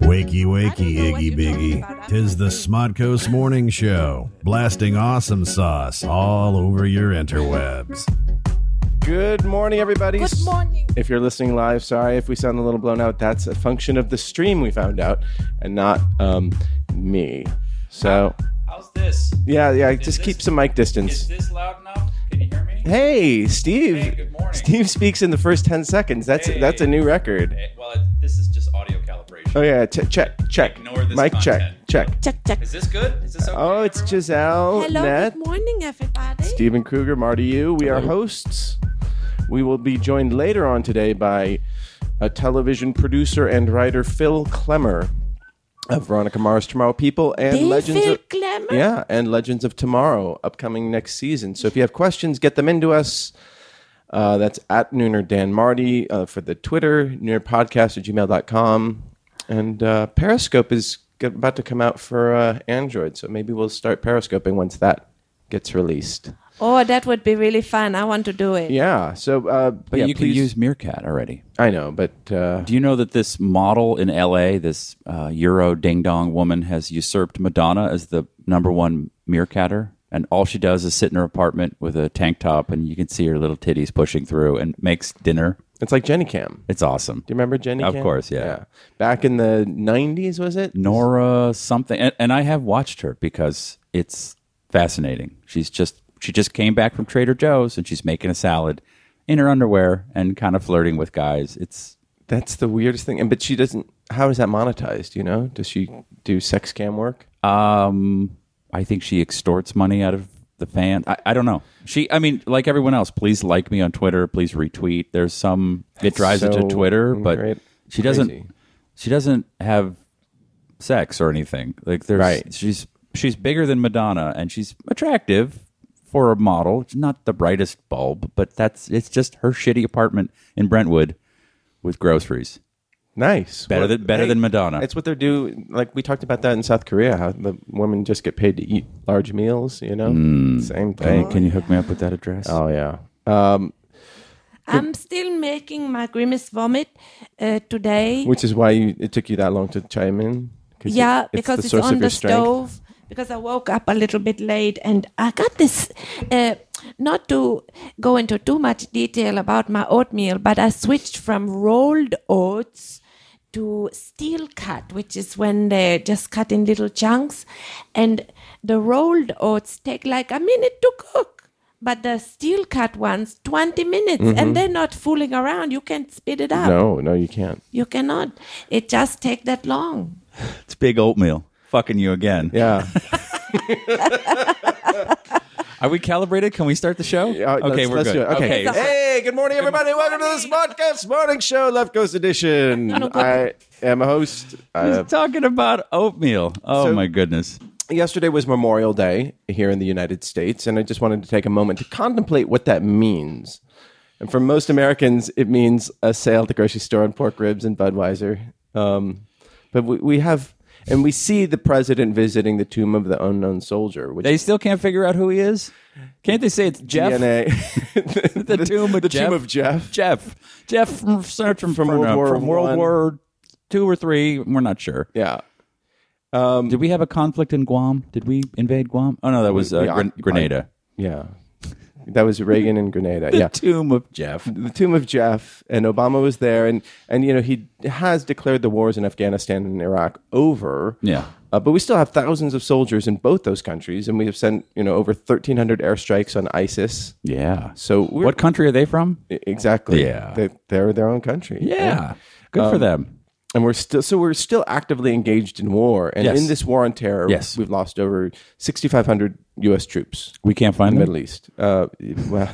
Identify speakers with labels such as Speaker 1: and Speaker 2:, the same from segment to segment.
Speaker 1: Wakey, wakey,
Speaker 2: I don't know what
Speaker 1: Iggy
Speaker 2: you're talking
Speaker 1: Biggy.
Speaker 2: about.
Speaker 1: Tis the Smodcoast Morning Show, blasting awesome sauce all over your interwebs.
Speaker 3: Good morning, everybody.
Speaker 2: Good morning.
Speaker 3: If you're listening live, sorry if we sound a little blown out. That's a function of the stream we found out, and not um, me. So
Speaker 4: How's this?
Speaker 3: yeah, yeah. Just
Speaker 4: this-
Speaker 3: keep some mic
Speaker 4: Is
Speaker 3: distance.
Speaker 4: this loud enough? Can you hear me?
Speaker 3: Hey, Steve.
Speaker 4: Hey, good morning.
Speaker 3: Steve speaks in the first ten seconds. That's that's a
Speaker 4: Hey.
Speaker 3: new record.
Speaker 4: Eh, Well, it, this is just audio calibration.
Speaker 3: Oh yeah, ch- check check.
Speaker 4: Ignore this
Speaker 3: mic
Speaker 4: content.
Speaker 3: check check.
Speaker 2: Check, check.
Speaker 4: Is this good? Is this okay?
Speaker 3: Oh, it's
Speaker 4: everyone?
Speaker 3: Giselle,
Speaker 2: Hello,
Speaker 3: Nat,
Speaker 2: good morning, everybody.
Speaker 3: Stephen Kruger, Marty. You. We are hosts. We will be joined later on today by a television producer and writer Phil Klemmer of Veronica Mars Tomorrow People and
Speaker 2: Hey,
Speaker 3: Legends
Speaker 2: Phil
Speaker 3: of
Speaker 2: Klemmer.
Speaker 3: Yeah, and Legends of Tomorrow upcoming next season. So if you have questions, get them into us. Uh, that's at Nooner Dan Marty uh, for the Twitter, noonerpodcast at gmail.com. And uh, Periscope is g- about to come out for uh, Android. So maybe we'll start Periscoping once that gets released.
Speaker 2: Oh, that would be really fun. I want to do it.
Speaker 3: Yeah. So, uh,
Speaker 5: But
Speaker 3: yeah,
Speaker 5: you
Speaker 3: please-
Speaker 5: can use Meerkat already.
Speaker 3: I know, but uh,
Speaker 5: Do you know that this model in LA, this uh, Euro ding dong woman, has usurped Madonna as the number one meerkatter? And all she does is sit in her apartment with a tank top, and you can see her little titties pushing through and makes dinner.
Speaker 3: it's like Jenny Cam.
Speaker 5: It's awesome.
Speaker 3: Do you remember Jenny?
Speaker 5: Of
Speaker 3: Cam?
Speaker 5: course, yeah.
Speaker 3: Back in the '90s, was it?
Speaker 5: Nora something, and, and I have watched her because it's fascinating. She's just she just came back from Trader Joe's and she's making a salad in her underwear and kind of flirting with guys. It's
Speaker 3: That's the weirdest thing. And but she doesn't. How is that monetized? You know, does she do sex cam work?
Speaker 5: Um, I think she extorts money out of the fan. I, I don't know. She, I mean, like everyone else, please like me on Twitter. Please retweet. There's some. it drives it
Speaker 3: so
Speaker 5: to Twitter, but
Speaker 3: great-
Speaker 5: she doesn't.
Speaker 3: crazy.
Speaker 5: She doesn't have sex or anything. Like there's.
Speaker 3: Right.
Speaker 5: She's she's bigger than Madonna, and she's attractive for a model. She's not the brightest bulb, but that's it's just her shitty apartment in Brentwood with groceries.
Speaker 3: Nice.
Speaker 5: Better
Speaker 3: Well,
Speaker 5: than better
Speaker 3: hey,
Speaker 5: than Madonna.
Speaker 3: That's what they're doing. Like we talked about that in South Korea, how the women just get paid to eat large meals. You know, same
Speaker 5: Mm. Hey,
Speaker 3: thing.
Speaker 5: can you hook me up with that address?
Speaker 3: Oh yeah. Um,
Speaker 2: I'm still making my grimace vomit uh, today.
Speaker 3: which is why you, it took you that long to chime in. 'Cause it-
Speaker 2: yeah, because it's,
Speaker 3: source of
Speaker 2: on
Speaker 3: your
Speaker 2: the
Speaker 3: strength.
Speaker 2: stove. Because I woke up a little bit late and I got this. Uh, not to go into too much detail about my oatmeal, but I switched from rolled oats to steel cut, which is when they just cut in little chunks. And the rolled oats take like a minute to cook, but the steel cut ones, 20 minutes. And they're not fooling around. You can't speed it up.
Speaker 3: Mm-hmm. No, no, you can't.
Speaker 2: You cannot. It just take that long.
Speaker 5: It's big oatmeal. Fucking you again.
Speaker 3: Yeah.
Speaker 5: Are we calibrated? Can we start the show?
Speaker 3: Yeah, Uh, let's-
Speaker 5: okay, we're
Speaker 3: let's
Speaker 5: good.
Speaker 3: do it. Okay.
Speaker 5: Okay.
Speaker 3: Hey, good morning, everybody. Welcome to the Smodcast Morning Show, Left Coast Edition. I am a host. Uh,
Speaker 5: He's talking about oatmeal. Oh
Speaker 3: So-
Speaker 5: my goodness.
Speaker 3: yesterday was Memorial Day here in the United States, and I just wanted to take a moment to contemplate what that means. And for most Americans, it means a sale at the grocery store on pork ribs and Budweiser. Um, but we, we have, and we see the president visiting the tomb of the unknown soldier, which
Speaker 5: They still can't figure out who he is? Can't they say it's Jeff?
Speaker 3: DNA.
Speaker 5: The tomb of
Speaker 3: the
Speaker 5: Jeff.
Speaker 3: tomb of Jeff.
Speaker 5: Jeff. Jeff from Search from, from,
Speaker 3: World War
Speaker 5: from World
Speaker 3: One.
Speaker 5: War Two or Three. We're not sure.
Speaker 3: Yeah. Um,
Speaker 5: Did we have a conflict in Guam? Did we invade Guam? Oh no, that was uh,
Speaker 3: we
Speaker 5: Gran-
Speaker 3: occupied-
Speaker 5: Grenada.
Speaker 3: Yeah. That was Reagan and Grenada. yeah.
Speaker 5: Tomb of Jeff.
Speaker 3: the tomb of Jeff, and Obama was there, and and you know he has declared the wars in Afghanistan and Iraq over.
Speaker 5: Yeah.
Speaker 3: Uh, but we still have thousands of soldiers in both those countries, and we have sent you know over 1,300 airstrikes on ISIS.
Speaker 5: Yeah.
Speaker 3: So we're,
Speaker 5: what country are they from?
Speaker 3: I- exactly?
Speaker 5: Yeah.
Speaker 3: they, they're their own country.
Speaker 5: Yeah. Good
Speaker 3: Um,
Speaker 5: for them.
Speaker 3: and we're still so we're still actively engaged in war, and
Speaker 5: Yes.
Speaker 3: in this war on terror,
Speaker 5: Yes.
Speaker 3: we've lost over 6,500 U.S. troops
Speaker 5: We can't find
Speaker 3: in the
Speaker 5: them.
Speaker 3: Middle East. Uh, well,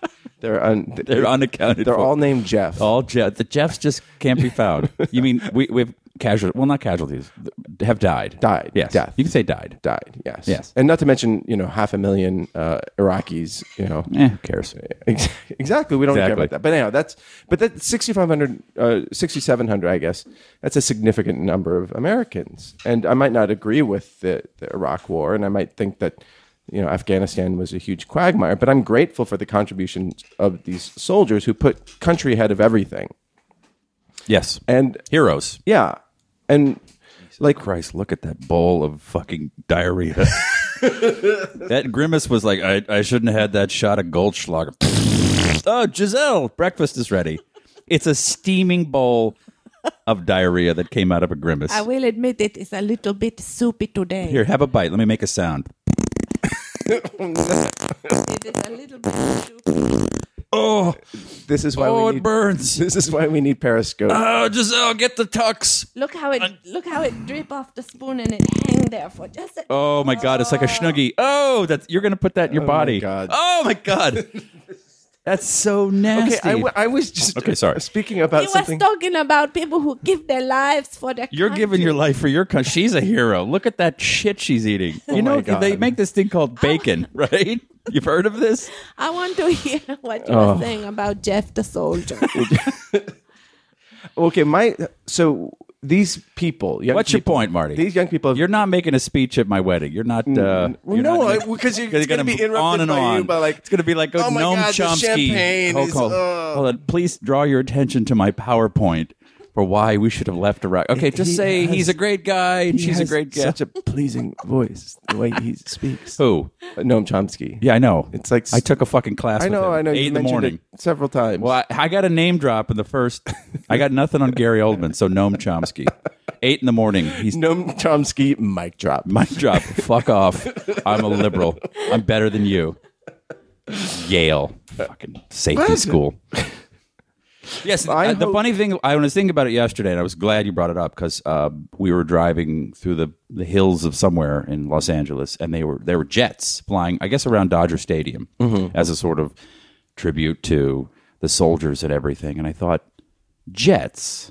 Speaker 3: they're un,
Speaker 5: They're unaccounted
Speaker 3: They're
Speaker 5: for.
Speaker 3: all named Jeff.
Speaker 5: All Jeff, the Jeffs just can't be found. you mean we, we have casual? Well, not casualties. th- Have died.
Speaker 3: Died.
Speaker 5: Yes.
Speaker 3: Death.
Speaker 5: You can say died.
Speaker 3: died. Yes.
Speaker 5: Yes.
Speaker 3: And not to mention, you know, half a million uh, Iraqis. You know,
Speaker 5: Eh, who cares?
Speaker 3: Ex- exactly. We don't care
Speaker 5: Exactly.
Speaker 3: about that. But anyhow, that's but that 6,500, uh, 6,700, I guess. That's a significant number of Americans. And I might not agree with the, the Iraq War, and I might think that you know Afghanistan was a huge quagmire. But I'm grateful for the contributions of these soldiers who put country ahead of everything.
Speaker 5: Yes.
Speaker 3: And
Speaker 5: Heroes.
Speaker 3: yeah, and
Speaker 5: Like Christ, look at that bowl of fucking diarrhea. that grimace was like, I, I shouldn't have had that shot of Goldschlager. oh, Giselle, breakfast is ready. It's a steaming bowl of diarrhea that came out of a grimace.
Speaker 2: I will admit it is a little bit soupy today.
Speaker 5: Here, have a bite. Let me make a sound.
Speaker 2: It is a little bit soupy.
Speaker 5: Oh,
Speaker 3: This is why
Speaker 5: oh,
Speaker 3: we
Speaker 5: it
Speaker 3: need,
Speaker 5: burns.
Speaker 3: This is why we need Periscope.
Speaker 5: Oh, Giselle, get the tux.
Speaker 2: Look how it look how it drip off the spoon and it hang there for just a
Speaker 5: Oh my god, it's like a schnuggie. Oh, that's you're gonna put that in your
Speaker 3: my
Speaker 5: body.
Speaker 3: God.
Speaker 5: Oh my god, that's so nasty.
Speaker 3: okay, I, w- I was just
Speaker 5: Okay, sorry.
Speaker 3: Speaking about
Speaker 2: He was
Speaker 3: something.
Speaker 2: talking about people who give their lives for their
Speaker 5: you're
Speaker 2: country.
Speaker 5: giving your life for your country. She's a hero. Look at that shit she's eating. You know
Speaker 3: Oh my God.
Speaker 5: they make this thing called bacon, right? You've heard of this?
Speaker 2: I want to hear what you
Speaker 5: Oh.
Speaker 2: were saying about Jeff the soldier.
Speaker 3: okay, my so these people. Young
Speaker 5: What's your
Speaker 3: people-
Speaker 5: point, Marty?
Speaker 3: These young people. Mm,
Speaker 5: You're not making a speech at my wedding. You're not. Uh,
Speaker 3: Well,
Speaker 5: you're
Speaker 3: no,
Speaker 5: not
Speaker 3: I-
Speaker 5: gonna-
Speaker 3: because you're-
Speaker 5: gonna
Speaker 3: it's gonna be interrupted
Speaker 5: on and
Speaker 3: by you
Speaker 5: on.
Speaker 3: by, like,
Speaker 5: it's gonna be like
Speaker 3: "Oh my
Speaker 5: Noam
Speaker 3: God, the
Speaker 5: Chomsky.
Speaker 3: champagne
Speaker 5: hold,
Speaker 3: is,
Speaker 5: hold-
Speaker 3: uh."
Speaker 5: hold on, please draw your attention to my PowerPoint for why we should have left Iraq. Okay, just
Speaker 3: he
Speaker 5: say
Speaker 3: has-
Speaker 5: he's a great guy and
Speaker 3: he
Speaker 5: she's a
Speaker 3: has
Speaker 5: great guy.
Speaker 3: Such a pleasing voice, the way he speaks.
Speaker 5: Who?
Speaker 3: Noam Chomsky.
Speaker 5: Yeah, I know.
Speaker 3: It's like-
Speaker 5: I took a fucking class.
Speaker 3: I
Speaker 5: with
Speaker 3: know,
Speaker 5: him,
Speaker 3: I know.
Speaker 5: Eight
Speaker 3: You
Speaker 5: in the
Speaker 3: mentioned
Speaker 5: morning.
Speaker 3: it several times.
Speaker 5: Well, I, I got a name drop in the first. I got nothing on Gary Oldman, so Noam Chomsky. Eight in the morning. He's
Speaker 3: Noam Chomsky mic drop.
Speaker 5: Mic drop. Fuck off. I'm a liberal. I'm better than you. Yale. Fucking safety school. Yes,
Speaker 3: I
Speaker 5: uh, the
Speaker 3: hope-
Speaker 5: funny thing, I was thinking about it yesterday, and I was glad you brought it up because uh, we were driving through the, the hills of somewhere in Los Angeles, and they were there were jets flying, I guess, around Dodger Stadium
Speaker 3: Mm-hmm.
Speaker 5: as a sort of tribute to the soldiers and everything. And I thought, jets.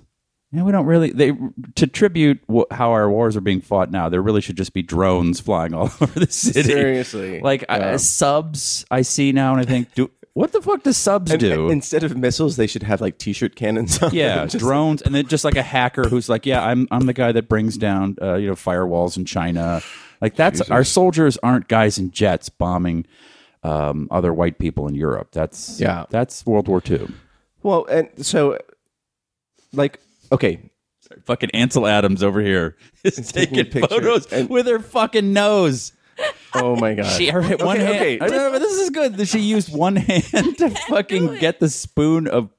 Speaker 5: Yeah, we don't really they to tribute wh- how our wars are being fought now. There really should just be drones flying all over the city.
Speaker 3: Seriously,
Speaker 5: like I, subs, I see now, and I think, do what the fuck does subs do?
Speaker 3: Instead of missiles, they should have like t-shirt cannons. On
Speaker 5: yeah,
Speaker 3: them. Just-
Speaker 5: drones, and then just like a hacker who's like, yeah, I'm I'm the guy that brings down uh, you know firewalls in China. Like that's our soldiers aren't guys in jets bombing um, other white people in Europe. That's
Speaker 3: Yeah.
Speaker 5: that's World War II.
Speaker 3: well, and so, like, okay,
Speaker 5: Fucking Ansel Adams over here is taking,
Speaker 3: taking pictures
Speaker 5: photos
Speaker 3: and-
Speaker 5: with her fucking nose.
Speaker 3: oh my god,
Speaker 5: She her hit one
Speaker 3: Okay,
Speaker 5: hand.
Speaker 3: okay.
Speaker 5: I know, but this is good. that She used one hand to fucking get the spoon of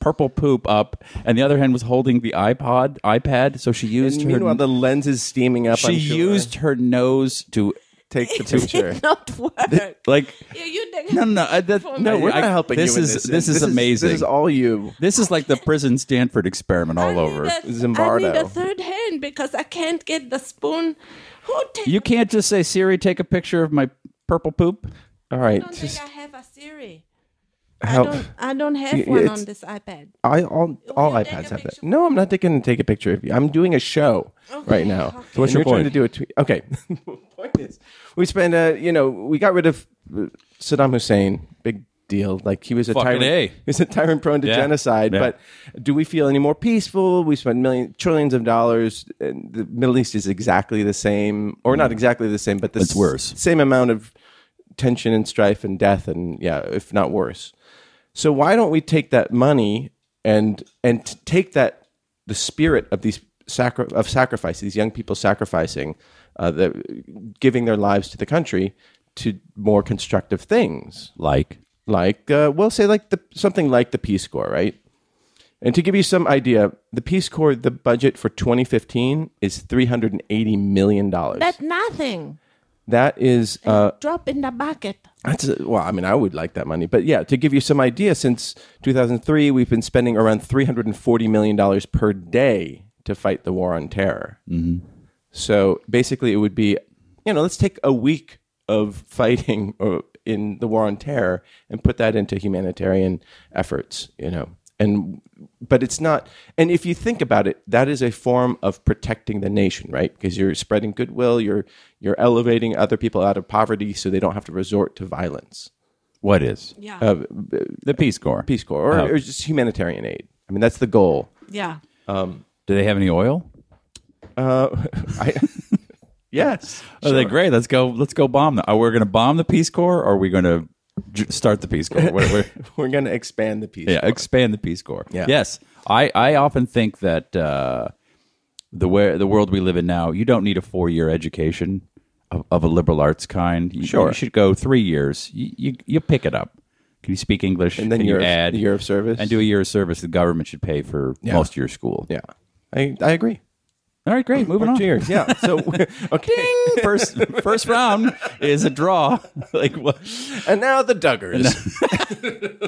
Speaker 5: purple poop up, and the other hand was holding the iPod iPad. So she used
Speaker 3: Meanwhile,
Speaker 5: her.
Speaker 3: the lens is steaming up.
Speaker 5: she
Speaker 3: I'm sure.
Speaker 5: used her nose to
Speaker 3: take the
Speaker 2: It
Speaker 3: picture.
Speaker 2: did not work.
Speaker 5: like.
Speaker 2: you, you did-
Speaker 5: No, no, no. I, that,
Speaker 3: No, we're
Speaker 5: I-
Speaker 3: not helping
Speaker 5: This
Speaker 3: you.
Speaker 5: is
Speaker 3: with this.
Speaker 5: this is amazing.
Speaker 3: This is all you.
Speaker 5: This is like the prison Stanford experiment
Speaker 2: I
Speaker 5: all
Speaker 2: need
Speaker 5: over.
Speaker 2: a- I
Speaker 3: Zimbardo.
Speaker 2: need a third hand because I can't get the spoon. Who ta-
Speaker 5: You can't just say Siri, take a picture of my purple poop.
Speaker 3: All right,
Speaker 2: I don't
Speaker 3: just
Speaker 2: think I have a Siri.
Speaker 3: how
Speaker 2: I don't. I don't
Speaker 3: Y-
Speaker 2: have one
Speaker 3: it's-
Speaker 2: on this iPad.
Speaker 3: I all all
Speaker 2: you take
Speaker 3: iPads
Speaker 2: a
Speaker 3: have that.
Speaker 2: picture?
Speaker 3: No, I'm not going to take a picture of you. I'm doing a show
Speaker 2: Okay,
Speaker 3: right now.
Speaker 2: okay.
Speaker 3: So
Speaker 5: what's
Speaker 3: and
Speaker 5: your
Speaker 3: you're Trying
Speaker 5: point?
Speaker 3: to do a tweet. Okay. point is, we spent. Uh, you know, we got rid of uh, Saddam Hussein. Big deal. Like he was a
Speaker 5: Fucking
Speaker 3: tyrant.
Speaker 5: A.
Speaker 3: He was a tyrant prone to
Speaker 5: Yeah.
Speaker 3: genocide.
Speaker 5: Yeah.
Speaker 3: But do we feel any more peaceful? We spent million trillions of dollars. And the Middle East is exactly the same, or
Speaker 5: Mm.
Speaker 3: not exactly the same, but the
Speaker 5: It's
Speaker 3: s-
Speaker 5: worse.
Speaker 3: Same amount of tension and strife and death and yeah, if not worse. So why don't we take that money and and t- take that the spirit of these sacri- of sacrifice, these young people sacrificing, uh, the, giving their lives to the country to more constructive things,
Speaker 5: Like
Speaker 3: like uh, we'll say like the something like the Peace Corps, right? And to give you some idea, the Peace Corps, the budget for 2015 is 380 million dollars.
Speaker 2: That's nothing.
Speaker 3: That is uh,
Speaker 2: Drop in the bucket.
Speaker 3: that's a, well. I mean, I would like that money, but yeah. To give you some idea, since 2003, we've been spending around 340 million dollars per day to fight the war on terror. So basically, it would be, you know, let's take a week of fighting or in the war on terror and put that into humanitarian efforts. You know, and but it's not. And if you think about it, that is a form of protecting the nation, right? Because you're spreading goodwill. You're you're elevating other people out of poverty, so they don't have to resort to violence.
Speaker 5: what is
Speaker 2: Yeah.
Speaker 5: the Peace Corps?
Speaker 3: Peace Corps or,
Speaker 5: Oh.
Speaker 3: or just humanitarian aid. I mean, that's the goal.
Speaker 2: yeah.
Speaker 5: Do they have any oil?
Speaker 3: I, yes.
Speaker 5: Oh, they great. Let's go. Let's go bomb them. Are we going to bomb the Peace Corps? Or are we going to j- start the Peace Corps? What- what-
Speaker 3: We're going to expand the peace.
Speaker 5: yeah, expand the Peace Corps.
Speaker 3: Yeah.
Speaker 5: Yes, I I often think that uh, the way the world we live in now, you don't need a four year education of, of a liberal arts kind. You,
Speaker 3: Sure.
Speaker 5: you should go three years. You, you you pick it up. Can you speak English?
Speaker 3: And then
Speaker 5: Can
Speaker 3: year
Speaker 5: you
Speaker 3: of-
Speaker 5: add
Speaker 3: year of service.
Speaker 5: and do a year of service. The government should pay for most of your school.
Speaker 3: Yeah, I I agree.
Speaker 5: All right, great. Moving on.
Speaker 3: Two years. Yeah. So okay.
Speaker 5: First first round is a draw. like what?
Speaker 3: And now the Duggars.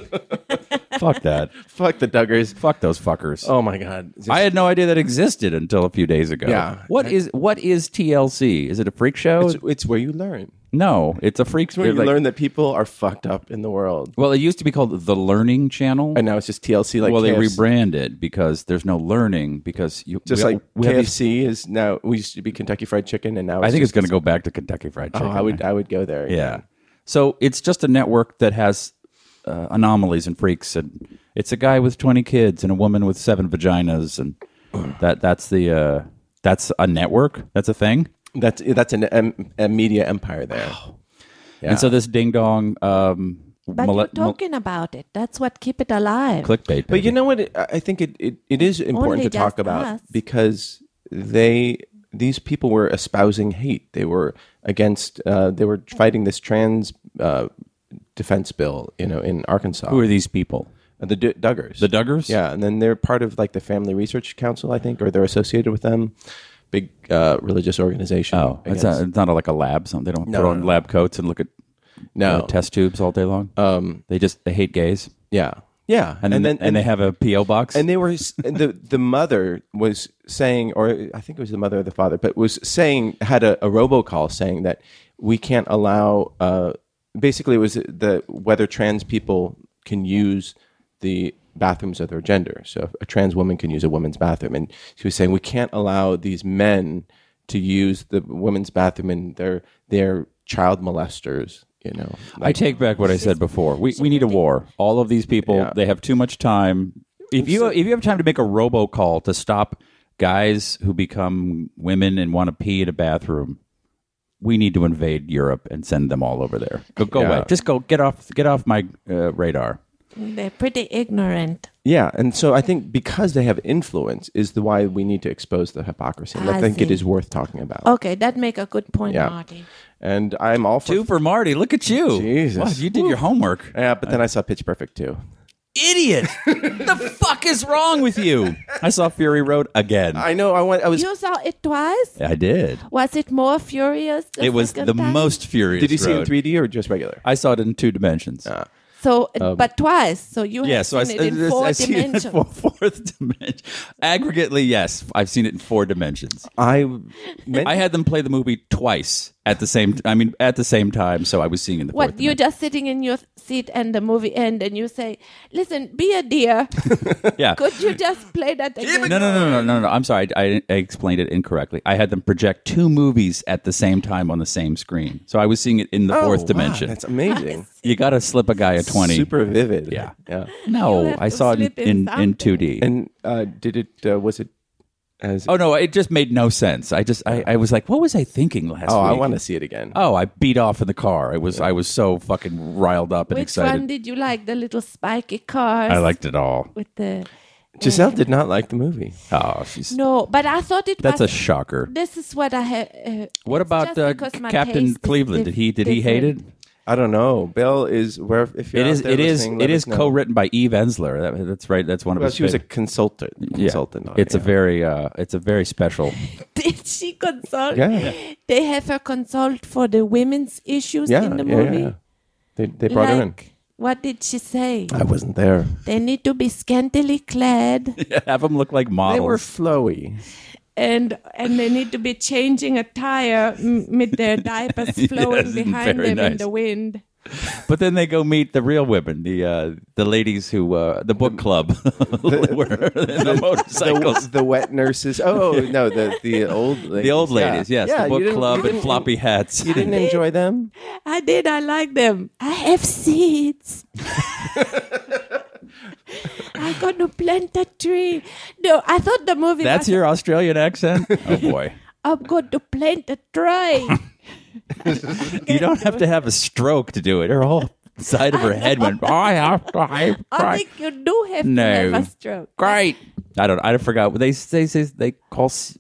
Speaker 5: Fuck that.
Speaker 3: Fuck the Duggars.
Speaker 5: Fuck those fuckers.
Speaker 3: Oh my God. Just-
Speaker 5: I had no idea that existed until a few days ago.
Speaker 3: Yeah.
Speaker 5: What is what is TLC? Is it a freak show?
Speaker 3: it's, it's where you learn.
Speaker 5: no, it's a freak
Speaker 3: It's where you
Speaker 5: like-
Speaker 3: learn that people are fucked up in the world.
Speaker 5: Well, it used to be called the Learning Channel.
Speaker 3: And now it's just TLC. Like
Speaker 5: well, they
Speaker 3: KFC.
Speaker 5: rebranded because there's no learning because you
Speaker 3: Just
Speaker 5: we-
Speaker 3: like
Speaker 5: we have these-
Speaker 3: KFC is now. We used to be Kentucky Fried Chicken, and now it's
Speaker 5: I think it's
Speaker 3: just-
Speaker 5: going to go back to Kentucky Fried Chicken.
Speaker 3: Oh, I would. I would go there.
Speaker 5: Yeah. So it's just a network that has uh, anomalies and freaks, and it's a guy with twenty kids and a woman with seven vaginas, and that that's the uh, that's a network. That's a thing.
Speaker 3: That's that's an, em a media empire there. Yeah.
Speaker 5: And so this ding dong. Um,
Speaker 2: But
Speaker 5: mole-
Speaker 2: you're talking about it. That's what keep it alive.
Speaker 5: mole-
Speaker 3: But
Speaker 5: clickbait. baby.
Speaker 3: you know what? I I think it, it, it is important
Speaker 2: Only
Speaker 3: to talk
Speaker 2: just
Speaker 3: about
Speaker 2: us.
Speaker 3: because they these people were espousing hate. They were against. Uh, they were fighting this trans uh, defense bill. You know, in Arkansas, Uh,
Speaker 5: who are these people?
Speaker 3: the D- Duggars.
Speaker 5: The Duggars.
Speaker 3: Yeah, and then they're part of like the Family Research Council, I think, or they're associated with them, big uh, religious organization.
Speaker 5: Oh,
Speaker 3: against-
Speaker 5: it's not, it's not like a lab. Something they don't
Speaker 3: No,
Speaker 5: put
Speaker 3: no,
Speaker 5: on
Speaker 3: no.
Speaker 5: lab coats and look at
Speaker 3: no,
Speaker 5: uh, test tubes all day long. Um, they just they hate gays,
Speaker 3: yeah, yeah,
Speaker 5: and, then and, they have a PO box.
Speaker 3: and they were and the the mother was saying or i think it was the mother or the father but was saying had a, a robocall saying that we can't allow uh, basically it was the whether trans people can use the bathrooms of their gender so if a trans woman can use a woman's bathroom and she was saying we can't allow these men to use the women's bathroom and they're they're child molesters you know
Speaker 5: I take back what I said before. We we need a war. All of these people
Speaker 3: Yeah.
Speaker 5: they have too much time. If you if you have time to make a robocall to stop guys who become women and want to pee in a bathroom, we need to invade Europe and send them all over there. Go go away. Just go get off get off my uh, radar.
Speaker 2: They're pretty ignorant.
Speaker 3: Yeah, and so I think because they have influence is the why we need to expose the hypocrisy. And I,
Speaker 2: I
Speaker 3: think it
Speaker 2: see. Oh.
Speaker 3: is worth talking about.
Speaker 2: Okay, that make a good point,
Speaker 3: Yeah.
Speaker 2: Marty.
Speaker 3: And I'm all for
Speaker 5: Two for Marty. Look at you.
Speaker 3: Jesus.
Speaker 5: Wow, you did your homework.
Speaker 3: Yeah, but then I saw Pitch Perfect too.
Speaker 5: Idiot. the fuck is wrong with you? I saw Fury Road again. I,
Speaker 3: I know I want I was
Speaker 2: You saw it twice.
Speaker 5: did.
Speaker 2: Was it more furious? The
Speaker 5: it was
Speaker 2: second
Speaker 5: the
Speaker 2: time?
Speaker 5: most furious.
Speaker 3: Did you see it in
Speaker 5: road.
Speaker 3: 3D or just regular?
Speaker 5: I saw it in two dimensions.
Speaker 2: So, but twice. So you
Speaker 5: um, yeah,
Speaker 2: have
Speaker 5: so I,
Speaker 2: seen
Speaker 5: I-
Speaker 2: it in four
Speaker 5: I see it in
Speaker 2: dimensions.
Speaker 5: four, fourth dimension. Aggregately, yes, I've seen it in four dimensions.
Speaker 3: I meant
Speaker 5: I had them play the movie twice at the same. I mean, at the same time, so I was seeing it in the
Speaker 2: What
Speaker 5: fourth
Speaker 2: you're just sitting in your seat and the movie end and you say, "Listen, be a dear.
Speaker 5: dimension. yeah.
Speaker 2: Could you just play that again?"
Speaker 5: No, no, no, no, no, no. I'm sorry. I, I explained it incorrectly. I had them project two movies at the same time on the same screen. So I was seeing it in the
Speaker 3: Oh,
Speaker 5: fourth
Speaker 3: wow,
Speaker 5: dimension.
Speaker 3: That's amazing.
Speaker 5: you got to slip a guy a 20.
Speaker 3: Super vivid.
Speaker 5: Yeah.
Speaker 3: Yeah.
Speaker 2: You
Speaker 5: no,
Speaker 2: have
Speaker 5: I
Speaker 2: to
Speaker 5: saw it
Speaker 2: slip in
Speaker 5: in, in,
Speaker 2: something.
Speaker 5: 2D.
Speaker 3: And uh, did it uh, was it as
Speaker 5: oh, no, it just made no sense. I just, I, I was like, what was I thinking last
Speaker 3: Oh,
Speaker 5: week?
Speaker 3: I want to see it again.
Speaker 5: Oh, I beat off in the car. I was I was so fucking riled up and
Speaker 2: Which
Speaker 5: excited.
Speaker 2: one did you like? The little spiky cars.
Speaker 5: I liked it all.
Speaker 2: with the
Speaker 3: Giselle did not like the movie.
Speaker 5: Oh, she's
Speaker 2: no, but I thought it
Speaker 5: that's a
Speaker 2: was.
Speaker 5: shocker.
Speaker 2: this is what I have. Uh,
Speaker 5: What about
Speaker 2: just
Speaker 5: uh,
Speaker 2: because my taste
Speaker 5: Captain
Speaker 2: is
Speaker 5: Cleveland? Did
Speaker 2: dif-
Speaker 5: he did he hate it?
Speaker 2: different.
Speaker 3: I don't know. Bill is where if you're
Speaker 5: It
Speaker 3: out
Speaker 5: is
Speaker 3: there
Speaker 5: it is
Speaker 3: listening, let
Speaker 5: it is
Speaker 3: us know.
Speaker 5: co-written by Eve Ensler. That, that's right. That's one of
Speaker 3: Well,
Speaker 5: his.
Speaker 3: she was a
Speaker 5: fav-
Speaker 3: consultant.
Speaker 5: yeah.
Speaker 3: Consultant. on it,
Speaker 5: It's a
Speaker 3: yeah.
Speaker 5: very uh, it's a very special.
Speaker 2: Did she consult?
Speaker 3: Yeah.
Speaker 2: They have her consult for the women's issues
Speaker 3: yeah,
Speaker 2: in the
Speaker 3: yeah,
Speaker 2: movie.
Speaker 3: Yeah, yeah. They, they brought her in.
Speaker 2: Like, What did she say?
Speaker 3: I wasn't there.
Speaker 2: They need to be scantily clad,
Speaker 5: Have them look like models.
Speaker 3: They were flowy.
Speaker 2: and and they need to be changing attire m- with their diapers flowing
Speaker 5: Yes,
Speaker 2: behind
Speaker 5: very
Speaker 2: them in
Speaker 5: nice.
Speaker 2: the wind.
Speaker 5: but then they go meet the real women, the uh, the ladies who uh, the book club were in the motorcycles.
Speaker 3: The, the wet nurses. Oh no, the the old ladies.
Speaker 5: The old ladies,
Speaker 3: Yeah.
Speaker 5: yes,
Speaker 3: Yeah,
Speaker 5: the
Speaker 3: you
Speaker 5: book
Speaker 3: didn't-
Speaker 5: club
Speaker 3: you
Speaker 5: and
Speaker 3: didn't-
Speaker 5: floppy hats.
Speaker 3: You didn't enjoy them.
Speaker 2: I did. I like them. I have seeds. I'm gonna plant a tree. No, I thought the movie
Speaker 5: That's
Speaker 2: was
Speaker 5: your Australian accent? Oh boy.
Speaker 2: I'm going to plant a tree.
Speaker 5: you don't have to have a stroke to do it. Her whole side of her head went, "Oh, I have to have
Speaker 2: I think you do have
Speaker 5: No.
Speaker 2: to have a stroke.
Speaker 5: Great. I don't I forgot. They say they, they call s-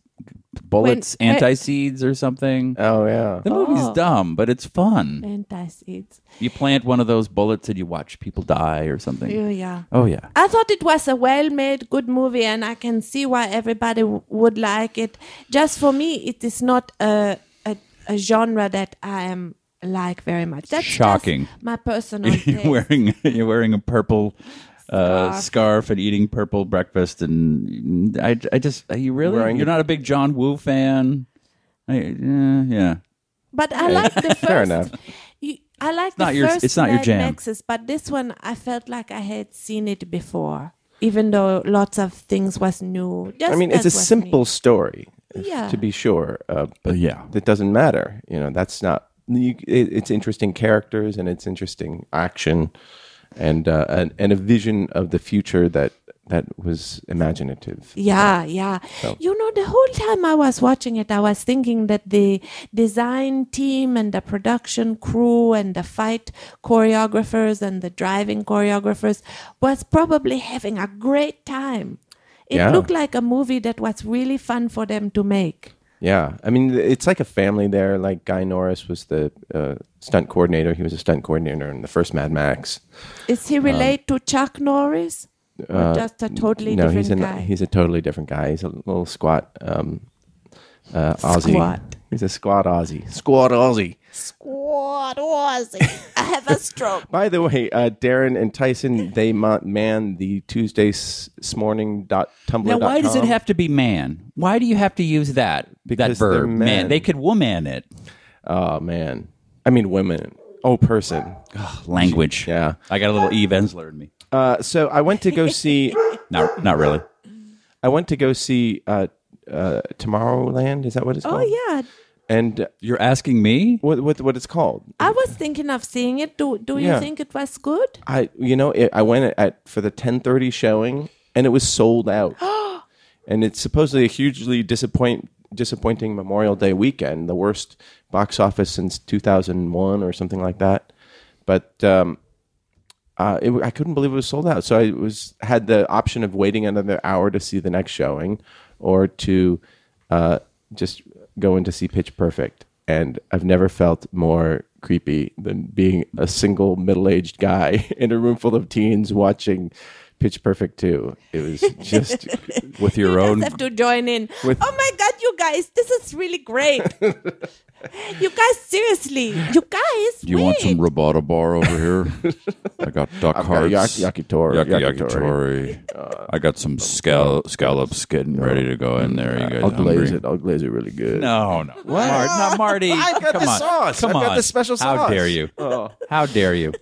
Speaker 5: bullets,
Speaker 2: when-
Speaker 5: anti seeds, or something.
Speaker 3: Oh yeah.
Speaker 5: the movie's
Speaker 2: Oh.
Speaker 5: dumb, but it's fun.
Speaker 2: And that's it.
Speaker 5: You plant one of those bullets and you watch people die or something.
Speaker 2: Yeah, yeah.
Speaker 5: Oh yeah.
Speaker 2: I thought it was a well made, good movie, and I can see why everybody w- would like it. Just for me, it is not a, a, a genre that I am like very much. That's just
Speaker 5: Shocking.
Speaker 2: my personal
Speaker 5: you're
Speaker 2: taste.
Speaker 5: wearing you're wearing a purple uh,
Speaker 2: Scarf.
Speaker 5: scarf and eating purple breakfast, and I, I just are you really
Speaker 3: Wearing-
Speaker 5: you're not a big John Woo fan. I, yeah, yeah.
Speaker 2: But I like the first.
Speaker 3: Fair enough.
Speaker 2: You, I like
Speaker 5: not
Speaker 2: the
Speaker 5: your-
Speaker 2: first.
Speaker 5: it's not your
Speaker 2: Mad
Speaker 5: jam.
Speaker 2: Maxes, but this one I felt like I had seen it before, even though lots of things was new. Just
Speaker 3: I mean, it's
Speaker 2: that
Speaker 3: a
Speaker 2: was
Speaker 3: simple
Speaker 2: new.
Speaker 3: story, if-
Speaker 2: Yeah.
Speaker 3: to be sure. Uh, but
Speaker 5: But yeah.
Speaker 3: it doesn't matter. You know, that's not. You, it, it's interesting characters and it's interesting action, and uh, and, and a vision of the future that that was imaginative.
Speaker 2: Yeah, yeah. You know, the whole time I was watching it, I was thinking that the design team and the production crew and the fight choreographers and the driving choreographers was probably having a great time. It
Speaker 3: Yeah.
Speaker 2: looked like a movie that was really fun for them to make.
Speaker 3: Yeah, I mean, it's like a family there. Like Guy Norris was the uh, stunt coordinator. He was a stunt coordinator in the first Mad Max.
Speaker 2: Is
Speaker 5: Um,
Speaker 2: he related to Chuck Norris? Or
Speaker 5: uh,
Speaker 2: just a totally
Speaker 3: no,
Speaker 2: different
Speaker 3: he's a
Speaker 2: guy.
Speaker 3: he's a totally different guy. He's a little squat um, uh, Aussie.
Speaker 2: Squat.
Speaker 3: He's a squat Aussie. Squat Aussie.
Speaker 2: Squad Aussie. I have a stroke.
Speaker 3: By the way, uh, Darren and Tyson, they ma- man the Tuesday s- morning dot tumblr.
Speaker 5: Now, why does it have to be man? Why do you have to use that
Speaker 3: Because
Speaker 5: that verb
Speaker 3: they're
Speaker 5: man.
Speaker 3: men.
Speaker 5: They could woman it.
Speaker 3: Oh man, I mean women. Oh, person.
Speaker 5: Language.
Speaker 3: Yeah.
Speaker 5: I got a little Eve Ensler in me.
Speaker 3: Uh, so I went to go see.
Speaker 5: Not not really.
Speaker 3: I went to go see uh, uh, Tomorrowland. Is that what it's
Speaker 2: Oh,
Speaker 3: called?
Speaker 2: yeah.
Speaker 3: And uh,
Speaker 5: You're asking me?
Speaker 3: what what what it's called?
Speaker 2: I was thinking of seeing it. Do, do you
Speaker 3: Yeah.
Speaker 2: think it was good?
Speaker 3: I you know it, I went at for the ten thirty showing and it was sold out, and it's supposedly a hugely disappoint disappointing Memorial Day weekend, the worst box office since two thousand one or something like that. But um, uh, it, I couldn't believe it was sold out, so I was had the option of waiting another hour to see the next showing, or to uh, just go in to see Pitch Perfect. And I've never felt more creepy than being a single middle-aged guy in a room full of teens watching Pitch Perfect 2. It was just
Speaker 5: With your
Speaker 2: You
Speaker 5: own
Speaker 2: just have to join in.
Speaker 3: With-
Speaker 2: oh my god, you guys, this is really great. you guys, seriously, you guys.
Speaker 5: Do you want some
Speaker 2: wait.
Speaker 5: robota bar over here? I got duck
Speaker 3: I've got
Speaker 5: hearts.
Speaker 3: yak- yakitori-
Speaker 5: Yaki-
Speaker 3: yakitori.
Speaker 5: yakitori. I got some scal- scallops getting ready to go in there. You guys
Speaker 3: Uh, I'll glaze
Speaker 5: hungry?
Speaker 3: it. I'll glaze it really good.
Speaker 5: No, no. What? not Marty.
Speaker 3: I've got
Speaker 5: Come
Speaker 3: the
Speaker 5: on.
Speaker 3: sauce.
Speaker 5: Come
Speaker 3: I've
Speaker 5: on.
Speaker 3: got the special
Speaker 5: How
Speaker 3: sauce.
Speaker 5: dare you?
Speaker 3: Oh. Uh-huh.
Speaker 5: How dare you?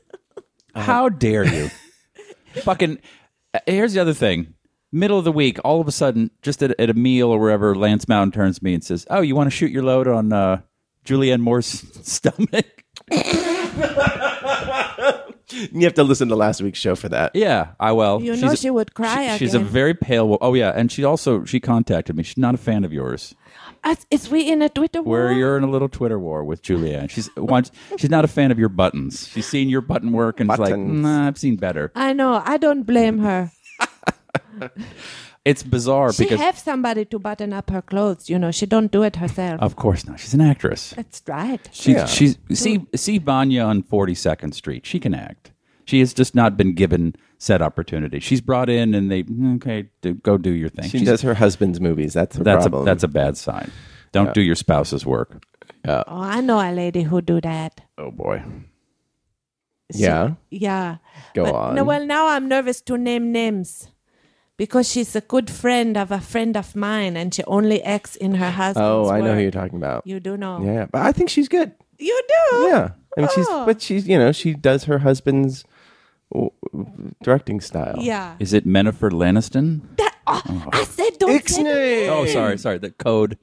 Speaker 5: How dare you? Fucking. uh, Here's the other thing. Middle of the week, all of a sudden, just at, at a meal or wherever, Lance Mountain turns to me and says, "Oh, you want to shoot your load on uh, Julianne Moore's stomach?"
Speaker 3: You have to listen to last week's show for that.
Speaker 5: Yeah, I will.
Speaker 2: You know
Speaker 5: She's-
Speaker 2: she would cry
Speaker 5: she- She's a
Speaker 2: again.
Speaker 5: very pale. wo- Oh yeah, and she also she contacted me. She's not a fan of yours.
Speaker 2: Us- Is we in a Twitter war?
Speaker 5: Where you're in a little Twitter war with Julianne. She's wants, she's not a fan of your buttons. She's seen your button work and is like,
Speaker 3: Buttons.
Speaker 5: nah, I've seen better.
Speaker 2: I know. I don't blame her.
Speaker 5: It's bizarre
Speaker 2: She
Speaker 5: because
Speaker 2: have somebody to button up her clothes. You know, she don't do it herself.
Speaker 5: of course not. She's an actress.
Speaker 2: That's right.
Speaker 5: She's
Speaker 3: Yeah.
Speaker 5: she's see see Vanya on 42nd Street. She can act. She has just not been given said opportunity. She's brought in and they okay, do, go do your thing.
Speaker 3: She
Speaker 5: She's-
Speaker 3: does her husband's movies. That's the
Speaker 5: that's
Speaker 3: problem.
Speaker 5: a that's a bad sign. Don't do your spouse's work.
Speaker 2: Oh, I know a lady who do that.
Speaker 3: oh boy.
Speaker 2: She-
Speaker 3: Yeah.
Speaker 2: Yeah.
Speaker 3: Go
Speaker 2: But
Speaker 3: on.
Speaker 2: No, well, now I'm nervous to name names because she's a good friend of a friend of mine, and she only acts in her husband's.
Speaker 3: Oh, I know who
Speaker 2: work.
Speaker 3: you're talking about.
Speaker 2: You do know.
Speaker 3: yeah, but I think she's good.
Speaker 2: You do.
Speaker 3: Yeah, I mean she's
Speaker 2: Oh.
Speaker 3: but she's you know she does her husband's w- w- directing style.
Speaker 2: Yeah.
Speaker 5: Is it Mennifer Lanniston?
Speaker 2: That- oh, I said don't say that.
Speaker 3: Ixnay!
Speaker 5: Oh, sorry, sorry. The code.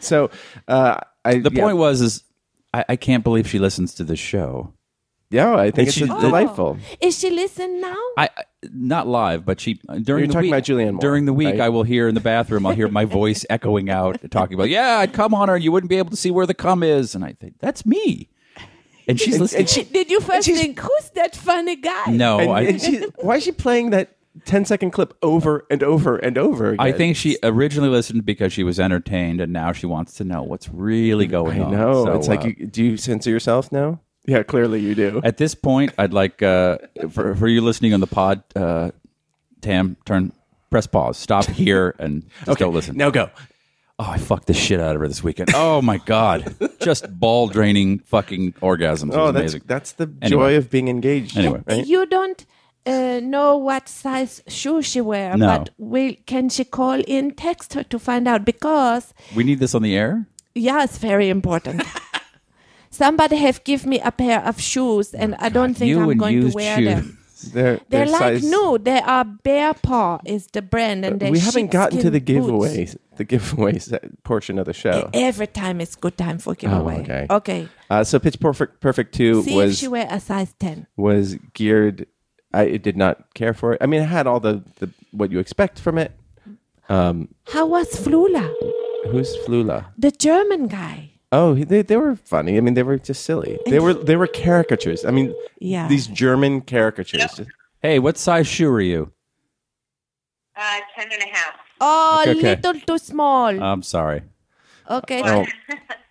Speaker 3: So uh, I
Speaker 5: The
Speaker 3: yeah.
Speaker 5: point was is I, I can't believe she listens to this show.
Speaker 3: Yeah, I think
Speaker 5: Is
Speaker 3: it's
Speaker 5: she-
Speaker 3: a- delightful.
Speaker 2: Is she listen now?
Speaker 5: I I- not live, but she uh, during
Speaker 3: You're
Speaker 5: the
Speaker 3: talking
Speaker 5: week.
Speaker 3: about Julianne Moore,
Speaker 5: during the week,
Speaker 3: right?
Speaker 5: I will hear in the bathroom. I'll hear my voice echoing out, talking about, "Yeah, I'd come on her. You wouldn't be able to see where the cum is." And I think that's me. And she's listening.
Speaker 3: and she-
Speaker 2: Did you first
Speaker 3: she's-
Speaker 2: think who's that funny guy?
Speaker 5: no,
Speaker 3: and,
Speaker 5: Oh, I,
Speaker 3: and she, why is she playing that 10 second clip over and over and over again.
Speaker 5: I think she originally listened because she was entertained, and now she wants to know what's really going
Speaker 3: I
Speaker 5: on.
Speaker 3: know.
Speaker 5: So,
Speaker 3: it's like,
Speaker 5: uh,
Speaker 3: you, do you censor yourself now? Oh, Yeah, clearly you do.
Speaker 5: at this point, I'd like uh, for for you listening on the pod, uh, Tam, turn, press pause, stop here, and just don't listen.
Speaker 3: Now go.
Speaker 5: oh, I fucked the shit out of her this weekend. Oh my god, just ball draining fucking orgasms. It was
Speaker 3: Oh, that's,
Speaker 5: amazing.
Speaker 3: that's the
Speaker 5: Anyway.
Speaker 3: joy of being engaged.
Speaker 5: Anyway.
Speaker 3: right?
Speaker 2: You don't uh, know what size shoe she wear,
Speaker 5: No.
Speaker 2: but will, can she call in, text her to find out? Because
Speaker 5: we need this on the air.
Speaker 2: yeah, it's very important. Somebody have give me a pair of shoes,
Speaker 3: Oh
Speaker 2: and I don't think
Speaker 5: you
Speaker 2: I'm
Speaker 5: and
Speaker 2: going
Speaker 5: you
Speaker 2: to wear
Speaker 5: choose.
Speaker 2: them.
Speaker 3: They're,
Speaker 2: They're
Speaker 3: they're
Speaker 2: like
Speaker 3: size-
Speaker 2: new. They are Bear Paw is the brand, and they
Speaker 3: We haven't gotten to the
Speaker 2: sheepskin boots. E-,
Speaker 3: giveaway, the giveaway se- portion of the show.
Speaker 2: Every time it's good time for giveaway.
Speaker 3: Oh, okay.
Speaker 2: okay.
Speaker 3: Uh, so Pitch Perfect, Perfect Two
Speaker 2: See if
Speaker 3: was
Speaker 2: she wear a size ten.
Speaker 3: was geared. I it did not care for it. I mean, it had all the, the what you expect from it. Um,
Speaker 2: How was Flula,
Speaker 3: Who's Flula?
Speaker 2: the German guy?
Speaker 3: Oh, he- they, they were funny. I mean, they were just silly. They were they were caricatures. I mean,
Speaker 2: Yeah.
Speaker 3: these German caricatures.
Speaker 5: Hey, what size shoe are you?
Speaker 6: Uh, ten and a half.
Speaker 2: Oh,
Speaker 5: Okay, okay.
Speaker 2: little too small.
Speaker 5: I'm sorry.
Speaker 2: okay.
Speaker 3: Uh,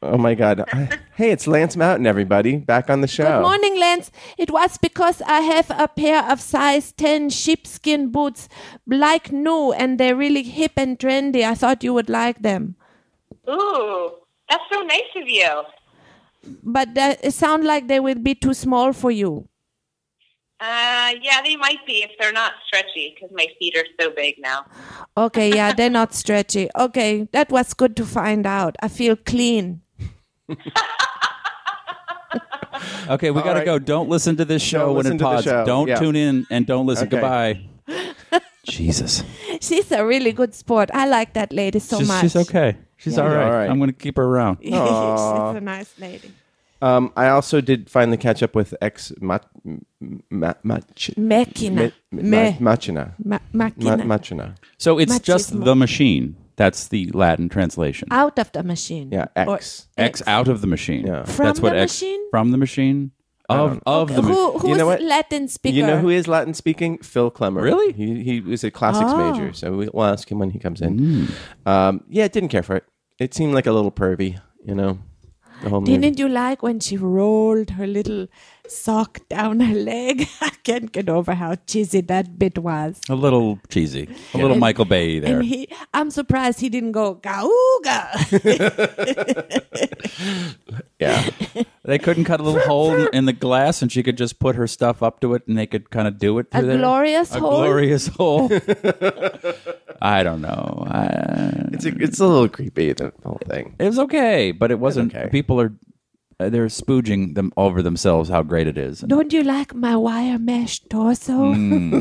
Speaker 3: Oh, oh my God! hey, it's Lance Mountain, everybody, back on the show.
Speaker 2: Good morning, Lance. It was because I have a pair of size 10 sheepskin boots, like new, and they're really hip and trendy. I thought you would like them.
Speaker 6: Ooh, that's so nice of you.
Speaker 2: But that, it sounds like they will be too small for you.
Speaker 6: Uh, yeah, they might be if they're not stretchy because my feet are so big now.
Speaker 2: Okay, yeah, they're not stretchy. Okay, that was good to find out. I feel clean.
Speaker 5: Okay, we got to
Speaker 3: right.
Speaker 5: go. Don't listen to this show
Speaker 3: Don't
Speaker 5: when
Speaker 3: listen
Speaker 5: it
Speaker 3: to the
Speaker 5: pods.
Speaker 3: show.
Speaker 5: Don't
Speaker 3: Yeah.
Speaker 5: tune in and don't listen.
Speaker 3: Okay.
Speaker 5: Goodbye. Jesus.
Speaker 2: She's a really good sport. I like that lady so
Speaker 5: she's,
Speaker 2: much.
Speaker 5: she's okay. She's all, right.
Speaker 3: All right.
Speaker 5: I'm going to keep her around.
Speaker 2: she's a nice lady.
Speaker 3: Um, I also did finally catch up with ex Mach- M- Ma- Mach-
Speaker 2: Machina.
Speaker 3: Ma-
Speaker 2: Me.
Speaker 3: Machina.
Speaker 2: Ma-
Speaker 3: Ma-
Speaker 2: machina.
Speaker 3: Machina.
Speaker 5: So it's just
Speaker 2: Machismo.
Speaker 5: the machine. That's the Latin translation.
Speaker 2: out of the machine.
Speaker 3: Yeah,
Speaker 2: Or-
Speaker 3: X.
Speaker 5: X out of the machine.
Speaker 3: Yeah.
Speaker 2: From
Speaker 5: That's what
Speaker 2: the
Speaker 5: X
Speaker 2: machine?
Speaker 5: from the machine of of the machine.
Speaker 2: Who, who's
Speaker 3: know what?
Speaker 2: Latin speaker?
Speaker 3: You know who is Latin speaking? Phil Klemmer.
Speaker 5: Really?
Speaker 3: He, he was a classics
Speaker 2: Oh.
Speaker 3: major, so we- we'll ask him when he comes in. Um, yeah, didn't care for it. It seemed like a little pervy, you know. The whole movie.
Speaker 2: Didn't you like when she rolled her little sock down her leg? I can't get over how cheesy that bit was.
Speaker 5: A little cheesy. A little Michael Bay there.
Speaker 2: And he, I'm surprised he didn't go gauga.
Speaker 3: Yeah.
Speaker 5: they couldn't cut a little hole in- in the glass and she could just put her stuff up to it and they could kind of do it
Speaker 2: A
Speaker 5: through there.
Speaker 2: glorious
Speaker 5: a
Speaker 2: hole.
Speaker 5: glorious hole. I don't know. I,
Speaker 3: It's a, it's a little creepy, the whole thing.
Speaker 5: it was okay, but it wasn't.
Speaker 3: okay.
Speaker 5: People are uh, they're spooging them over themselves how great it is.
Speaker 2: Don't you like my wire mesh torso?
Speaker 3: Hmm.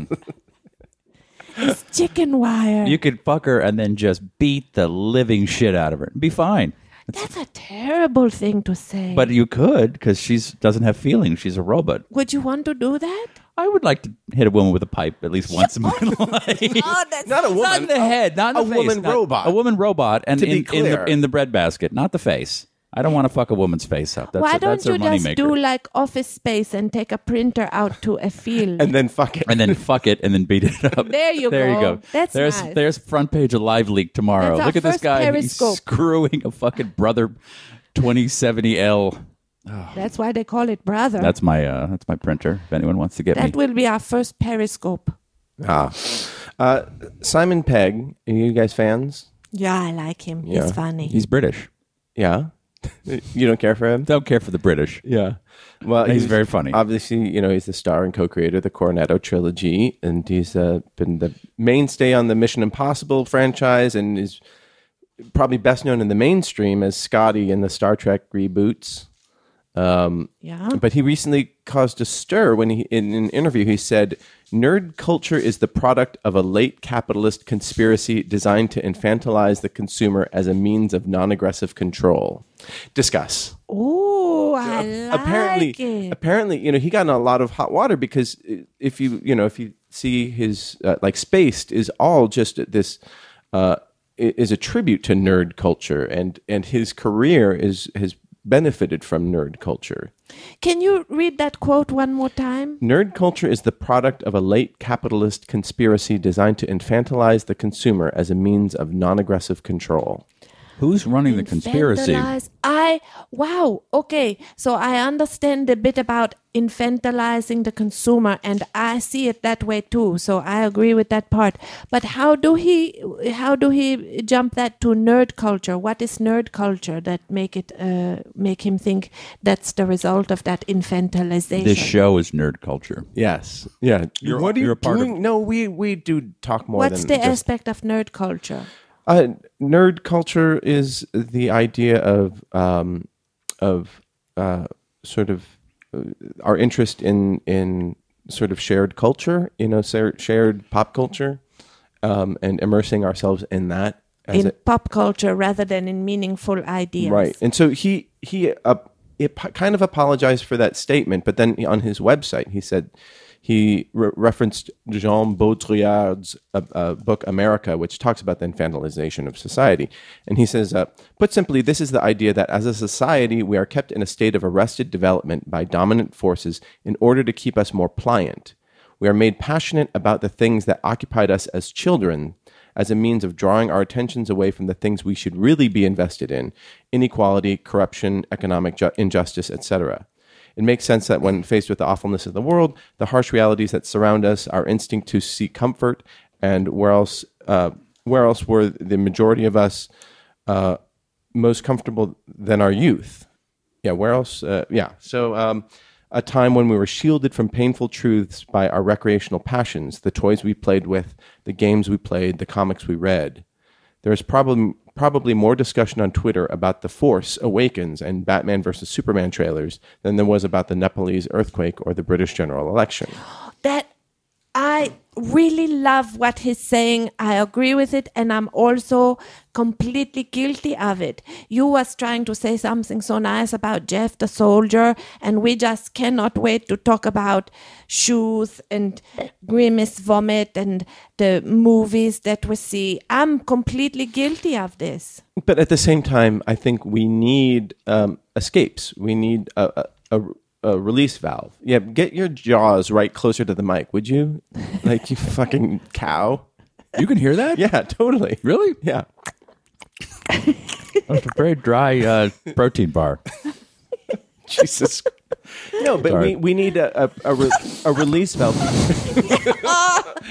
Speaker 2: it's chicken wire.
Speaker 5: You could fuck her and then just beat the living shit out of her. Be fine.
Speaker 2: That's a terrible thing to say.
Speaker 5: But you could because she's doesn't have feelings. She's a robot.
Speaker 2: would you want to do that?
Speaker 5: I would like to hit a woman with a pipe at least once in my life.
Speaker 2: Oh, that's
Speaker 3: Not a woman.
Speaker 5: Not in the head, not in
Speaker 3: a
Speaker 5: the face,
Speaker 3: woman
Speaker 5: not-
Speaker 3: robot.
Speaker 5: a woman robot, and
Speaker 3: To be
Speaker 5: in, in the
Speaker 3: clear.
Speaker 5: in the breadbasket, not the face. I don't want to fuck a woman's face up. That's
Speaker 2: Why
Speaker 5: a,
Speaker 2: don't
Speaker 5: that's her
Speaker 2: you just
Speaker 5: moneymaker.
Speaker 2: do like office space and take a printer out to a field?
Speaker 3: And then fuck it.
Speaker 5: and then fuck it, and then beat it up.
Speaker 2: There you
Speaker 5: there
Speaker 2: go.
Speaker 5: you go.
Speaker 2: That's
Speaker 5: there's
Speaker 2: nice.
Speaker 5: there's front page of Live Leak tomorrow.
Speaker 2: That's our
Speaker 5: Look at this
Speaker 2: first
Speaker 5: guy.
Speaker 2: Periscope.
Speaker 5: He's screwing a fucking brother, twenty seventy L.
Speaker 2: That's why they call it brother.
Speaker 5: That's my uh, that's my printer. If anyone wants to get
Speaker 2: that
Speaker 5: me,
Speaker 2: will be our first periscope.
Speaker 3: Ah. Uh, Simon Pegg, are you guys fans?
Speaker 2: Yeah, I like him.
Speaker 3: Yeah.
Speaker 2: He's funny.
Speaker 5: he's British.
Speaker 3: Yeah. you don't care for him?
Speaker 5: Don't care for the British.
Speaker 3: Yeah. Well,
Speaker 5: He's very funny.
Speaker 3: Obviously, you know, he's the star and co-creator of the Coronado trilogy, and he's uh, been the mainstay on the Mission Impossible franchise, and is probably best known in the mainstream as Scotty in the Star Trek reboots.
Speaker 2: yeah.
Speaker 3: But he recently caused a stir when he, in an interview, he said, "Nerd culture is the product of a late capitalist conspiracy designed to infantilize the consumer as a means of non-aggressive control." Discuss
Speaker 2: Oh, I like
Speaker 3: apparently
Speaker 2: it.
Speaker 3: apparently you know he got in a lot of hot water because if you you know if you see his uh, like spaced is all just this uh i- is a tribute to nerd culture and and his career is has benefited from nerd culture.
Speaker 2: Can you read that quote one more time?
Speaker 3: Nerd culture is the product of a late capitalist conspiracy designed to infantilize the consumer as a means of non aggressive control.
Speaker 5: Who's running the conspiracy?
Speaker 2: Infantilize. I wow. Okay, so I understand a bit about infantilizing the consumer, and I see it that way too. So I agree with that part. But how do he? How do he jump that to nerd culture? What is nerd culture that make it uh, make him think that's the result of that infantilization?
Speaker 5: This show is nerd culture.
Speaker 3: Yes. Yeah.
Speaker 5: You're-
Speaker 3: what are you
Speaker 5: you're a part of-
Speaker 3: doing? no, we, we do talk more
Speaker 2: What's
Speaker 3: than
Speaker 2: the
Speaker 3: just
Speaker 2: aspect of nerd culture?
Speaker 3: Uh, nerd culture is the idea of um, of uh, sort of uh, our interest in in sort of shared culture, you know, ser- shared pop culture, um, and immersing ourselves in that. As
Speaker 2: in
Speaker 3: a-
Speaker 2: pop culture rather than in meaningful ideas.
Speaker 3: Right. And so he he uh, it p- kind of apologized for that statement, but then on his website he said he re- referenced Jean Baudrillard's uh, uh, book America, which talks about the infantilization of society, and he says, uh, put simply, this is the idea that as a society we are kept in a state of arrested development by dominant forces in order to keep us more pliant. We are made passionate about the things that occupied us as children as a means of drawing our attentions away from the things we should really be invested in inequality, corruption, economic ju- injustice, etc. It makes sense that when faced with the awfulness of the world, the harsh realities that surround us, our instinct to seek comfort, and where else, uh, where else were the majority of us uh, most comfortable than our youth? yeah where else uh, yeah so um, a time when we were shielded from painful truths by our recreational passions the toys we played with the games we played the comics we read there is probably probably more discussion on twitter about the force awakens and batman versus superman trailers than there was about the nepalese earthquake or the british general election
Speaker 2: That I really love what he's saying. I agree with it, and I'm also completely guilty of it. You was trying to say something so nice about Jeff the soldier, and we just cannot wait to talk about shoes and grimace vomit and the movies that we see. I'm completely guilty of this.
Speaker 3: but at the same time, I think we need um, escapes. We need a, a, a, a release valve. Yeah, get your jaws right closer to the mic, would you? Like you fucking cow.
Speaker 5: You can hear that?
Speaker 3: Yeah, totally.
Speaker 5: Really?
Speaker 3: Yeah.
Speaker 5: That's a very dry uh, protein bar.
Speaker 3: Jesus. No, but we,
Speaker 5: Sorry.
Speaker 3: we need a a, a, re, a release valve.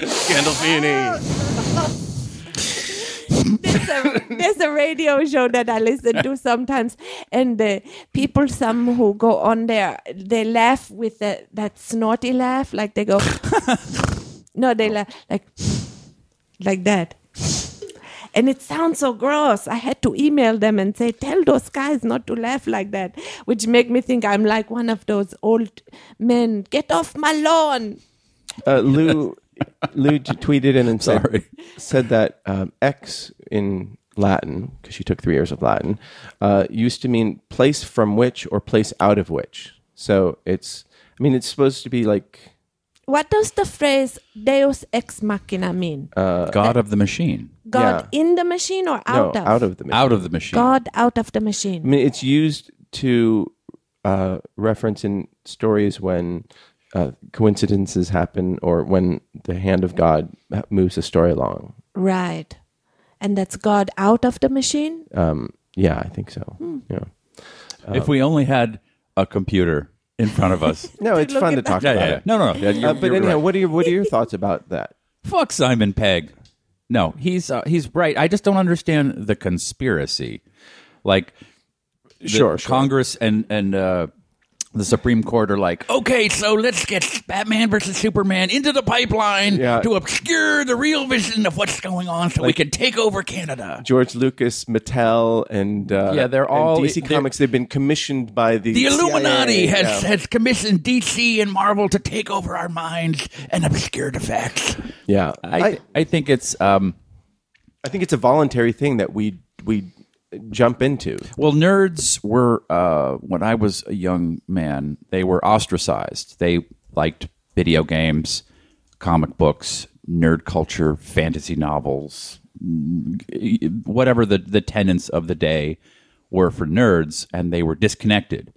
Speaker 3: Gandolfini.
Speaker 2: there's a, there's a radio show that I listen to sometimes, and the people, some who go on there, they laugh with the, that snorty laugh, like they go, no, they laugh like, like that. And it sounds so gross. I had to email them and say, "Tell those guys not to laugh like that," which make me think I'm like one of those old men. Get off my lawn!
Speaker 3: Uh, Lou Lou t- tweeted in and said
Speaker 5: Sorry.
Speaker 3: said that um, X in Latin, because she took three years of Latin, uh, used to mean place from which or place out of which. So it's, I mean, it's supposed to be like,
Speaker 2: What does the phrase "Deus ex machina" mean?
Speaker 5: Uh, God of the machine.
Speaker 2: God
Speaker 3: Uh, Yeah.
Speaker 2: in the machine or
Speaker 3: no,
Speaker 2: out of?
Speaker 3: out of the machine.
Speaker 5: Out of the machine.
Speaker 2: God out of the
Speaker 3: I
Speaker 2: machine.
Speaker 3: mean, it's used to uh, reference in stories when uh, coincidences happen or when the hand of God moves the story along.
Speaker 2: Right. And that's God out of the machine?
Speaker 3: Um, yeah, I think so.
Speaker 2: Hmm.
Speaker 3: Yeah.
Speaker 5: If we only had a computer in front of us.
Speaker 3: No, it's fun to talk
Speaker 5: yeah,
Speaker 3: about
Speaker 5: yeah, yeah.
Speaker 3: it.
Speaker 5: No, no, no. Yeah, you're-
Speaker 3: Uh, but
Speaker 5: you're
Speaker 3: anyhow,
Speaker 5: right.
Speaker 3: what are your what are your thoughts about that?
Speaker 5: Fuck Simon Pegg. No, he's uh, he's right. I just don't understand the conspiracy. Like the
Speaker 3: Sure, sure.
Speaker 5: Congress and and uh, the Supreme Court are like, okay, so let's get Batman versus Superman into the pipeline
Speaker 3: Yeah.
Speaker 5: to obscure the real vision of what's going on, so we can take over Canada.
Speaker 3: George Lucas, Mattel, and uh,
Speaker 5: Yeah, they're
Speaker 3: and
Speaker 5: all-
Speaker 3: DC
Speaker 5: they're-
Speaker 3: Comics. They've been commissioned by the
Speaker 5: The
Speaker 3: CIA,
Speaker 5: Illuminati has,
Speaker 3: yeah.
Speaker 5: has commissioned DC and Marvel to take over our minds and obscure the facts.
Speaker 3: Yeah, I, I,
Speaker 5: I think it's um,
Speaker 3: think it's a voluntary thing that we we jump into.
Speaker 5: Well, nerds were uh, when I was a young man. They were ostracized. They liked video games, comic books, nerd culture, mm, fantasy novels, whatever the the tenets of the day were for nerds and they were disconnected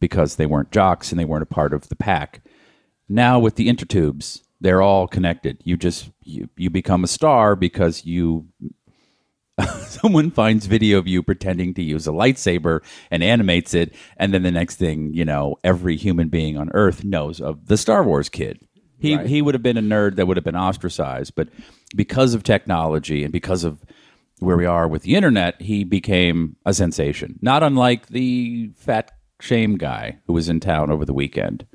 Speaker 5: because they weren't jocks and they weren't a part of the pack. Now with the intertubes, they're all connected. You just you, you become a star because you someone finds video of you pretending to use a lightsaber and animates it and then the next thing, you know, every human being on earth knows of the Star Wars kid. He he would have been a nerd that would have been ostracized, but because of technology and because of where we are with the internet, he became a sensation. Not unlike the fat shame guy who was in town over the weekend.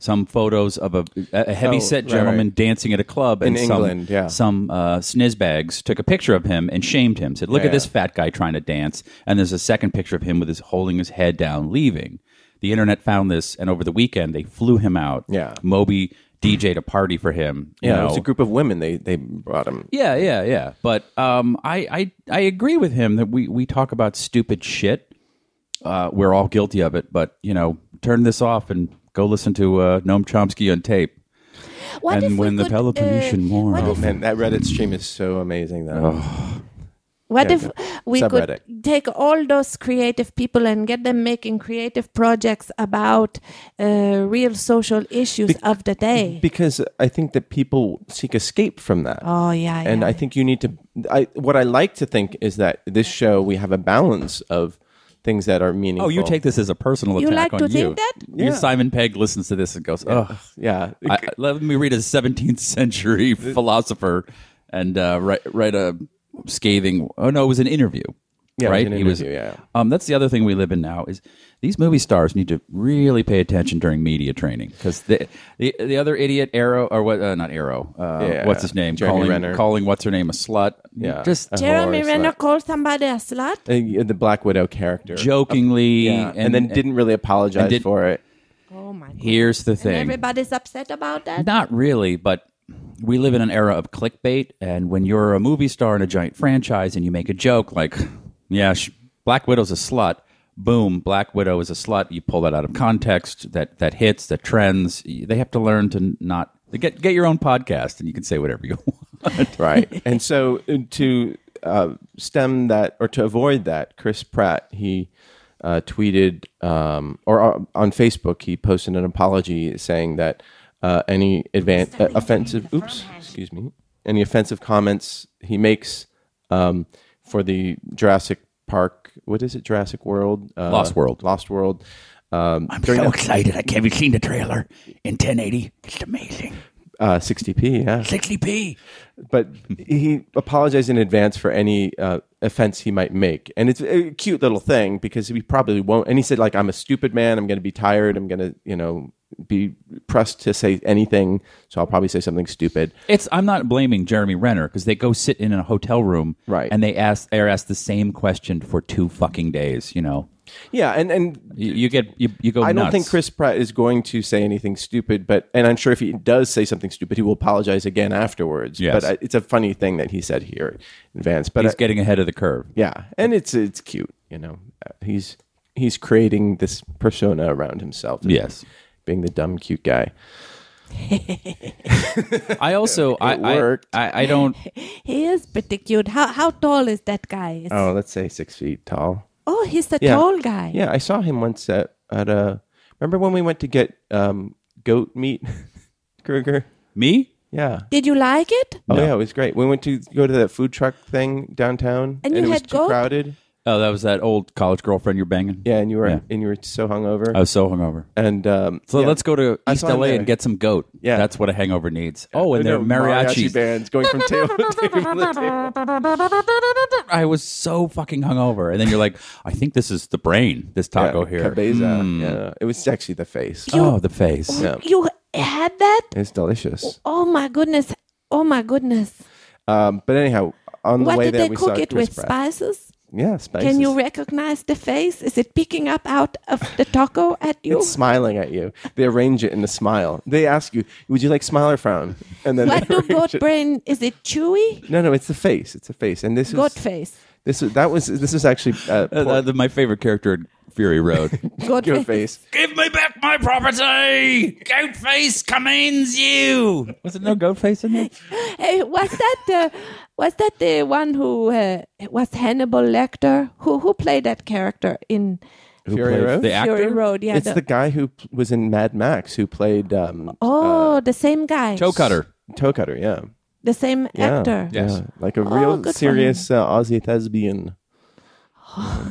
Speaker 5: Some photos of a, a heavy set
Speaker 3: Oh, right,
Speaker 5: gentleman
Speaker 3: right.
Speaker 5: dancing at a club
Speaker 3: In
Speaker 5: and some-
Speaker 3: England, yeah.
Speaker 5: some uh, snizbags took a picture of him and shamed him. Said, "Look
Speaker 3: Yeah,
Speaker 5: at this
Speaker 3: yeah.
Speaker 5: fat guy trying to dance." And there's a second picture of him with his holding his head down, leaving. The internet found this, and over the weekend they flew him out.
Speaker 3: Yeah.
Speaker 5: Moby DJ'd a party for him. you
Speaker 3: Yeah, it
Speaker 5: know.
Speaker 3: was a group of women. They they brought him.
Speaker 5: Yeah, yeah, yeah. But um, I, I, I agree with him that we, we talk about stupid shit. Uh, we're all guilty of it, but you know, turn this off and go listen to uh, Noam Chomsky on tape.
Speaker 2: What
Speaker 5: and
Speaker 2: if we
Speaker 5: when the
Speaker 2: could,
Speaker 5: Peloponnesian
Speaker 2: uh,
Speaker 5: War,
Speaker 2: what
Speaker 5: oh,
Speaker 2: if,
Speaker 3: Man, that Reddit stream is so amazing. Though.
Speaker 2: what
Speaker 3: Yeah,
Speaker 2: if we
Speaker 3: Subreddit.
Speaker 2: could take all those creative people and get them making creative projects about uh, real social issues of the day?
Speaker 3: because I think that people seek escape from that.
Speaker 2: oh yeah,
Speaker 3: and
Speaker 2: yeah.
Speaker 3: I think you need to. I what I like to think is that this show we have a balance of things that are meaningful.
Speaker 5: Oh, you take this as a personal
Speaker 2: You
Speaker 5: attack
Speaker 2: like to
Speaker 5: on you.
Speaker 2: think that?
Speaker 5: Your
Speaker 3: Yeah.
Speaker 5: Simon Pegg listens to this and goes, "Oh,
Speaker 3: yeah.
Speaker 5: I, I- let me read a 17th century philosopher and uh, write write a scathing." Oh no, it was an interview.
Speaker 3: Yeah, it was
Speaker 5: right.
Speaker 3: an
Speaker 5: He was-
Speaker 3: interview, yeah.
Speaker 5: Um, that's the other thing we live in now is these movie stars need to really pay attention during media training because the, the the other idiot Arrow or what? Uh, not Arrow. Uh,
Speaker 3: Yeah.
Speaker 5: What's his name?
Speaker 3: Jeremy
Speaker 5: calling
Speaker 3: Renner.
Speaker 5: calling what's her name a slut.
Speaker 3: Yeah. Uh-huh.
Speaker 5: Just
Speaker 2: Jeremy
Speaker 3: Horror
Speaker 2: Renner
Speaker 3: slut.
Speaker 2: called somebody a slut.
Speaker 3: Uh, the Black Widow character.
Speaker 5: jokingly,
Speaker 3: Yeah, and, then didn't really apologize
Speaker 5: did-
Speaker 3: for it.
Speaker 2: Oh my god!
Speaker 5: Here's the
Speaker 2: And
Speaker 5: thing.
Speaker 2: everybody's upset about that.
Speaker 5: Not really, but we live in an era of clickbait, and when you're a movie star in a giant franchise and you make a joke like, "Yeah, sh- Black Widow's a slut," boom, Black Widow is a slut. You pull that out of context, that that hits, that trends. They have to learn to not get get your own podcast, and you can say whatever you want.
Speaker 3: Right. and so uh, to uh, stem that or to avoid that, Chris Pratt, he uh, tweeted um, or uh, on Facebook, he posted an apology saying that uh, any advan- uh, offensive, oops, excuse me, any offensive comments he makes um, for the Jurassic Park, what is it, Jurassic World? Uh,
Speaker 5: Lost World.
Speaker 3: Lost World. Um,
Speaker 5: I'm so excited! I can't. Have seen the trailer in 1080? It's amazing.
Speaker 3: uh, 60p, yeah.
Speaker 5: 60p.
Speaker 3: but he apologized in advance for any uh, offense he might make, and it's a cute little thing because he probably won't. And he said, like, I'm a stupid man. I'm going to be tired. I'm going to, you know, be pressed to say anything, so I'll probably say something stupid.
Speaker 5: It's I'm not blaming Jeremy Renner because they go sit in a hotel room,
Speaker 3: Right.
Speaker 5: And they ask they're asked the same question for two fucking days. You know,
Speaker 3: Yeah, and and
Speaker 5: you, you get you, you go.
Speaker 3: I don't
Speaker 5: nuts.
Speaker 3: think Chris Pratt is going to say anything stupid, but and I'm sure if he does say something stupid, he will apologize again afterwards.
Speaker 5: Yes.
Speaker 3: But I, it's a funny thing that he said here in advance. But
Speaker 5: he's
Speaker 3: I-
Speaker 5: getting ahead of the curve.
Speaker 3: yeah, and it's it's cute, you know. Uh, He's he's creating this persona around himself.
Speaker 5: Yes.
Speaker 3: being the dumb cute guy.
Speaker 5: I also I, I,
Speaker 3: worked.
Speaker 5: I I don't
Speaker 2: He is pretty cute. How how tall is that guy? Is-
Speaker 3: Oh, let's say six feet tall.
Speaker 2: oh, he's a
Speaker 3: Yeah.
Speaker 2: tall guy.
Speaker 3: Yeah, I saw him once at at a. Remember when we went to get um, goat meat, Kruger?
Speaker 5: me.
Speaker 3: Yeah.
Speaker 2: Did you like it?
Speaker 3: Oh yeah, it was great. We went to go to that food truck thing downtown,
Speaker 2: And you
Speaker 3: it was
Speaker 2: had
Speaker 3: too
Speaker 2: goat?
Speaker 3: crowded.
Speaker 5: Oh, that was that old college girlfriend you're banging.
Speaker 3: Yeah, and you were
Speaker 5: Yeah.
Speaker 3: and you were so hungover.
Speaker 5: I was so hungover.
Speaker 3: and um,
Speaker 5: So
Speaker 3: yeah.
Speaker 5: let's go to
Speaker 3: I
Speaker 5: East
Speaker 3: saw him
Speaker 5: LA
Speaker 3: there.
Speaker 5: and get some goat.
Speaker 3: Yeah.
Speaker 5: that's what a hangover needs. Oh, and
Speaker 3: No,
Speaker 5: they're mariachi.
Speaker 3: bands going from table to table to table.
Speaker 5: I was so fucking hungover, and then you're like, I think this is the brain. This taco here.
Speaker 3: Cabeza.
Speaker 2: Hmm.
Speaker 3: Yeah, it was sexy. The face.
Speaker 5: Oh, the face.
Speaker 3: Yeah.
Speaker 2: You had that?
Speaker 3: It's delicious.
Speaker 2: Oh my goodness. Oh my goodness.
Speaker 3: Um, but anyhow, on the
Speaker 2: What
Speaker 3: way
Speaker 2: did
Speaker 3: there,
Speaker 2: they
Speaker 3: we
Speaker 2: cook
Speaker 3: saw
Speaker 2: it
Speaker 3: Chris
Speaker 2: with?
Speaker 3: Pratt.
Speaker 2: Spices?
Speaker 3: Yeah, spices.
Speaker 2: Can you recognize the face? Is it picking up out of the taco at you?
Speaker 3: It's smiling at you. They arrange it in a smile. They ask you, "Would you like smile or frown?" And then
Speaker 2: What
Speaker 3: they
Speaker 2: do
Speaker 3: arrange
Speaker 2: goat
Speaker 3: it.
Speaker 2: brain? Is it chewy?
Speaker 3: No, no, it's the face. It's a face, and this
Speaker 2: Goat
Speaker 3: is
Speaker 2: face.
Speaker 3: This is that was this is actually uh, poor-
Speaker 5: Uh, uh, my favorite character in Fury Road.
Speaker 3: your face.
Speaker 5: Give me back my property! Goatface commands you! Was it no Goatface in there?
Speaker 2: Hey, was that the was that the one who uh, was Hannibal Lecter? Who who played that character in
Speaker 3: Fury
Speaker 5: played
Speaker 3: Road?
Speaker 5: The actor?
Speaker 2: Fury Road? Yeah.
Speaker 3: it's the,
Speaker 2: the-
Speaker 3: guy who p- was in Mad Max who played um,
Speaker 2: oh, the same guy.
Speaker 5: Toe cutter.
Speaker 3: Toe Cutter. Yeah,
Speaker 2: The same
Speaker 3: yeah,
Speaker 2: actor.
Speaker 5: Yes.
Speaker 3: yeah. like a
Speaker 2: Oh,
Speaker 3: real
Speaker 2: good for
Speaker 3: serious uh, Aussie thespian.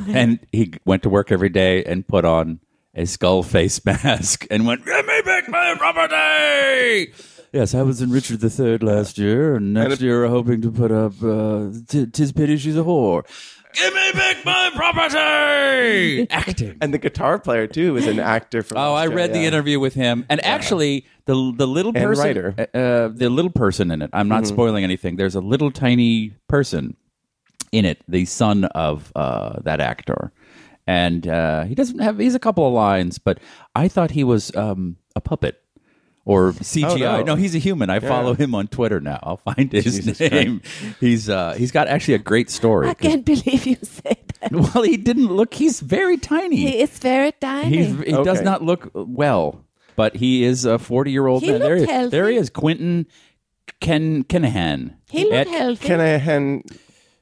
Speaker 5: And he went to work every day and put on a skull face mask and went, Give me back my property! Yes, I was in Richard III last year, and next year we're hoping to put up uh, T- Tis Pity She's a Whore. Give me back my property! Acting.
Speaker 3: And the guitar player too is an actor from.
Speaker 5: Oh, I read the
Speaker 3: Australia.
Speaker 5: interview with him, and actually, the the little
Speaker 3: And
Speaker 5: person,
Speaker 3: writer. Mm-hmm.
Speaker 5: Uh, the little person in it. I'm not spoiling anything. There's a little tiny person in it, the son of uh, that actor, and uh, he doesn't have. He's a couple of lines, but I thought he was um, a puppet. Or CGI?
Speaker 3: Oh, no.
Speaker 5: no. he's a human. I follow him on Twitter now. I'll find his name. He's uh, he's got actually a great story.
Speaker 2: I can't believe you said that.
Speaker 5: well, he didn't look. He's very tiny.
Speaker 2: He is very tiny.
Speaker 5: He's, he does
Speaker 3: Okay.
Speaker 5: not look well, but he is a 40 year old
Speaker 2: He
Speaker 5: man. There
Speaker 2: looked
Speaker 5: he, there he
Speaker 2: healthy.
Speaker 5: is, Quentin Ken Kenahan.
Speaker 2: he looked
Speaker 5: At-
Speaker 2: healthy.
Speaker 3: Can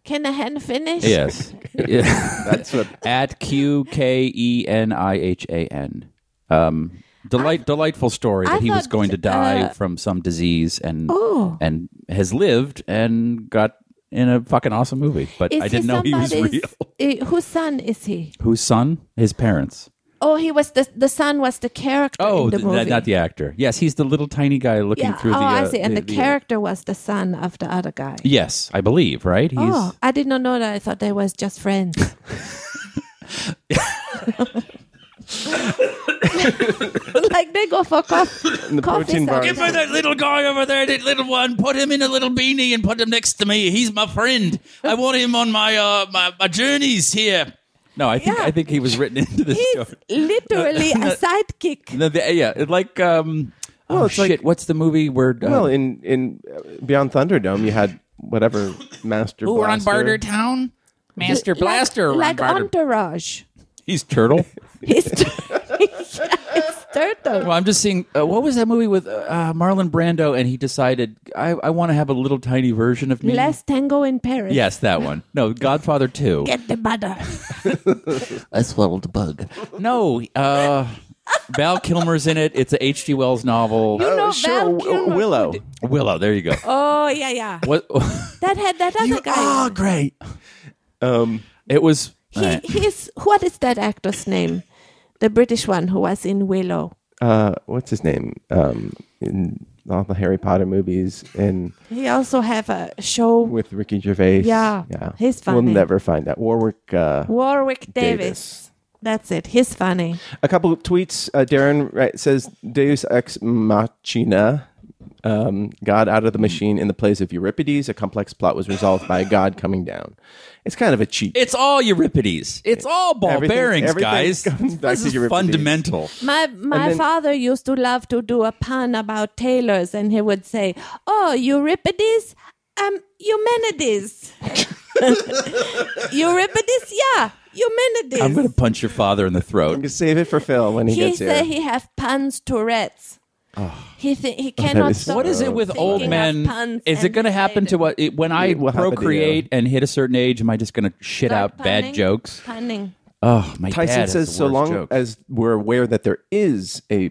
Speaker 2: Can I,
Speaker 3: I hen?
Speaker 2: finish?
Speaker 5: Yes.
Speaker 3: That's what.
Speaker 5: At Q K E N I H A N. Um, delight, delightful story
Speaker 2: I
Speaker 5: that he was
Speaker 2: thought,
Speaker 5: going to die
Speaker 2: uh,
Speaker 5: from some disease and
Speaker 2: Oh.
Speaker 5: and has lived and got in a fucking awesome movie, but
Speaker 2: Is
Speaker 5: I didn't
Speaker 2: he
Speaker 5: know he was
Speaker 2: somebody's-
Speaker 5: real.
Speaker 2: eh, whose son is he?
Speaker 5: Whose son? His parents.
Speaker 2: Oh, he was the the son was the character
Speaker 5: Oh,
Speaker 2: in the
Speaker 5: th-
Speaker 2: movie.
Speaker 5: that- not the actor. Yes, he's the little tiny guy looking
Speaker 2: yeah.
Speaker 5: through
Speaker 2: oh,
Speaker 5: the.
Speaker 2: I
Speaker 5: uh,
Speaker 2: see. And the,
Speaker 5: the, uh,
Speaker 2: character was the son of the other guy.
Speaker 5: Yes, I believe, right? He's
Speaker 2: Oh, I did not know that. I thought they was just friends. like they go for coffee.
Speaker 3: The protein bar.
Speaker 2: Give
Speaker 3: is-
Speaker 5: that little guy over there, that little one. Put him in a little beanie and put him next to me. He's my friend. I want him on my uh my, my journeys here. No, I think
Speaker 2: Yeah.
Speaker 5: I think he was written into this
Speaker 2: He's
Speaker 5: story.
Speaker 2: literally a sidekick.
Speaker 5: No, the- yeah, it like um.
Speaker 3: Well,
Speaker 5: oh
Speaker 3: it's like-
Speaker 5: shit! what's the movie where? Uh,
Speaker 3: Well, in in uh, Beyond Thunderdome, you had whatever master.
Speaker 5: ooh, we're on
Speaker 3: Blaster.
Speaker 5: Barter Town, Master Blaster. we're on
Speaker 2: like, like
Speaker 5: Barter-
Speaker 2: Entourage.
Speaker 5: he's turtle.
Speaker 2: He's, he's turtle.
Speaker 5: Well, I'm just seeing. Uh, what was that movie with uh, uh, Marlon Brando? And he decided, I, I want to have a little tiny version of me.
Speaker 2: Last tango in Paris.
Speaker 5: Yes, that one. No, Godfather Two.
Speaker 2: Get the butter.
Speaker 5: I swallowed a bug. No, uh, Val Kilmer's in it. It's a H.G. Wells novel.
Speaker 2: You know
Speaker 3: Oh, sure,
Speaker 2: Oh, Val
Speaker 3: W-
Speaker 2: Kilmer
Speaker 3: Willow.
Speaker 2: could-
Speaker 5: Willow, there you go.
Speaker 2: Oh yeah, yeah.
Speaker 5: What?
Speaker 2: That had that other guy.
Speaker 3: Oh,
Speaker 5: great. Um, it was.
Speaker 2: He, he's what is that actor's name? The British one who was in Willow.
Speaker 3: Uh, what's his name? Um, in all the Harry Potter movies and
Speaker 2: He also have a show.
Speaker 3: with Ricky Gervais.
Speaker 2: Yeah,
Speaker 3: yeah,
Speaker 2: he's
Speaker 3: We'll
Speaker 2: funny.
Speaker 3: never find out. Warwick. Uh,
Speaker 2: Warwick Davis.
Speaker 3: Davis.
Speaker 2: That's it. He's funny.
Speaker 3: a couple of tweets. Uh, Darren right, says Deus ex machina. Um, God out of the machine in the place of Euripides, a complex plot was resolved by a god coming down. It's kind of a cheat.
Speaker 5: It's all Euripides. It's all ball
Speaker 3: Everything-
Speaker 5: bearings,
Speaker 3: everything
Speaker 5: guys.
Speaker 3: comes back
Speaker 5: This
Speaker 3: to
Speaker 5: is
Speaker 3: Euripides.
Speaker 5: fundamental.
Speaker 2: My my
Speaker 3: then-
Speaker 2: father used to love to do a pun about tailors, and he would say, "Oh, Euripides, um, Eumenides." Euripides, yeah, Eumenides.
Speaker 5: I'm going to punch your father in the throat.
Speaker 3: Just save it for Phil when he,
Speaker 2: he
Speaker 3: gets here. Ah.
Speaker 2: said he have puns Tourette's. He thi- he cannot
Speaker 3: is
Speaker 2: stop.
Speaker 5: What is it with
Speaker 2: thinking
Speaker 5: old
Speaker 2: of
Speaker 5: men?
Speaker 2: puns
Speaker 5: Is it
Speaker 2: and
Speaker 5: going to happen to what? It, when I
Speaker 3: It will happen to
Speaker 5: procreate and hit a certain age, am I just going to shit
Speaker 2: start
Speaker 5: out bad
Speaker 2: punning-
Speaker 5: jokes?
Speaker 2: Punning.
Speaker 5: Oh, my
Speaker 3: Tyson
Speaker 5: dad
Speaker 3: says,
Speaker 5: has the
Speaker 3: so
Speaker 5: worst
Speaker 3: long
Speaker 5: jokes.
Speaker 3: as we're aware that there is a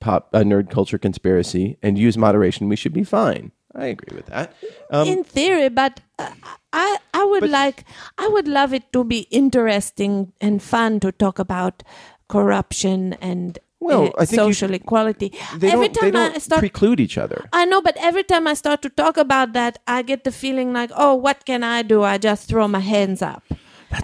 Speaker 3: pop a nerd culture conspiracy and use moderation, we should be fine. I agree with that. Um,
Speaker 2: in theory, but uh, I I would like I would love it to be interesting and fun to talk about corruption and
Speaker 3: Well,
Speaker 2: uh,
Speaker 3: I think you-
Speaker 2: social equality.
Speaker 3: they
Speaker 2: every
Speaker 3: don't,
Speaker 2: time
Speaker 3: they don't
Speaker 2: I start.
Speaker 3: preclude each other.
Speaker 2: I know, but every time I start to talk about that, I get the feeling like, oh, what can I do? I just throw my hands up.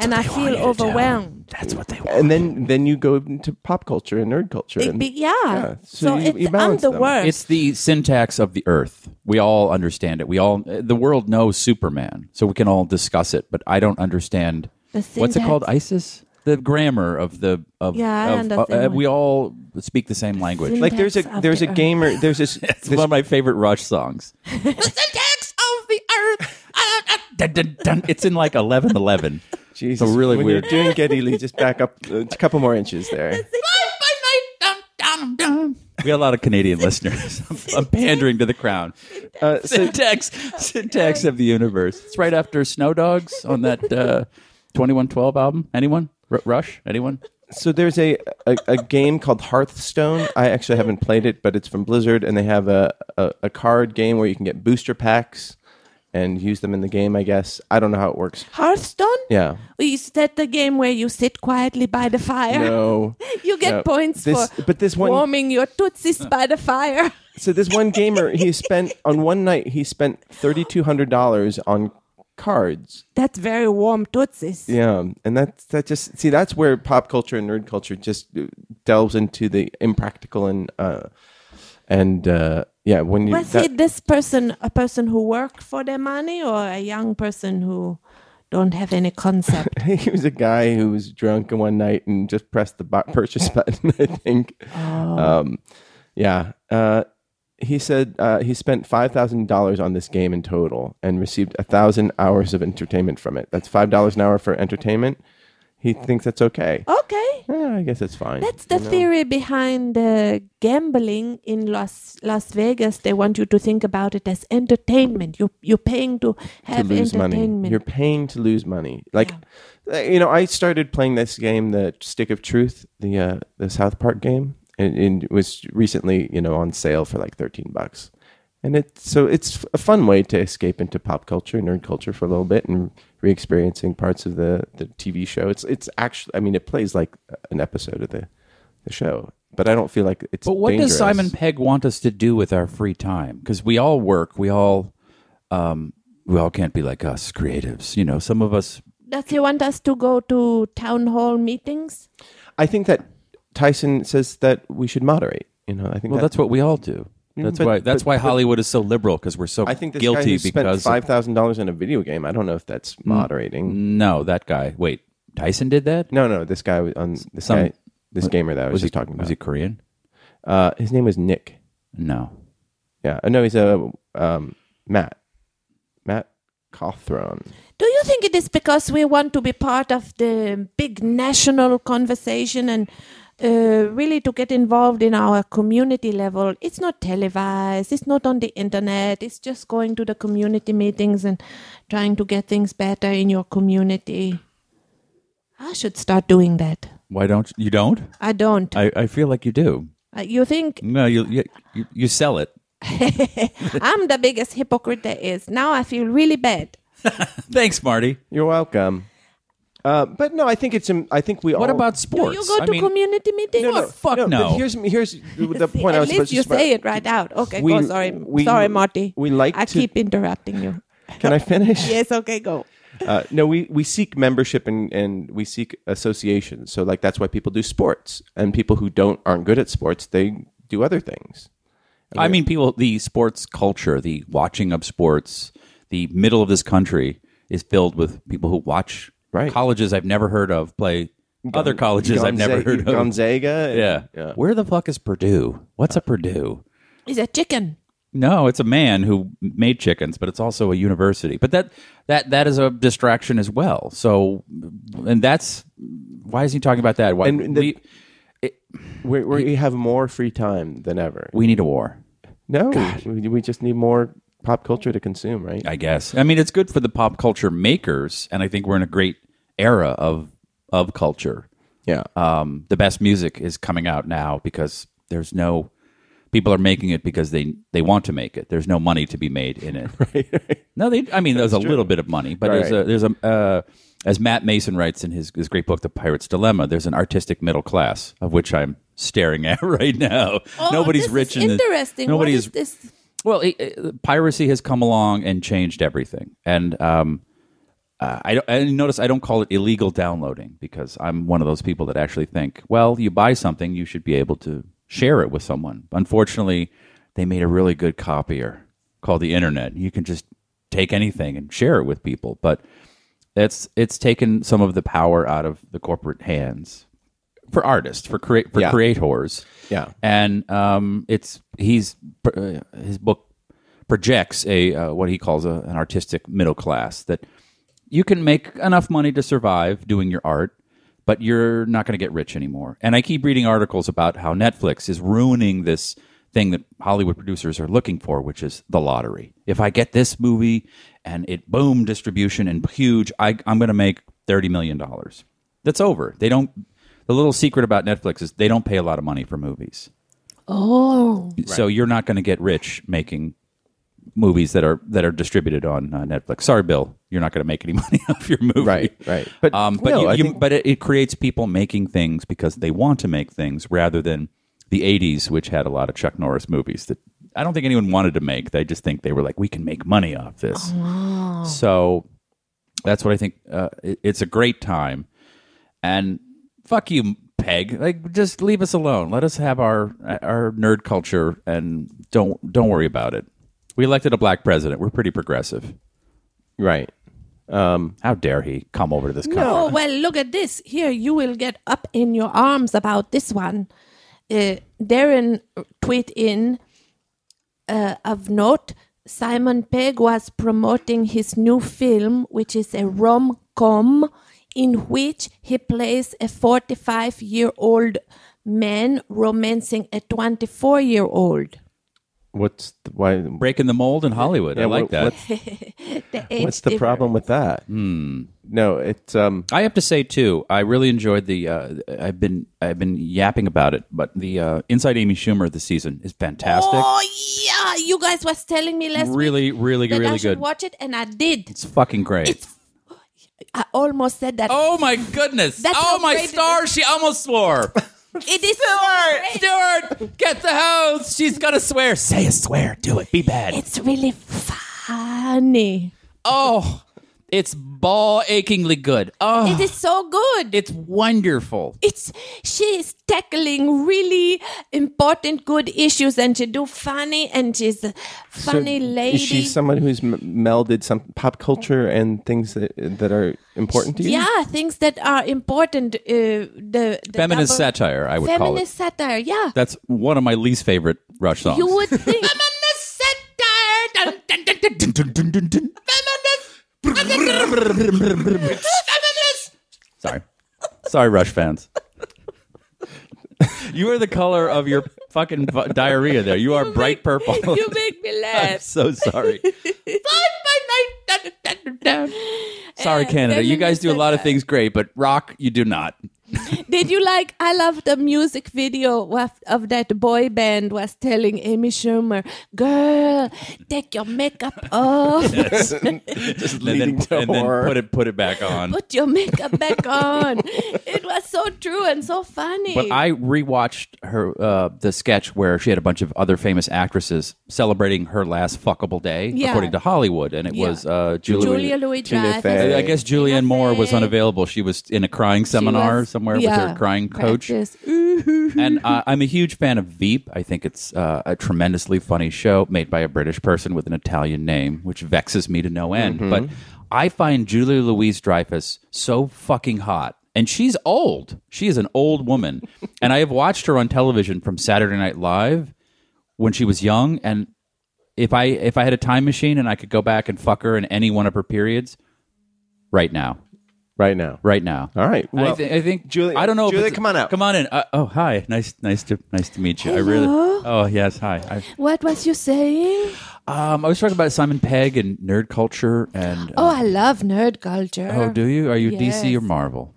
Speaker 2: and I feel overwhelmed.
Speaker 5: That's what they want.
Speaker 3: And then then you go into pop culture and nerd culture.
Speaker 2: It
Speaker 3: and-
Speaker 2: be- yeah.
Speaker 3: So
Speaker 2: So,
Speaker 3: you-
Speaker 2: it's,
Speaker 3: you
Speaker 2: I'm
Speaker 3: balance
Speaker 2: the
Speaker 3: them.
Speaker 2: worst.
Speaker 5: It's the syntax of the earth. We all understand it. We all the world knows Superman, so we can all discuss it. But I don't understand
Speaker 2: The
Speaker 5: what's it
Speaker 2: syntax.
Speaker 5: called, ISIS. The grammar of the of
Speaker 2: Yeah, I
Speaker 5: of- uh,
Speaker 2: understand.
Speaker 5: we all speak the same language.
Speaker 2: syn-
Speaker 5: like
Speaker 3: like there's a
Speaker 2: Syntax of
Speaker 3: there's a
Speaker 2: the earth.
Speaker 3: gamer there's this,
Speaker 5: it's one of my favorite Rush songs.
Speaker 2: the syntax of the earth.
Speaker 5: dun, dun, dun. It's in like eleven eleven.
Speaker 3: Jesus,
Speaker 5: So really
Speaker 3: when You're
Speaker 5: weird.
Speaker 3: doing Geddy Lee, just back up uh, a couple more inches there.
Speaker 5: We got a lot of Canadian listeners. I'm pandering to the crowd.
Speaker 3: Uh, so
Speaker 5: Syntax, syntax of the universe. It's right after Snow Dogs on that uh, 2112 album. Anyone? R- Rush? Anyone?
Speaker 3: So there's a, a, a game called Hearthstone. I actually haven't played it, but it's from Blizzard, and they have a, a, a card game where you can get booster packs and use them in the game. I guess I don't know how it works.
Speaker 2: Hearthstone?
Speaker 3: Yeah.
Speaker 2: Is that the game where you sit quietly by the fire?
Speaker 3: No.
Speaker 2: You get
Speaker 3: No.
Speaker 2: points
Speaker 3: This-
Speaker 2: for
Speaker 3: but this one-
Speaker 2: warming your tootsies by the fire.
Speaker 3: So this one gamer, he spent on one night, he spent thirty two hundred dollars on cards.
Speaker 2: That's very warm tootsies.
Speaker 3: Yeah, and that's that just see that's where pop culture and nerd culture just uh, delves into the impractical and uh, and uh, yeah when you
Speaker 2: Was
Speaker 3: that-
Speaker 2: he this person a person who worked for their money or a young person who don't have any concept?
Speaker 3: he was a guy who was drunk one night and just pressed the bu- purchase button. I think.
Speaker 2: Oh.
Speaker 3: Um, yeah. Uh, he said uh, he spent five thousand dollars on this game in total and received a thousand hours of entertainment from it. That's five dollars an hour for entertainment. He thinks that's okay.
Speaker 2: okay.
Speaker 3: Yeah, I guess that's fine.
Speaker 2: Oh. That's the theory behind uh, gambling in Las Las Vegas. They want you to think about it as entertainment. You you're paying to
Speaker 3: to
Speaker 2: have
Speaker 3: lose money.
Speaker 2: entertainment.
Speaker 3: You're paying to lose money. Like, uh, you know, I started playing this game, the Stick of Truth, the uh, the South Park game, and, and it was recently, you know, on sale for like thirteen bucks. And it so it's a fun way to escape into pop culture, nerd culture for a little bit, and re-experiencing parts of the the TV show. It's it's actually, I mean, it plays like an episode of the the show, but I don't feel like it's.
Speaker 5: But what
Speaker 3: dangerous.
Speaker 5: does Simon Pegg want us to do with our free time? Because we all work. We all, um, we all can't be like us creatives. You know, some of us.
Speaker 2: Does he want us to go to town hall meetings?
Speaker 3: I think that Tyson says that we should moderate. You know, I think
Speaker 5: Well,
Speaker 3: that-
Speaker 5: that's what we all do. That's
Speaker 3: but-
Speaker 5: why. That's
Speaker 3: but-
Speaker 5: why
Speaker 3: but-
Speaker 5: Hollywood is so liberal because we're so
Speaker 3: I think this guy
Speaker 5: guilty
Speaker 3: who spent
Speaker 5: because Mm.
Speaker 3: five thousand dollars on a video game. I don't know if that's moderating.
Speaker 5: no, that guy. Wait, Tyson did that.
Speaker 3: No, no, this guy was on this
Speaker 5: Some-
Speaker 3: guy, this gamer that I was,
Speaker 5: he
Speaker 3: just talking about.
Speaker 5: Was he Korean?
Speaker 3: uh, his name was Nick.
Speaker 5: No.
Speaker 3: Yeah, uh, no, he's a um, Matt, Matt Cawthron.
Speaker 2: Do you think it is because we want to be part of the big national conversation and uh, really to get involved in our community level? It's not televised, it's not on the internet, it's just going to the community meetings and trying to get things better in your community. I should start doing that.
Speaker 5: Why don't you don't?
Speaker 2: I don't.
Speaker 5: I, I feel like you do.
Speaker 2: Uh, you think
Speaker 5: No, you you you- you sell it.
Speaker 2: I'm the biggest hypocrite there is. Now I feel really bad.
Speaker 5: Thanks, Marty.
Speaker 3: You're welcome. Uh, but no, I think it's. im- I think we all.
Speaker 5: What about
Speaker 2: Do
Speaker 5: sports?
Speaker 2: you go to
Speaker 5: I mean,
Speaker 2: community meetings?
Speaker 5: no, fuck
Speaker 3: Oh. no,
Speaker 5: no.
Speaker 3: But here's here's the
Speaker 2: See,
Speaker 3: point I
Speaker 2: at
Speaker 3: was
Speaker 2: least
Speaker 3: supposed
Speaker 2: you
Speaker 3: to. sp-
Speaker 2: say it right out. Okay,
Speaker 3: We-
Speaker 2: go. Sorry,
Speaker 3: we-
Speaker 2: sorry, Marty.
Speaker 3: we like
Speaker 2: I
Speaker 3: to-
Speaker 2: keep interrupting you.
Speaker 3: Can I finish?
Speaker 2: Yes. Okay. Go.
Speaker 3: Uh, no, we, we seek membership and, and we seek associations. So like that's why people do sports, and people who don't aren't good at sports they do other things.
Speaker 5: I mean, people, the sports culture, the watching of sports, the middle of this country is filled with people who watch
Speaker 3: Right.
Speaker 5: colleges I've never heard of play other colleges I've never
Speaker 3: Gonza-
Speaker 5: heard of.
Speaker 3: Gonzaga. and-
Speaker 5: Yeah. Where the fuck is Purdue?
Speaker 3: Uh,
Speaker 5: What's a Purdue?
Speaker 2: Is a chicken.
Speaker 5: No, it's a man who made chickens, but it's also a university. But that that that is a distraction as well. So, and that's why is he talking about that? Why
Speaker 3: And the-
Speaker 5: we
Speaker 3: We, we have more free time than ever.
Speaker 5: we need a war?
Speaker 3: No, we, we just need more pop culture to consume, right?
Speaker 5: I guess. I mean, it's good for the pop culture makers, and I think we're in a great era of of culture.
Speaker 3: Yeah.
Speaker 5: Um, the best music is coming out now because there's no people are making it because they they want to make it. There's no money to be made in it. No, they. I mean, there's a little bit of money, but there's a
Speaker 3: Right.
Speaker 5: there's a uh, as Matt Mason writes in his his great book, The Pirate's Dilemma. There's an artistic middle class of which I'm staring at right now. Nobody's
Speaker 2: Oh,
Speaker 3: Oh,
Speaker 2: this
Speaker 5: rich
Speaker 2: Is
Speaker 5: in
Speaker 2: interesting.
Speaker 5: The, nobody's
Speaker 2: What is this?
Speaker 5: well, it, it, piracy has come along and changed everything. And um, uh, I, don't- and notice I don't call it illegal downloading because I'm one of those people that actually think, well, you buy something, you should be able to share it with someone. Unfortunately, they made a really good copier called the internet. You can just take anything and share it with people, but it's it's taken some of the power out of the corporate hands for artists, for create for
Speaker 3: Yeah.
Speaker 5: creators.
Speaker 3: Yeah.
Speaker 5: And um, it's he's uh, his book projects a uh, what he calls a, an artistic middle class that you can make enough money to survive doing your art, but you're not going to get rich anymore. And I keep reading articles about how Netflix is ruining this thing that Hollywood producers are looking for, which is the lottery. If I get this movie and it boom distribution and huge, I, I'm going to make thirty million dollars. That's over. They don't. The little secret about Netflix is they don't pay a lot of money for movies.
Speaker 2: Oh,
Speaker 5: So you're not going to get rich making movies that are that are distributed on uh, Netflix. Sorry, Bill, you're not going to make any money off your movie.
Speaker 3: Right, right. But,
Speaker 5: um, but
Speaker 3: no,
Speaker 5: you,
Speaker 3: I
Speaker 5: you-
Speaker 3: think-
Speaker 5: but it, it creates people making things because they want to make things rather than the '80s, which had a lot of Chuck Norris movies that I don't think anyone wanted to make. They just think they were like, we can make money off this.
Speaker 3: Oh,
Speaker 5: So that's what I think. Uh, it- it's a great time, and fuck you, Peg. Like, just leave us alone. Let us have our our nerd culture, and don't don't worry about it. We elected a black president. We're pretty progressive.
Speaker 3: right.
Speaker 5: How dare he come over to this country?
Speaker 2: Oh, well, look at this. Here, you will get up in your arms about this one. Uh, Darren tweet in uh, of note Simon Pegg was promoting his new film, which is a rom com in which he plays a 45 year old man romancing a 24 year old.
Speaker 3: What's the, why?
Speaker 5: Breaking the mold in Hollywood. I
Speaker 3: Yeah,
Speaker 5: like
Speaker 3: what-
Speaker 5: that.
Speaker 3: what's- What's the problem with that?
Speaker 5: Hmm.
Speaker 3: No, it's um.
Speaker 5: I have to say too, I really enjoyed the. Uh, I've been I've been yapping about it, but the uh, Inside Amy Schumer this season is fantastic.
Speaker 2: Oh, yeah. You guys was telling me last week
Speaker 5: really, really,
Speaker 2: that I
Speaker 5: really
Speaker 2: should
Speaker 5: good.
Speaker 2: watch it, and I did.
Speaker 5: It's fucking great.
Speaker 2: I almost said that.
Speaker 5: Oh my goodness!
Speaker 2: That's
Speaker 5: oh
Speaker 2: how
Speaker 5: my
Speaker 2: great it
Speaker 5: stars! She almost swore.
Speaker 2: It is so great.
Speaker 5: Stuart, get the hose. She's gonna swear. Say a swear. Do it. Be bad.
Speaker 2: It's really funny.
Speaker 5: oh, it's ball achingly good. Oh,
Speaker 2: It is so good.
Speaker 5: it's wonderful.
Speaker 2: It's she is tackling really important good issues, and she do funny, and she's a funny
Speaker 3: so
Speaker 2: lady.
Speaker 3: Is she someone who's m- melded some pop culture and things that that are important to you?
Speaker 2: yeah, things that are important. Uh, the, the
Speaker 5: Feminist
Speaker 2: double-
Speaker 5: satire, I would call it.
Speaker 2: feminist satire. Yeah,
Speaker 5: That's one of my least favorite Rush songs.
Speaker 2: you would think.
Speaker 5: Sorry. Sorry, Rush fans. You are the color of your fucking fu- diarrhea there. You are bright purple.
Speaker 2: you make me
Speaker 5: I'm
Speaker 2: laugh.
Speaker 5: so sorry. Sorry,
Speaker 2: Uh,
Speaker 5: Canada. You guys do a lot of
Speaker 2: feminist
Speaker 5: things great, but rock, you do not.
Speaker 2: Did you like? I love the music video of, of that boy band was telling Amy Schumer, "Girl, take your makeup off,
Speaker 5: Just
Speaker 3: leading to
Speaker 5: and then
Speaker 3: horror.
Speaker 5: put it put it back on.
Speaker 2: put your makeup back on." It was so true and so funny.
Speaker 5: But I rewatched her uh, the sketch where she had a bunch of other famous actresses celebrating her last fuckable day,
Speaker 2: Yeah.
Speaker 5: according to Hollywood, and it
Speaker 2: Yeah.
Speaker 5: was uh, Julie.
Speaker 2: Julia Louis
Speaker 3: Tina
Speaker 2: Dreyfus.
Speaker 3: Fey.
Speaker 5: I guess Julianne Moore was
Speaker 2: Fey.
Speaker 5: unavailable. She was in a crying
Speaker 2: She
Speaker 5: seminar
Speaker 2: was-
Speaker 5: somewhere with
Speaker 2: yeah, Mm-hmm.
Speaker 5: her crying coach.
Speaker 2: practice. Ooh.
Speaker 5: And uh, I'm a huge fan of Veep. I think it's uh, a tremendously funny show made by a British person with an Italian name, which vexes me to no end. But I find Julia Louise Dreyfus so fucking hot. And she's old. She is an old woman. and I have watched her on television from Saturday Night Live when she was young. And if I if I had a time machine and I could go back and fuck her in any one of her periods, right now,
Speaker 3: Right now.
Speaker 5: right now,
Speaker 3: All right.
Speaker 5: and I,
Speaker 3: Well,
Speaker 5: thi- I think
Speaker 3: Julia-
Speaker 5: I don't know. if
Speaker 3: Julia,
Speaker 5: it's-
Speaker 3: come on out.
Speaker 5: Come on in. Uh, oh, hi. Nice, nice to, nice to meet you. I really. Oh yes, hi.
Speaker 2: What was you saying?
Speaker 5: I, um, I was talking about Simon Pegg and nerd culture, and
Speaker 2: Oh,
Speaker 5: uh,
Speaker 2: I love nerd culture.
Speaker 5: oh, do you? Are you DC
Speaker 2: yes.
Speaker 5: or Marvel?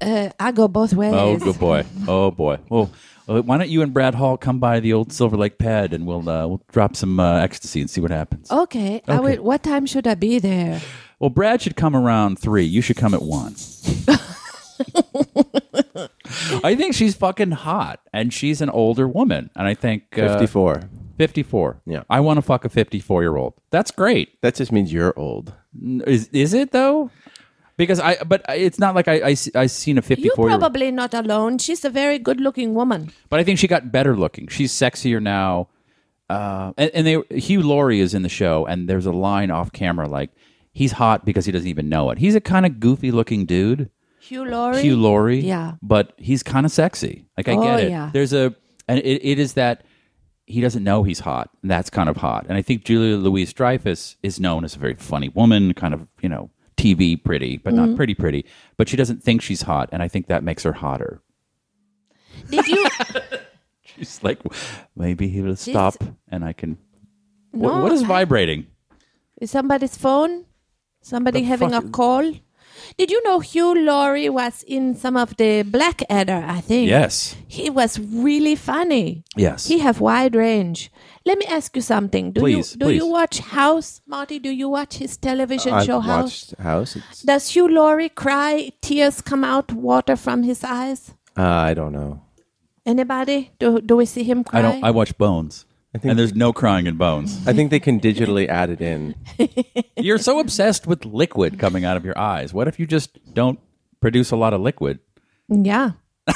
Speaker 2: I go both ways.
Speaker 5: Oh, good boy. Oh boy. Well, uh, why don't you and Brad Hall come by the old Silver Lake pad, and we'll uh, we'll drop some uh, ecstasy and see what happens.
Speaker 2: Okay, I
Speaker 5: Okay.
Speaker 2: will, what time should I be there?
Speaker 5: Well, Brad should come around three. You should come at one. I think she's fucking hot, and she's an older woman, and I think uh,
Speaker 3: 54.
Speaker 5: 54.
Speaker 3: Yeah.
Speaker 5: I want to fuck a 54 year old. That's great.
Speaker 3: That just means you're old.
Speaker 5: Is is it though? Because I, but I- it's not like I, I, se- I seen a 54
Speaker 2: You're
Speaker 5: year old.
Speaker 2: probably not alone. She's a very good-looking woman.
Speaker 5: But I think she got better looking. She's sexier now. Uh, and, and they Hugh Laurie is in the show, and there's a line off camera like, he's hot because he doesn't even know it. He's a kind of goofy looking dude.
Speaker 2: Hugh Laurie.
Speaker 5: Hugh Laurie.
Speaker 2: Yeah.
Speaker 5: But he's kind of sexy. Like I
Speaker 2: Oh,
Speaker 5: get it.
Speaker 2: yeah.
Speaker 5: There's a and it, it is that he doesn't know he's hot. And that's kind of hot. And I think Julia Louise Dreyfus is known as a very funny woman, kind of, you know, TV pretty, but
Speaker 2: Mm-hmm.
Speaker 5: not pretty pretty. But she doesn't think she's hot. And I think that makes her hotter.
Speaker 2: Did you?
Speaker 5: She's like, maybe he will stop and I can. Wh-
Speaker 2: No,
Speaker 5: what is
Speaker 2: I-
Speaker 5: vibrating?
Speaker 2: Is somebody's phone? Somebody
Speaker 5: The
Speaker 2: having
Speaker 5: fuck
Speaker 2: a
Speaker 5: is-
Speaker 2: call? Did you know Hugh Laurie was in some of the Blackadder? I think.
Speaker 5: Yes.
Speaker 2: He was really funny.
Speaker 5: Yes.
Speaker 2: He have wide range. Let me ask you something. Do
Speaker 5: Please,
Speaker 2: you do you
Speaker 5: please.
Speaker 2: watch House, Marty? Do you watch his television
Speaker 3: I've
Speaker 2: show House?
Speaker 3: watched House. It's,
Speaker 2: Does Hugh Laurie cry? Tears come out, water from his eyes.
Speaker 3: uh, I don't know.
Speaker 2: Anybody? Do do we see him cry?
Speaker 5: I don't. I watch Bones,
Speaker 3: think-
Speaker 5: and there's no crying in Bones.
Speaker 3: I think they can digitally add it in.
Speaker 5: You're so obsessed with liquid coming out of your eyes. What if you just don't produce a lot of liquid?
Speaker 2: yeah.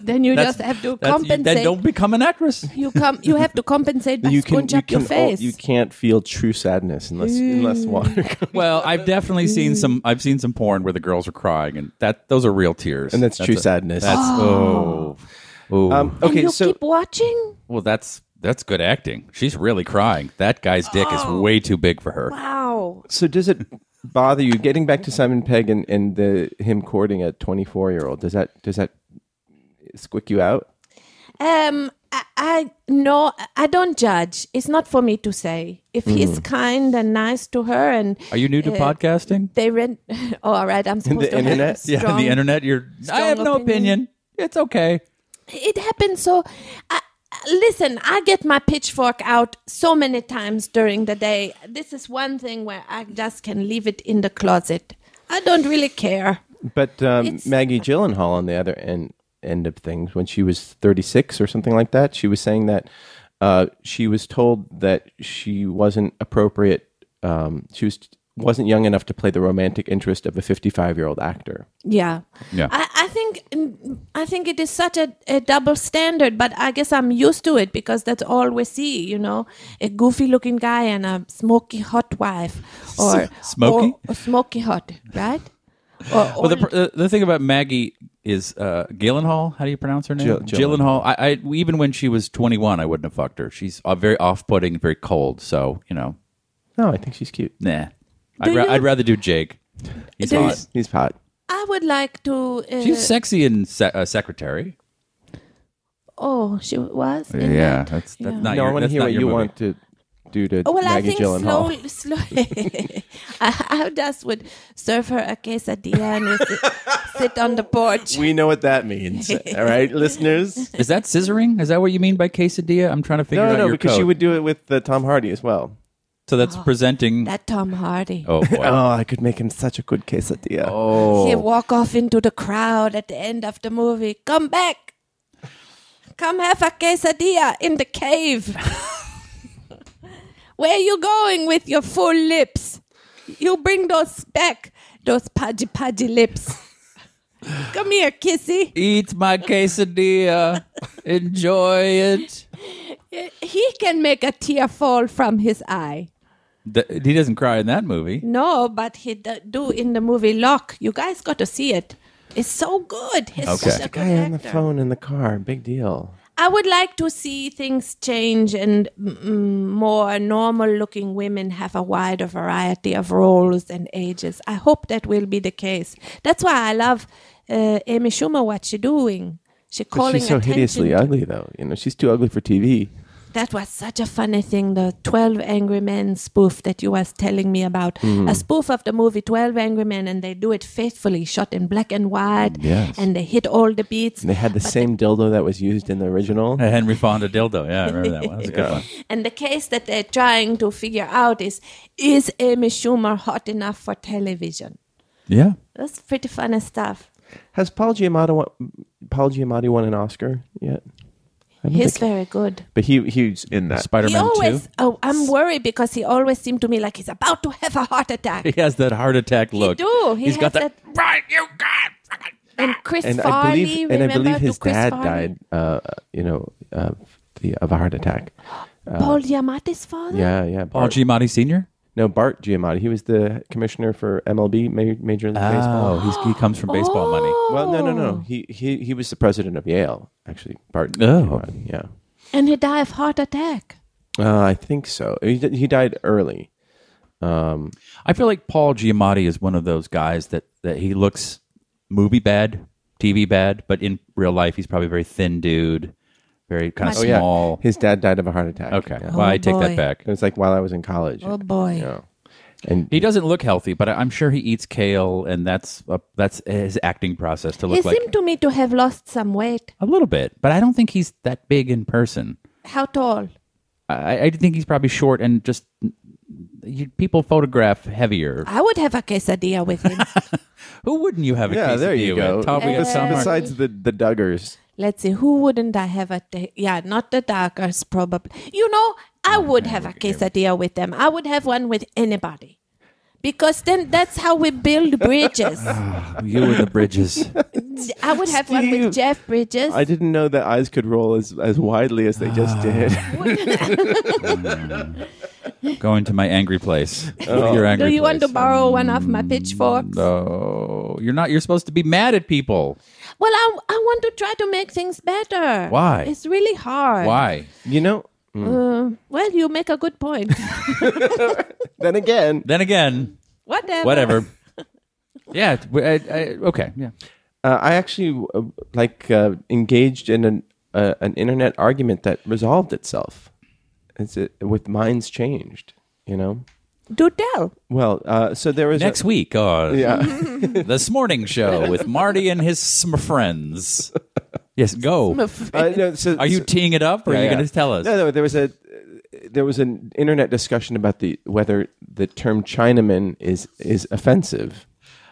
Speaker 2: then you
Speaker 5: That's-
Speaker 2: just have to
Speaker 5: that's- you-
Speaker 2: compensate.
Speaker 5: Then don't become an actress.
Speaker 2: You come. You have to compensate by
Speaker 3: You can.
Speaker 2: scrunch
Speaker 3: You
Speaker 2: up your
Speaker 3: can. al-
Speaker 2: face. Mm.
Speaker 3: you can't feel true sadness unless unless water. comes.
Speaker 5: Well, I've definitely seen some. I've seen some porn where the girls are crying, and that those are real tears.
Speaker 3: And that's true
Speaker 5: a-
Speaker 3: sadness.
Speaker 5: That's oh. Ooh.
Speaker 3: Um,
Speaker 2: and
Speaker 3: okay,
Speaker 2: you
Speaker 3: so
Speaker 2: keep watching.
Speaker 5: well, that's that's good acting. She's really crying. That guy's dick is way too big for her.
Speaker 2: Wow.
Speaker 3: so does it bother you getting back to Simon Pegg and, and the him courting a 24 year old? Does that does that squick you out?
Speaker 2: Um. I, I no. I don't judge. It's not for me to say. If he's kind and nice to her, and
Speaker 5: Hmm. Are you new to podcasting?
Speaker 2: they rent. Oh, all right. I'm supposed to have
Speaker 3: internet?
Speaker 2: a
Speaker 5: Yeah,
Speaker 2: strong-
Speaker 5: the internet. You're. I have no opinion. It's okay.
Speaker 2: It happens. So, I, I- listen. I get my pitchfork out so many times during the day. This is one thing where I just can leave it in the closet. I don't really care.
Speaker 3: But um,
Speaker 2: It's-
Speaker 3: Maggie Gyllenhaal on the other end end of things, when she was 36 or something like that, she was saying that uh, she was told that she wasn't appropriate. Um, she was wasn't young enough to play the romantic interest of a 55 year old actor.
Speaker 2: Yeah.
Speaker 5: Yeah.
Speaker 2: I, I think I think it is such a, a double standard, but I guess I'm used to it because that's all we see, you know, a goofy looking guy and a smoky hot wife, or
Speaker 5: smoky?
Speaker 2: or, or smoky hot, right? Or,
Speaker 5: Well, the,
Speaker 2: old-
Speaker 5: pr- uh, the thing about Maggie is uh, Gyllenhaal. How do you pronounce her name?
Speaker 3: Jill-
Speaker 5: Gyllenhaal. I, I even when she was 21, I wouldn't have fucked her. She's uh, very off-putting, very cold. So you know,
Speaker 3: No, Oh, I think she's cute.
Speaker 5: nah. I'd,
Speaker 2: Do
Speaker 5: ra-
Speaker 2: you-
Speaker 5: I'd rather do Jake. He's
Speaker 2: Do you-
Speaker 5: hot.
Speaker 3: He's hot.
Speaker 2: I would like to. Uh,
Speaker 5: She's sexy and se- uh, secretary.
Speaker 2: oh, she was. in that?
Speaker 5: that's that's
Speaker 2: Yeah.
Speaker 5: not.
Speaker 3: no,
Speaker 5: your,
Speaker 3: I want to
Speaker 5: that's
Speaker 3: hear
Speaker 5: not
Speaker 3: what you
Speaker 5: your movie.
Speaker 3: want to do to
Speaker 2: Oh, Well,
Speaker 3: Maggie
Speaker 2: I think
Speaker 3: Gyllenhaal.
Speaker 2: slowly, slowly, I, I just would serve her a quesadilla and we sit, sit on the porch.
Speaker 3: We know what that means, all right, listeners.
Speaker 5: Is that scissoring? Is that what you mean by quesadilla? I'm trying to figure
Speaker 3: No,
Speaker 5: out
Speaker 3: no,
Speaker 5: your
Speaker 3: because
Speaker 5: code.
Speaker 3: she would do it with uh, Tom Hardy as well.
Speaker 5: So that's presenting.
Speaker 2: Oh. that Tom Hardy.
Speaker 5: oh boy.
Speaker 3: Oh, I could make him such a good quesadilla. Oh,
Speaker 2: He walk off into the crowd at the end of the movie. Come back. Come have a quesadilla in the cave. Where you going with your full lips? You bring those back, those pudgy pudgy lips. Come here, kissy.
Speaker 5: Eat my quesadilla. Enjoy it.
Speaker 2: He can make a tear fall from his eye.
Speaker 5: Th- he doesn't cry in that movie.
Speaker 2: No, but he d- do in the movie Lock. You guys got to see it. It's so good. He's
Speaker 5: Okay.
Speaker 2: such a good
Speaker 3: guy on the
Speaker 2: actor.
Speaker 3: phone in the car, big deal.
Speaker 2: I would like to see things change and mm, more normal looking women have a wider variety of roles and ages. I hope that will be the case. That's why I love uh, Amy Schumer, what she doing. She
Speaker 3: But
Speaker 2: calling
Speaker 3: she's so
Speaker 2: attention
Speaker 3: hideously
Speaker 2: to-
Speaker 3: ugly, though. You know, she's too ugly for TV.
Speaker 2: That was such a funny thing, the 12 Angry Men spoof that you was telling me about. A spoof of the movie 12 Angry Men and they do it faithfully, shot in black and white
Speaker 3: Yes.
Speaker 2: and they hit all the beats.
Speaker 3: They had the same dildo that was used in the original.
Speaker 5: A Henry Fonda dildo. Yeah, I remember that one. That was a good one.
Speaker 2: And the case that they're trying to figure out is is Amy Schumer hot enough for television?
Speaker 5: Yeah.
Speaker 2: That's pretty funny stuff.
Speaker 3: Has Paul Giamatti won, Paul Giamatti won an Oscar yet?
Speaker 2: He's very good.
Speaker 3: But he he's in that.
Speaker 5: Spider
Speaker 2: He
Speaker 5: Man 2.
Speaker 2: always, oh, I'm worried because he always seemed to me like he's about to have a heart attack.
Speaker 5: He has that heart attack look.
Speaker 2: do. He
Speaker 5: has got
Speaker 2: has
Speaker 5: that. Right, you got.
Speaker 2: And Chris
Speaker 3: and I
Speaker 2: Farley,
Speaker 3: believe and
Speaker 2: remember
Speaker 3: I believe
Speaker 2: to
Speaker 3: his
Speaker 2: Chris
Speaker 3: dad
Speaker 2: Farley?
Speaker 3: died. Uh, you know, uh, the, of a heart attack.
Speaker 2: Paul Giamatti's father.
Speaker 3: uh, Yeah, yeah.
Speaker 5: Paul
Speaker 3: Bart,
Speaker 5: Giamatti Sr.?
Speaker 3: no, Bart Giamatti. He was the commissioner for MLB, ma- Major League
Speaker 5: Oh,
Speaker 3: Baseball.
Speaker 5: he's, he comes from
Speaker 2: Oh.
Speaker 5: baseball money.
Speaker 3: Well, no, no, no. He he he was the president of Yale, actually. Bart.
Speaker 5: Oh.
Speaker 3: Giamatti, yeah.
Speaker 2: And he died of heart attack.
Speaker 3: Uh, I think so. He, di- he died early.
Speaker 5: I feel like Paul Giamatti is one of those guys that that he looks movie bad, TV bad, but in real life he's probably a very thin dude, very kind of
Speaker 2: Much- Oh,
Speaker 3: Yeah,
Speaker 5: small.
Speaker 3: his dad died of a heart attack.
Speaker 5: Okay,
Speaker 3: Yeah.
Speaker 5: well I take
Speaker 2: boy.
Speaker 5: that back.
Speaker 3: It was like while I was in college.
Speaker 2: Oh boy.
Speaker 3: Yeah. And
Speaker 5: He doesn't look healthy, but I- I'm sure he eats kale, and that's a, that's his acting process to
Speaker 2: He
Speaker 5: look like
Speaker 2: seemed to me to have lost some weight.
Speaker 5: a little bit. But I don't think he's that big in person.
Speaker 2: How tall?
Speaker 5: I, I think he's probably short and just you, people photograph heavier.
Speaker 2: I would have a quesadilla with him.
Speaker 5: Who wouldn't you have a
Speaker 3: yeah, there you
Speaker 5: quesadilla
Speaker 3: go.
Speaker 5: with? Tom, we got
Speaker 3: Bes-
Speaker 5: Tom Martin.
Speaker 3: Besides the the Duggars,
Speaker 2: Let's see, who wouldn't I have a? ta- yeah, not the darkers probably. You know, I
Speaker 3: Mm,
Speaker 2: would have a quesadilla with them. I would have one with anybody, because then that's how we build bridges.
Speaker 5: you and the bridges.
Speaker 2: I would have one
Speaker 3: Steve.
Speaker 2: with Jeff Bridges.
Speaker 3: I didn't know that eyes could roll as as widely as they
Speaker 5: Ah.
Speaker 3: just did.
Speaker 5: Going to my angry place.
Speaker 3: Oh.
Speaker 5: Your angry
Speaker 2: Do you want to
Speaker 5: place.
Speaker 2: borrow one of my pitchforks?
Speaker 5: No, you're not. You're supposed to be mad at people.
Speaker 2: Well, I, I want to try to make things better.
Speaker 5: Why?
Speaker 2: It's really hard.
Speaker 5: Why?
Speaker 3: you know.
Speaker 2: Uh, well, you make a good point.
Speaker 3: Then again,
Speaker 5: Then again,
Speaker 2: Whatever.
Speaker 5: whatever. yeah. we- I, I, okay. Yeah.
Speaker 3: uh, I actually uh, like uh, engaged in an uh, an internet argument that resolved itself. It's it, with minds changed. You know.
Speaker 2: Do tell.
Speaker 3: Well, uh, so there was a-
Speaker 5: Next week on
Speaker 3: yeah.
Speaker 5: this morning show with Marty and his sm- friends. Yes. Go.
Speaker 3: Uh, no, so,
Speaker 5: Are you
Speaker 3: so-
Speaker 5: teeing it up, or are you
Speaker 3: Yeah, yeah.
Speaker 5: going to tell us?
Speaker 3: No, no. There was a there was an internet discussion about the whether the term Chinaman is is offensive.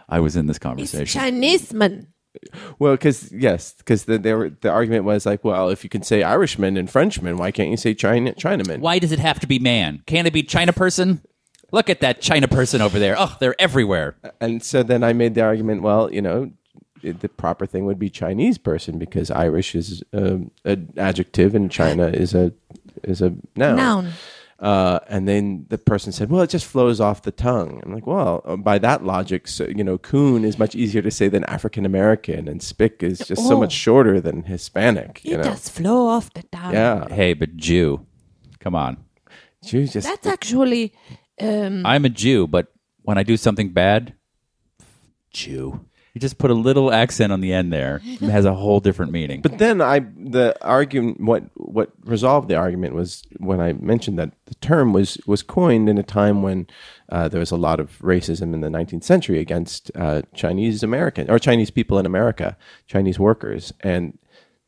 Speaker 5: I was in this
Speaker 2: It's
Speaker 5: conversation.
Speaker 2: Chinese man.
Speaker 3: Well, because yes, because the, there were- the argument was like, well, if you can say Irishman and Frenchman, why can't you say China Chinaman?
Speaker 5: Why does it have to be man? Can't it be China person? Look at that China person over there. Oh, they're everywhere.
Speaker 3: And so then I made the argument, well, you know, it- the proper thing would be Chinese person because Irish is um, an adjective and China is a is a noun.
Speaker 2: Noun.
Speaker 3: Uh, and then the person said, "Well, it just flows off the tongue." I'm like, "Well, uh, by that logic, so, you know, coon is much easier to say than African American, and spick is just so
Speaker 2: Oh.
Speaker 3: much shorter than Hispanic." You
Speaker 2: It
Speaker 3: know,
Speaker 2: does flow off the tongue.
Speaker 3: yeah,
Speaker 5: Hey, but Jew. Come on.
Speaker 3: Jews just
Speaker 2: That's actually um,
Speaker 5: Mm-hmm. I'm a Jew, but when I do something bad, Jew. You just put a little accent on the end there. It has a whole different meaning.
Speaker 3: But then I the argument what what resolved the argument was when I mentioned that the term was was coined in a time when uh, there was a lot of racism in the 19th century against uh, Chinese American or Chinese people in America, Chinese workers, and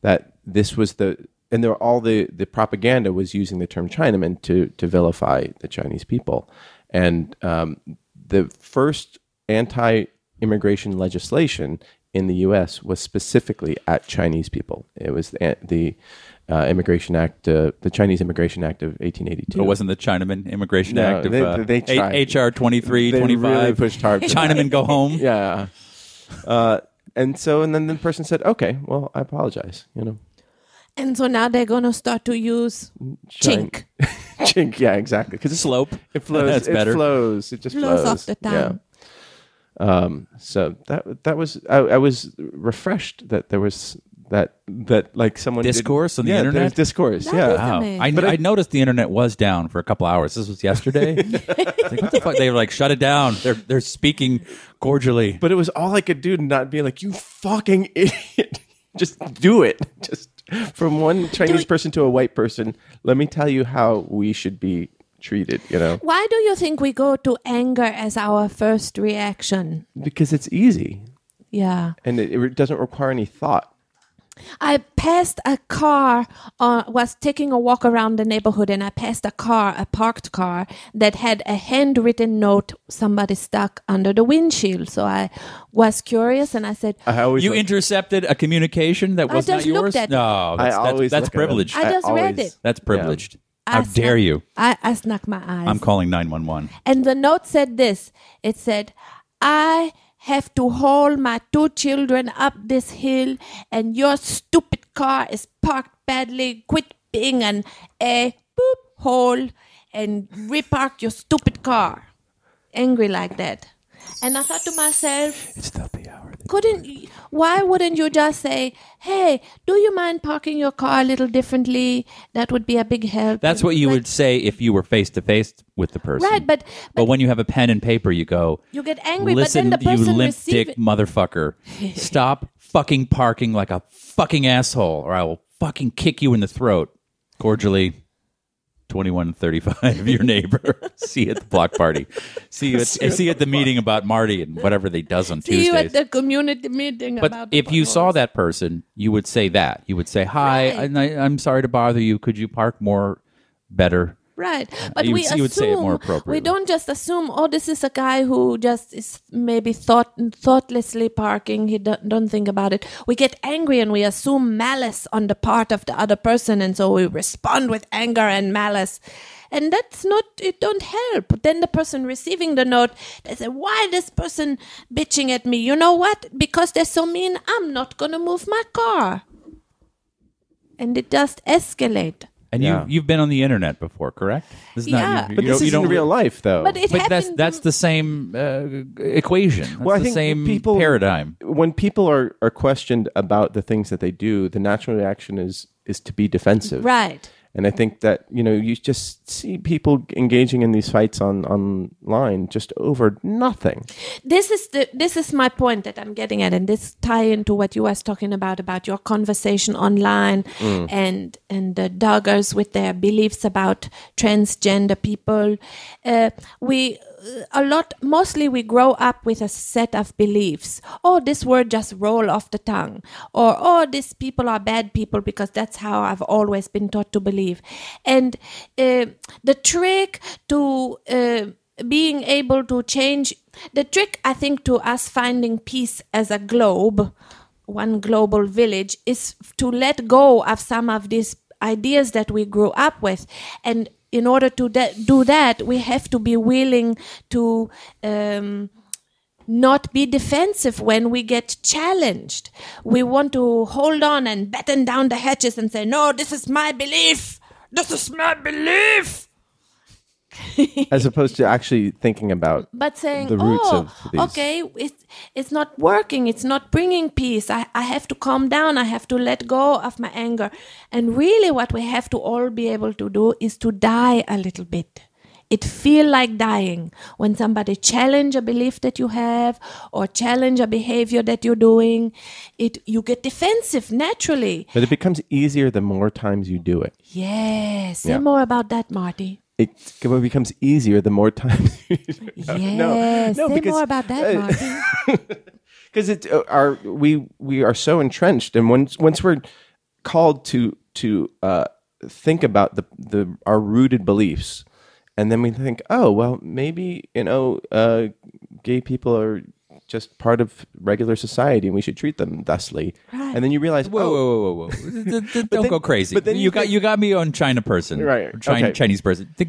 Speaker 3: that this was the and there were all the the propaganda was using the term Chinaman to to vilify the Chinese people, and um, the first anti-immigration legislation in the U.S. was specifically at Chinese people. It was the, the uh, Immigration Act, uh, the Chinese Immigration Act of 1882.
Speaker 5: it wasn't the Chinaman Immigration
Speaker 3: No,
Speaker 5: Act of
Speaker 3: they-
Speaker 5: uh,
Speaker 3: they
Speaker 5: A-
Speaker 3: tried.
Speaker 5: HR 23,
Speaker 3: They really
Speaker 5: 25.
Speaker 3: pushed hard for that.
Speaker 5: Chinaman go home.
Speaker 3: Yeah. Uh, and so, and then the person said, "Okay, well, I apologize." You know,
Speaker 2: And so now they're going to start to use
Speaker 3: Chin-
Speaker 2: chink.
Speaker 3: chink. Yeah, exactly. Because
Speaker 5: Slope.
Speaker 3: It flows.
Speaker 5: That's
Speaker 3: it
Speaker 5: better.
Speaker 3: flows. It just flows,
Speaker 2: Flows off the tongue.
Speaker 3: Yeah. Um, so that that was I, I was refreshed that there was that that like someone did-
Speaker 5: Discourse on the
Speaker 3: yeah,
Speaker 5: internet?
Speaker 3: There's discourse.
Speaker 2: That
Speaker 3: yeah.
Speaker 2: is
Speaker 5: Wow.
Speaker 2: Amazing.
Speaker 5: I, I, noticed the internet was down for a couple hours. This was yesterday. It's like, what the fuck? They were like, shut it down. They're, they're speaking cordially.
Speaker 3: But it was all I could do to not be like you fucking idiot. just do it. Just from one Chinese
Speaker 2: it.
Speaker 3: person to a white person. Let me tell you how we should be treated. You know,
Speaker 2: Why do you think we go to anger as our first reaction?
Speaker 3: because it's easy
Speaker 2: Yeah.
Speaker 3: and it, it doesn't require any thought.
Speaker 2: I passed a car, uh, was taking a walk around the neighborhood, and I passed a car, a parked car, that had a handwritten note somebody stuck under the windshield. So I was curious and I said,
Speaker 3: I always
Speaker 5: You
Speaker 3: like-
Speaker 5: intercepted a communication that
Speaker 2: I
Speaker 5: was
Speaker 2: just
Speaker 5: not
Speaker 2: looked
Speaker 5: yours?
Speaker 2: at it.
Speaker 5: no, that's, that's-
Speaker 3: always
Speaker 5: that's
Speaker 3: look at them.
Speaker 5: privileged.
Speaker 2: I just read
Speaker 3: always-
Speaker 2: it.
Speaker 5: That's privileged. How
Speaker 2: snuck-
Speaker 5: dare you?
Speaker 2: I, I snuck my eyes.
Speaker 5: I'm calling 911.
Speaker 2: And the note said this it said, I have to haul my two children up this hill, and your stupid car is parked badly. Quit being an a boop hole and repark your stupid car. Angry like that. And I thought to myself,
Speaker 5: It's not the hour that
Speaker 2: couldn't y- why wouldn't you just say hey do you mind parking your car a little differently that would be a big help
Speaker 5: That's what you
Speaker 2: Like-
Speaker 5: would say if you were face to face with the person.
Speaker 2: right but,
Speaker 5: But
Speaker 2: but
Speaker 5: when you have a pen and paper, you go.
Speaker 2: You get angry, but
Speaker 5: Listen,
Speaker 2: then the
Speaker 5: you
Speaker 2: person
Speaker 5: limp dick
Speaker 2: receive-
Speaker 5: motherfucker! Stop fucking parking like a fucking asshole, or I will fucking kick you in the throat. Cordially, twenty-one thirty-five. Your neighbor. see you at the block party. See you at, see you at the meeting about Marty and whatever they does on
Speaker 2: see
Speaker 5: Tuesdays.
Speaker 2: you at the community meeting
Speaker 5: But
Speaker 2: about
Speaker 5: if you saw
Speaker 2: potholes.
Speaker 5: that person, you would say that. You would say, "Hi,
Speaker 2: Right.
Speaker 5: and I, I'm sorry to bother you. Could you park more, better?"
Speaker 2: Right, but
Speaker 5: you
Speaker 2: we
Speaker 5: would-
Speaker 2: assume
Speaker 5: you would say it more appropriately.
Speaker 2: we don't just assume. Oh, this is a guy who just is maybe thought thoughtlessly parking. He don't, don't think about it. We get angry and we assume malice on the part of the other person, and so we respond with anger and malice, and that's not. It don't help. Then the person receiving the note, they say, "Why this person bitching at me? You know what? Because they're so mean. I'm not gonna move my car." And it just escalate.
Speaker 5: And
Speaker 3: Yeah.
Speaker 5: you you've been on the internet before, correct? This is
Speaker 2: Yeah.
Speaker 5: you-
Speaker 3: But
Speaker 5: you don't-
Speaker 3: this
Speaker 5: you
Speaker 3: is in
Speaker 5: don't-
Speaker 3: real life, though.
Speaker 2: But it
Speaker 5: But that's
Speaker 2: happened
Speaker 5: that's the same uh, equation. That's
Speaker 3: Well, I
Speaker 5: the
Speaker 3: think
Speaker 5: same
Speaker 3: people-
Speaker 5: paradigm.
Speaker 3: when people are, are questioned about the things that they do, the natural reaction is is to be defensive.
Speaker 2: right.
Speaker 3: And I think that you know you just see people engaging in these fights on online just over nothing.
Speaker 2: this is the this is my point that I'm getting at, and this tie into what you was talking about about your conversation online and and the doggers with their beliefs about transgender people. Uh, we uh, a lot mostly we grow up with a set of beliefs. Oh, this word just roll off the tongue, or oh, these people are bad people because that's how I've always been taught to believe. And uh, the trick to uh, being able to change the trick i think to us finding peace as a globe one global village is to let go of some of these ideas that we grew up with and in order to da- do that we have to be willing to um, not be defensive when we get challenged we want to hold on and batten down the hatches and say no this is my belief this is my belief
Speaker 3: as opposed to actually thinking about
Speaker 2: but saying
Speaker 3: the roots
Speaker 2: oh
Speaker 3: of these.
Speaker 2: okay it's it's not working it's not bringing peace I, I have to calm down i have to let go of my anger and really what we have to all be able to do is to die a little bit it feel like dying when somebody challenge a belief that you have or challenge a behavior that you're doing it you get defensive naturally
Speaker 3: but it becomes easier the more times you do it
Speaker 2: yes say
Speaker 3: Yeah.
Speaker 2: more about that marty
Speaker 3: it c- becomes easier the more times you do it.
Speaker 2: yes
Speaker 3: Uh, no,
Speaker 2: say
Speaker 3: because-
Speaker 2: more about that
Speaker 3: uh,
Speaker 2: marty
Speaker 3: because it uh, our we we are so entrenched and once once we're called to to uh, think about the the our rooted beliefs and then we think oh well maybe you know uh, gay people are just part of regular society and we should treat them thusly
Speaker 2: Right.
Speaker 3: and then you realize
Speaker 5: Whoa,
Speaker 3: oh,
Speaker 5: whoa, whoa, whoa, whoa! D- d- Don't
Speaker 3: then-
Speaker 5: go crazy.
Speaker 3: but then
Speaker 5: you,
Speaker 3: you
Speaker 5: got
Speaker 3: think-
Speaker 5: you got me on China person,
Speaker 3: Right,
Speaker 5: Or China,
Speaker 3: okay.
Speaker 5: Chinese person. The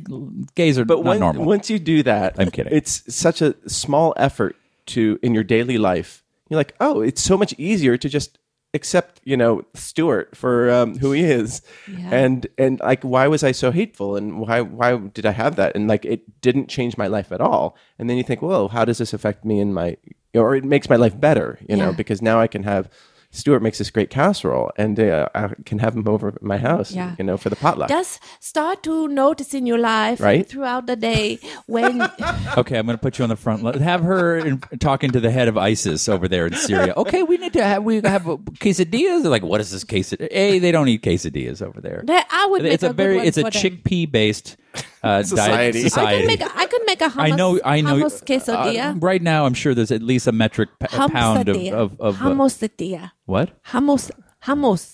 Speaker 5: gays are
Speaker 3: But
Speaker 5: not
Speaker 3: when-
Speaker 5: normal.
Speaker 3: once you do that,
Speaker 5: I'm kidding.
Speaker 3: It's such a small effort to in your daily life. You're like, oh, it's so much easier to just accept, you know, Stuart for um, who he is,
Speaker 2: Yeah.
Speaker 3: and and like, why was I so hateful, and why why did I have that, and like, it didn't change my life at all. And then you think, whoa, how does this affect me in my, or it makes my life better, you know,
Speaker 2: Yeah.
Speaker 3: because now I can have. Stuart makes this great casserole, and uh, I can have him over at my house,
Speaker 2: Yeah.
Speaker 3: you know, for the potluck.
Speaker 2: just start to notice in your life
Speaker 3: Right.
Speaker 2: throughout the day when
Speaker 5: okay, I'm going to put you on the front. line. Have her in, talking to the head of ISIS over there in Syria. Okay, we need to have we have uh, quesadillas. They're like, what is this quesadilla? Hey, they don't eat quesadillas over there.
Speaker 2: that I would make
Speaker 5: it's a,
Speaker 2: good
Speaker 5: very
Speaker 2: one
Speaker 5: it's a
Speaker 2: for them.
Speaker 5: chickpea based uh,
Speaker 3: Society. I
Speaker 2: I could
Speaker 3: could
Speaker 5: Diet, society.
Speaker 2: make a, I could make a hummus,
Speaker 5: I know, I know.
Speaker 2: hummus quesadilla.
Speaker 5: uh, right now, I'm sure there's at least a metric p-
Speaker 2: hummus
Speaker 5: pound of of, of uh,
Speaker 2: hummus
Speaker 5: what?
Speaker 2: hummus hummus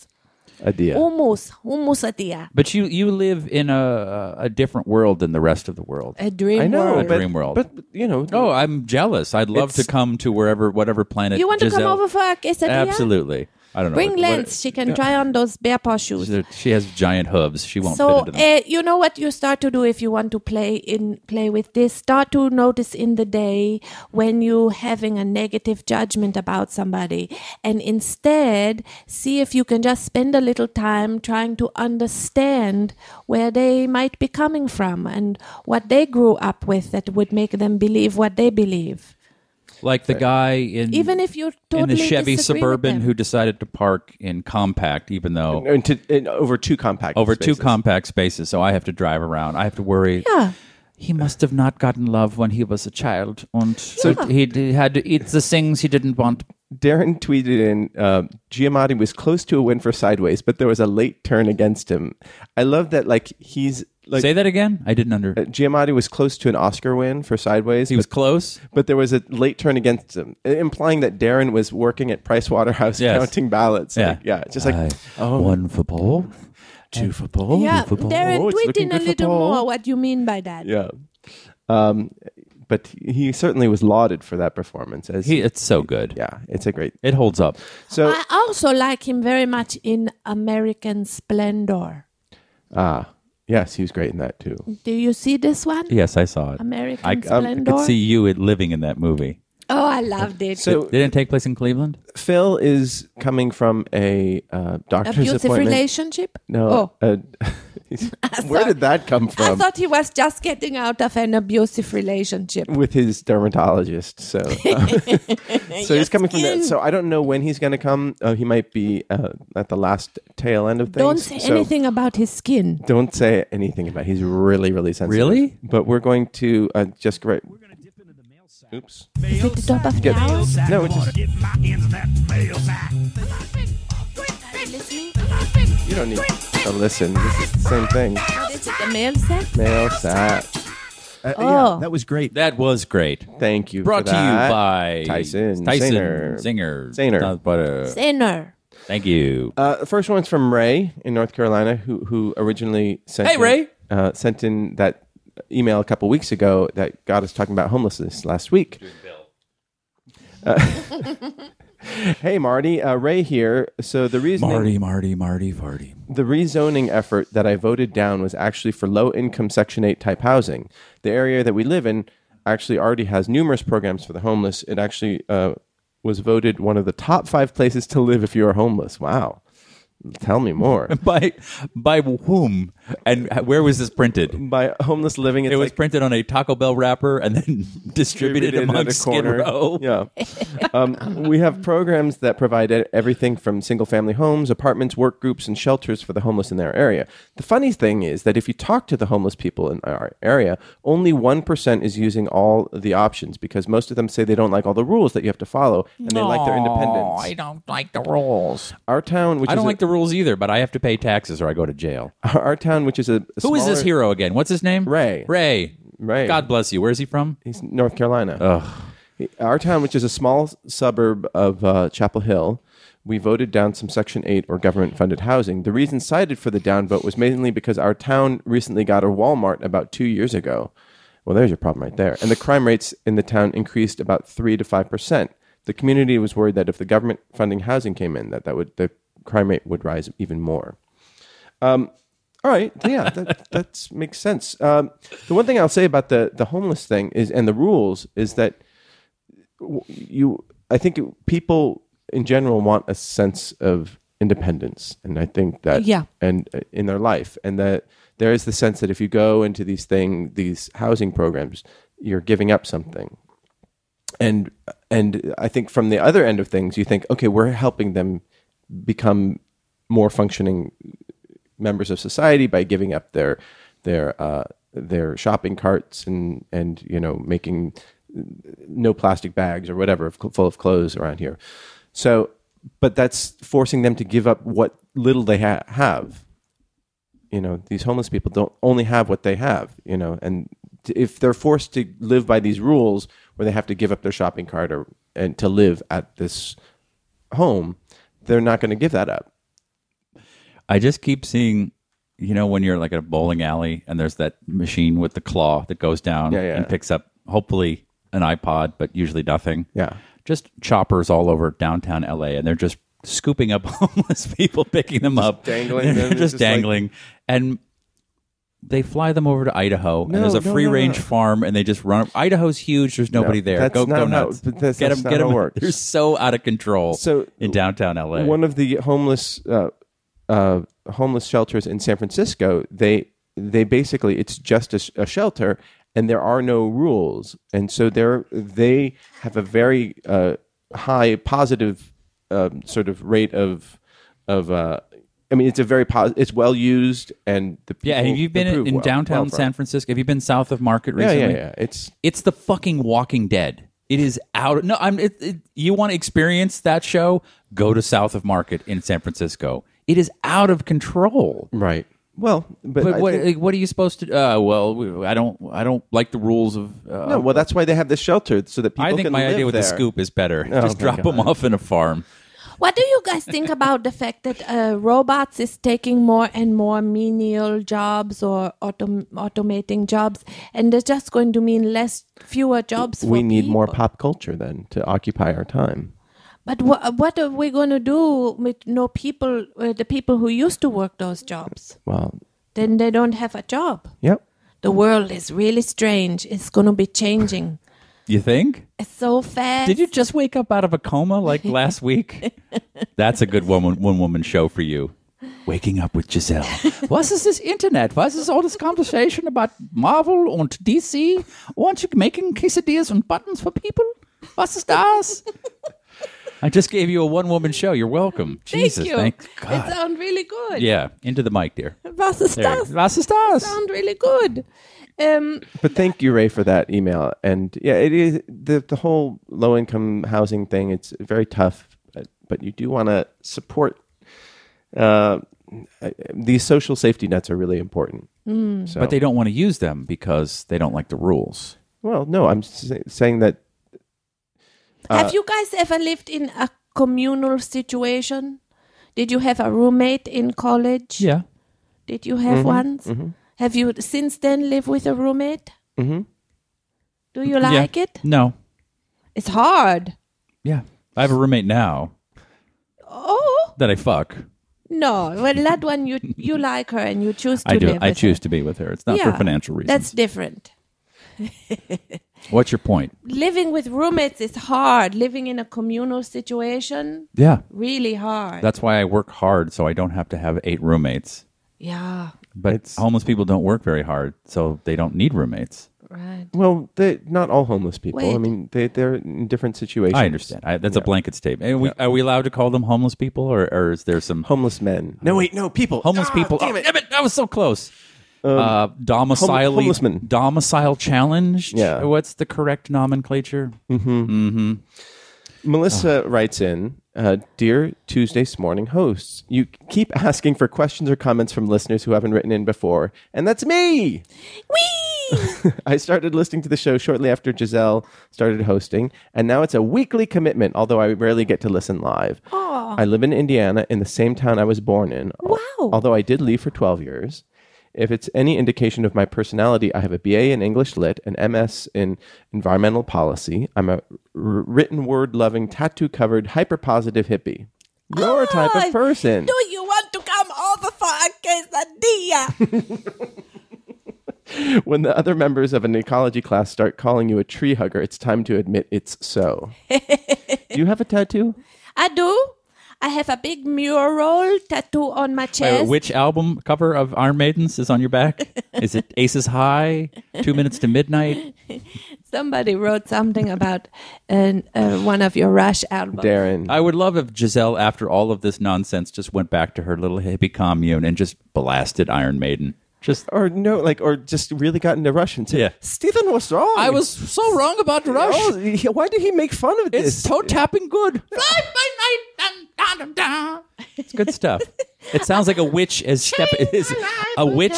Speaker 3: Idea.
Speaker 2: Oh. hummus hummus
Speaker 5: But you you live in a a different world than the rest of the world.
Speaker 2: a dream
Speaker 3: I know,
Speaker 2: world.
Speaker 3: but,
Speaker 5: Dream world. Oh,
Speaker 3: but you know,
Speaker 5: No, I'm jealous. I'd love to
Speaker 3: It's-
Speaker 5: come to wherever whatever planet
Speaker 2: you want to come
Speaker 5: Giselle-
Speaker 2: over for a quesadilla?
Speaker 5: Absolutely. I don't know.
Speaker 2: Bring
Speaker 5: what- what-
Speaker 2: Lance. She can try on those bear paw shoes.
Speaker 5: She's a- She has giant hooves. She won't fit
Speaker 2: so
Speaker 5: into them.
Speaker 2: uh, you know what you start to do if you want to play in play with this start to notice in the day when you having a negative judgment about somebody and instead see if you can just spend a little time trying to understand where they might be coming from and what they grew up with that would make them believe what they believe
Speaker 5: like the guy in
Speaker 2: Even if you
Speaker 5: in
Speaker 2: totally
Speaker 5: the
Speaker 2: disagree
Speaker 5: Chevy
Speaker 2: with
Speaker 5: Suburban
Speaker 2: them.
Speaker 5: who decided to park in compact, even though
Speaker 3: And to- and over two compact
Speaker 5: over
Speaker 3: spaces.
Speaker 5: two compact spaces. So I have to drive around. I have to worry.
Speaker 2: Yeah.
Speaker 5: He must have not gotten love when he was a child, and so he d- had to eat the things he didn't want.
Speaker 3: Darren tweeted in uh, Giamatti was close to a win for Sideways, but there was a late turn against him. I love that, like he's like
Speaker 5: Say that again. I didn't under.
Speaker 3: uh, Giamatti was close to an Oscar win for Sideways.
Speaker 5: He was close.
Speaker 3: but there was a late turn against him, i- implying that Darren was working at Price Waterhouse
Speaker 5: Yes.
Speaker 3: counting ballots.
Speaker 5: Yeah.
Speaker 3: Like, yeah, just like
Speaker 5: one for Paul, two for Paul,
Speaker 2: Yeah,
Speaker 5: for Paul.
Speaker 2: Darren,
Speaker 3: Oh, it's
Speaker 2: tweet
Speaker 3: looking
Speaker 2: in a
Speaker 3: good for
Speaker 2: little
Speaker 3: Paul.
Speaker 2: more what you mean by that.
Speaker 3: yeah. Um, but he he certainly was lauded for that performance. As
Speaker 5: He, it's so good.
Speaker 3: yeah, it's a great.
Speaker 5: It holds up.
Speaker 3: So
Speaker 2: I also like him very much in American Splendor.
Speaker 3: ah yes, he was great in that too.
Speaker 2: Do you see this one?
Speaker 5: Yes, I saw it.
Speaker 2: American
Speaker 5: I, um, I
Speaker 2: Splendor.
Speaker 5: could see you in- living in that movie.
Speaker 2: Oh, I loved it.
Speaker 3: So
Speaker 5: Didn't it take place in Cleveland?
Speaker 3: Phil is coming from a uh,
Speaker 2: a
Speaker 3: doctor's
Speaker 2: beautiful
Speaker 3: appointment.
Speaker 2: relationship?
Speaker 3: No, um, uh, he's- where
Speaker 2: thought-
Speaker 3: did that come
Speaker 2: Oh. I
Speaker 3: from?
Speaker 2: thought he was just getting out of an abusive relationship.
Speaker 3: with his dermatologist. So, uh, so he's coming from that. So I don't know when he's going to come. Uh, he might be uh, at the last tail end of things.
Speaker 2: Don't say
Speaker 3: So
Speaker 2: anything about his skin.
Speaker 3: Don't say anything about. It. He's really, really sensitive.
Speaker 5: Really?
Speaker 3: But we're going to uh, just great. Oops.
Speaker 2: Is it the top of the
Speaker 3: Yeah.
Speaker 2: hour?
Speaker 3: No, it's just, you don't need to listen. This is the same thing.
Speaker 2: Is it the mail set?
Speaker 3: Mail sat.
Speaker 7: Uh,
Speaker 2: Oh.
Speaker 7: Yeah, that was great.
Speaker 5: That was great.
Speaker 3: Thank you.
Speaker 5: Brought
Speaker 3: for
Speaker 5: to you
Speaker 3: that.
Speaker 5: by
Speaker 3: Tyson
Speaker 5: Tyson
Speaker 3: Singer.
Speaker 5: Singer.
Speaker 3: Singer.
Speaker 5: Not butter.
Speaker 2: Sinner.
Speaker 5: Thank you.
Speaker 3: Uh, the first one's from Ray in North Carolina, who who originally sent
Speaker 5: Hey,
Speaker 3: in,
Speaker 5: Ray.
Speaker 3: uh, sent in that email a couple weeks ago that got us talking about homelessness last week. Uh, hey, Marty, uh, Ray here. So the reason
Speaker 5: Marty, Marty, Marty, Farty.
Speaker 3: the rezoning effort that I voted down was actually for low income Section 8 type housing. The area that we live in actually already has numerous programs for the homeless. It actually uh, was voted one of the top five places to live if you are homeless. Wow. Tell me more.
Speaker 5: By by whom and h- where was this printed?
Speaker 3: By homeless living, it's
Speaker 5: It was
Speaker 3: like
Speaker 5: printed on a Taco Bell wrapper and then distributed
Speaker 3: distributed in
Speaker 5: amongst
Speaker 3: a
Speaker 5: Skid Row.
Speaker 3: Yeah. Um, we have programs that provide e- everything from single family homes, apartments, work groups, and shelters for the homeless in their area. The funny thing is that if you talk to the homeless people in our area, only 1% is using all the options because most of them say they don't like all the rules that you have to follow and they like their independence. I don't like the rules. Our town, which
Speaker 5: I don't
Speaker 3: is
Speaker 5: like
Speaker 3: a,
Speaker 5: the rules either, but I have to pay taxes or I go to jail.
Speaker 3: our town, which is a, a
Speaker 5: Who is this
Speaker 3: smaller-
Speaker 5: hero again? What's his name?
Speaker 3: Ray.
Speaker 5: Ray.
Speaker 3: Ray.
Speaker 5: God bless you. Where is he from?
Speaker 3: He's North Carolina. Our town, which is a small suburb of uh, Chapel Hill, we voted down some Section 8 or government funded housing. The reason cited for the downvote was mainly because our town recently got a Walmart about two years ago. Well, there's your problem right there. And the crime rates in the town increased about 3 to 5%. The community was worried that if the government funding housing came in, that, that would the crime rate would rise even more. All right. Yeah, that that's, makes sense. Um, the one thing I'll say about the, the homeless thing is, and the rules is that w- you, I think people in general want a sense of independence, and I think that
Speaker 2: Yeah.
Speaker 3: and uh, in their life, and that there is the sense that if you go into these thing, these housing programs, you're giving up something, and and I think from the other end of things, you think, okay, we're helping them become more functioning members of society by giving up their their uh, their shopping carts and and you know making no plastic bags or whatever of- full of clothes around here. So, but that's forcing them to give up what little they ha- have. You know, these homeless people don't only have what they have. You know, and t- if they're forced to live by these rules where they have to give up their shopping cart or and to live at this home, they're not going to give that up.
Speaker 5: I just keep seeing, you know, when you're like at a bowling alley and there's that machine with the claw that goes down
Speaker 3: Yeah, yeah.
Speaker 5: and picks up hopefully an iPod, but usually nothing.
Speaker 3: Yeah.
Speaker 5: Just choppers all over downtown LA and they're just scooping up homeless people, picking them up.
Speaker 3: dangling
Speaker 5: They're
Speaker 3: them,
Speaker 5: just
Speaker 3: just like-
Speaker 5: dangling. And they fly them over to Idaho and there's a free range farm and they just run Idaho's huge, there's nobody there.
Speaker 3: that's
Speaker 5: go
Speaker 3: not how-
Speaker 5: go nuts.
Speaker 3: but that's-
Speaker 5: get
Speaker 3: that's
Speaker 5: them
Speaker 3: not
Speaker 5: get
Speaker 3: how it
Speaker 5: them
Speaker 3: works.
Speaker 5: They're so out of control
Speaker 3: So-
Speaker 5: in downtown LA.
Speaker 3: One of the homeless uh, uh, homeless shelters in San Francisco, they they basically it's just a, sh- a shelter, and there are no rules, and so they're they have a very uh, high positive um, sort of rate of of. Uh, I mean, it's a very positive. It's well used, and the people
Speaker 5: Yeah, have you been in,
Speaker 3: approve
Speaker 5: in
Speaker 3: well-
Speaker 5: downtown
Speaker 3: well from it.
Speaker 5: San Francisco? Have you been south of Market
Speaker 3: Yeah,
Speaker 5: recently?
Speaker 3: yeah, yeah. It's
Speaker 5: It's the fucking Walking Dead. It is out. No, I'm. It, it, you want to experience that show? Go to South of Market in San Francisco. It is out of control.
Speaker 3: right. Well, but,
Speaker 5: But
Speaker 3: Mm. I
Speaker 5: what?
Speaker 3: think-
Speaker 5: like, what are you supposed to? Uh, well, we- I don't. I don't like the rules of. Uh,
Speaker 3: no, well, that's why they have the shelter so that people.
Speaker 5: I think
Speaker 3: can
Speaker 5: my
Speaker 3: live
Speaker 5: idea with the
Speaker 3: there. Oh,
Speaker 5: scoop is better. Just
Speaker 3: my
Speaker 5: drop them off in a farm.
Speaker 2: What do you guys think about the fact that uh, robots is taking more and more menial jobs or autom- automating jobs, and it's just going to mean less, fewer jobs? For
Speaker 3: We need more
Speaker 2: people?
Speaker 3: pop culture then to occupy our time.
Speaker 2: But wha what are we going to do with no people? Uh, the people who used to work those jobs,
Speaker 3: Well,
Speaker 2: then they don't have a job.
Speaker 3: yep.
Speaker 2: The world is really strange. It's going to be changing
Speaker 5: You think?
Speaker 2: It's so fast.
Speaker 5: Did you just wake up out of a coma like last week? That's a good one one woman show for you. Waking up with Giselle. Was ist this Internet? Was ist all this conversation about Marvel und DC? Aren't you making quesadillas and buttons for people? Was ist das? I just gave you a one woman show. You're welcome.
Speaker 2: Thank
Speaker 5: Jesus,
Speaker 2: you.
Speaker 5: thank
Speaker 2: It
Speaker 5: God.
Speaker 2: sounds really good.
Speaker 5: Yeah, into the mic, dear.
Speaker 2: Was ist
Speaker 5: There.
Speaker 2: das?
Speaker 5: Was ist das?
Speaker 2: Sound really good. Um,
Speaker 3: But thank you, Ray, for that email. And yeah, it is the the whole low income housing thing. It's very tough, but, but you do want to support. Uh, I- these social safety nets are really important.
Speaker 2: Mm.
Speaker 3: So,
Speaker 5: But they don't want to use them because they don't like the rules.
Speaker 3: well, no, I'm sa- saying that
Speaker 5: Uh,
Speaker 2: Have you guys ever lived in a communal situation? Did you have a roommate in college?
Speaker 5: Yeah. Mm-hmm.
Speaker 2: Did you have one? Have you since then lived with a roommate? Mm-hmm. Do you like it?
Speaker 5: No.
Speaker 2: It's hard.
Speaker 5: Yeah. I have a roommate now.
Speaker 2: Oh
Speaker 5: that I fuck.
Speaker 2: no! Well, that one you you like her and you choose to
Speaker 5: I do.
Speaker 2: live.
Speaker 5: I
Speaker 2: with
Speaker 5: choose
Speaker 2: her.
Speaker 5: to be with her. It's not
Speaker 2: Yeah,
Speaker 5: for financial reasons.
Speaker 2: That's different.
Speaker 5: What's your point?
Speaker 2: Living with roommates is hard. Living in a communal situation,
Speaker 5: Yeah.
Speaker 2: really hard.
Speaker 5: That's why I work hard so I don't have to have eight roommates.
Speaker 2: yeah,
Speaker 5: But homeless people don't work very hard, so they don't need roommates.
Speaker 2: right.
Speaker 3: well, they not all homeless people. I
Speaker 2: Wait.
Speaker 3: mean, they they're in different situations.
Speaker 5: I understand. I, that's a blanket statement. And we, Are we allowed to call them homeless people, or, or is there some
Speaker 3: Homeless men. No, wait, no people.
Speaker 5: homeless
Speaker 3: Ah,
Speaker 5: people?
Speaker 3: Damn
Speaker 5: oh,
Speaker 3: it. Um,
Speaker 5: damn it! That was so close. uh, domicile
Speaker 3: homeless men.
Speaker 5: domicile challenge.
Speaker 3: Yeah.
Speaker 5: What's the correct nomenclature?
Speaker 3: Melissa writes in, uh, "Dear Tuesday's morning hosts, you keep asking for questions or comments from listeners who haven't written in before, and that's me. I started listening to the show shortly after Giselle started hosting, and now it's a weekly commitment. Although I rarely get to listen live. I live in Indiana, in the same town I was born in. al-
Speaker 2: Wow.
Speaker 3: Although I did leave for twelve years." If it's any indication of my personality, I have a BA in English Lit, an MS in Environmental Policy. I'm a r- written word loving, tattoo covered, hyper positive hippie. Your type
Speaker 2: Oh,
Speaker 3: of person.
Speaker 2: Do you want to come over for a quesadilla?
Speaker 3: When the other members of an ecology class start calling you a tree hugger, it's time to admit it's so. Do you have a tattoo?
Speaker 2: I do. I have a big mural tattoo on my
Speaker 5: Wait, wait,
Speaker 2: chest.
Speaker 5: Uh, which album cover of Iron Maidens is on your back? is it Aces High? Two Minutes to Midnight?
Speaker 2: Somebody wrote something about an, uh, one of your Rush albums.
Speaker 3: Darren.
Speaker 5: I would love if Giselle, after all of this nonsense, just went back to her little hippie commune and just blasted Iron Maiden. Just
Speaker 3: or no, like, or just really got into Russian.
Speaker 5: Yeah.
Speaker 3: Stephen was wrong.
Speaker 5: so wrong about
Speaker 3: Oh, he- why did he make fun of this?
Speaker 5: tapping good. It's good stuff. It sounds like a witch has stepped is a witch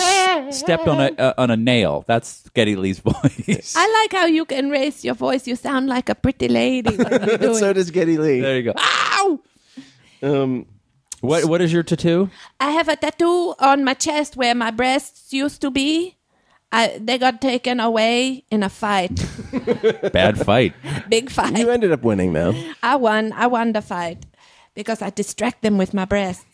Speaker 5: stepped on a uh, on a nail. That's Getty Lee's voice.
Speaker 2: I like how you can raise your voice. You sound like a pretty lady. when you do
Speaker 3: so
Speaker 2: it.
Speaker 3: does Getty Lee.
Speaker 5: There you go. Ow! Um, what what is your tattoo?
Speaker 2: I have a tattoo on my chest where my breasts used to be. I, they got taken away in a fight,
Speaker 5: Bad fight.
Speaker 2: big fight.
Speaker 3: You ended up winning though.
Speaker 2: I won. I won the fight because I distract them with my breasts.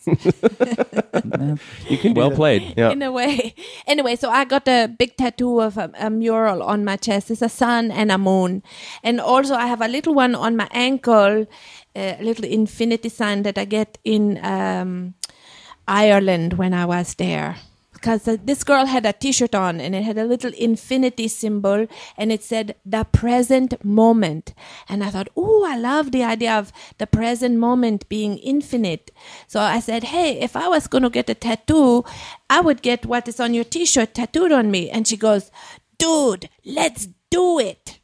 Speaker 5: well played.
Speaker 3: Yeah.
Speaker 2: in a way. Anyway, so I got a big tattoo of um, a, a mural on my chest. It's a sun and a moon, and also I have a little one on my ankle, a little infinity sign that I get in um, Ireland when I was there. because uh, this girl had a T-shirt on and it had a little infinity symbol and it said the present moment. And I thought, oh, I love the idea of the present moment being infinite. So I said, hey, if I was going to get a tattoo, I would get what is on your T-shirt tattooed on me. And she goes, dude, let's do it.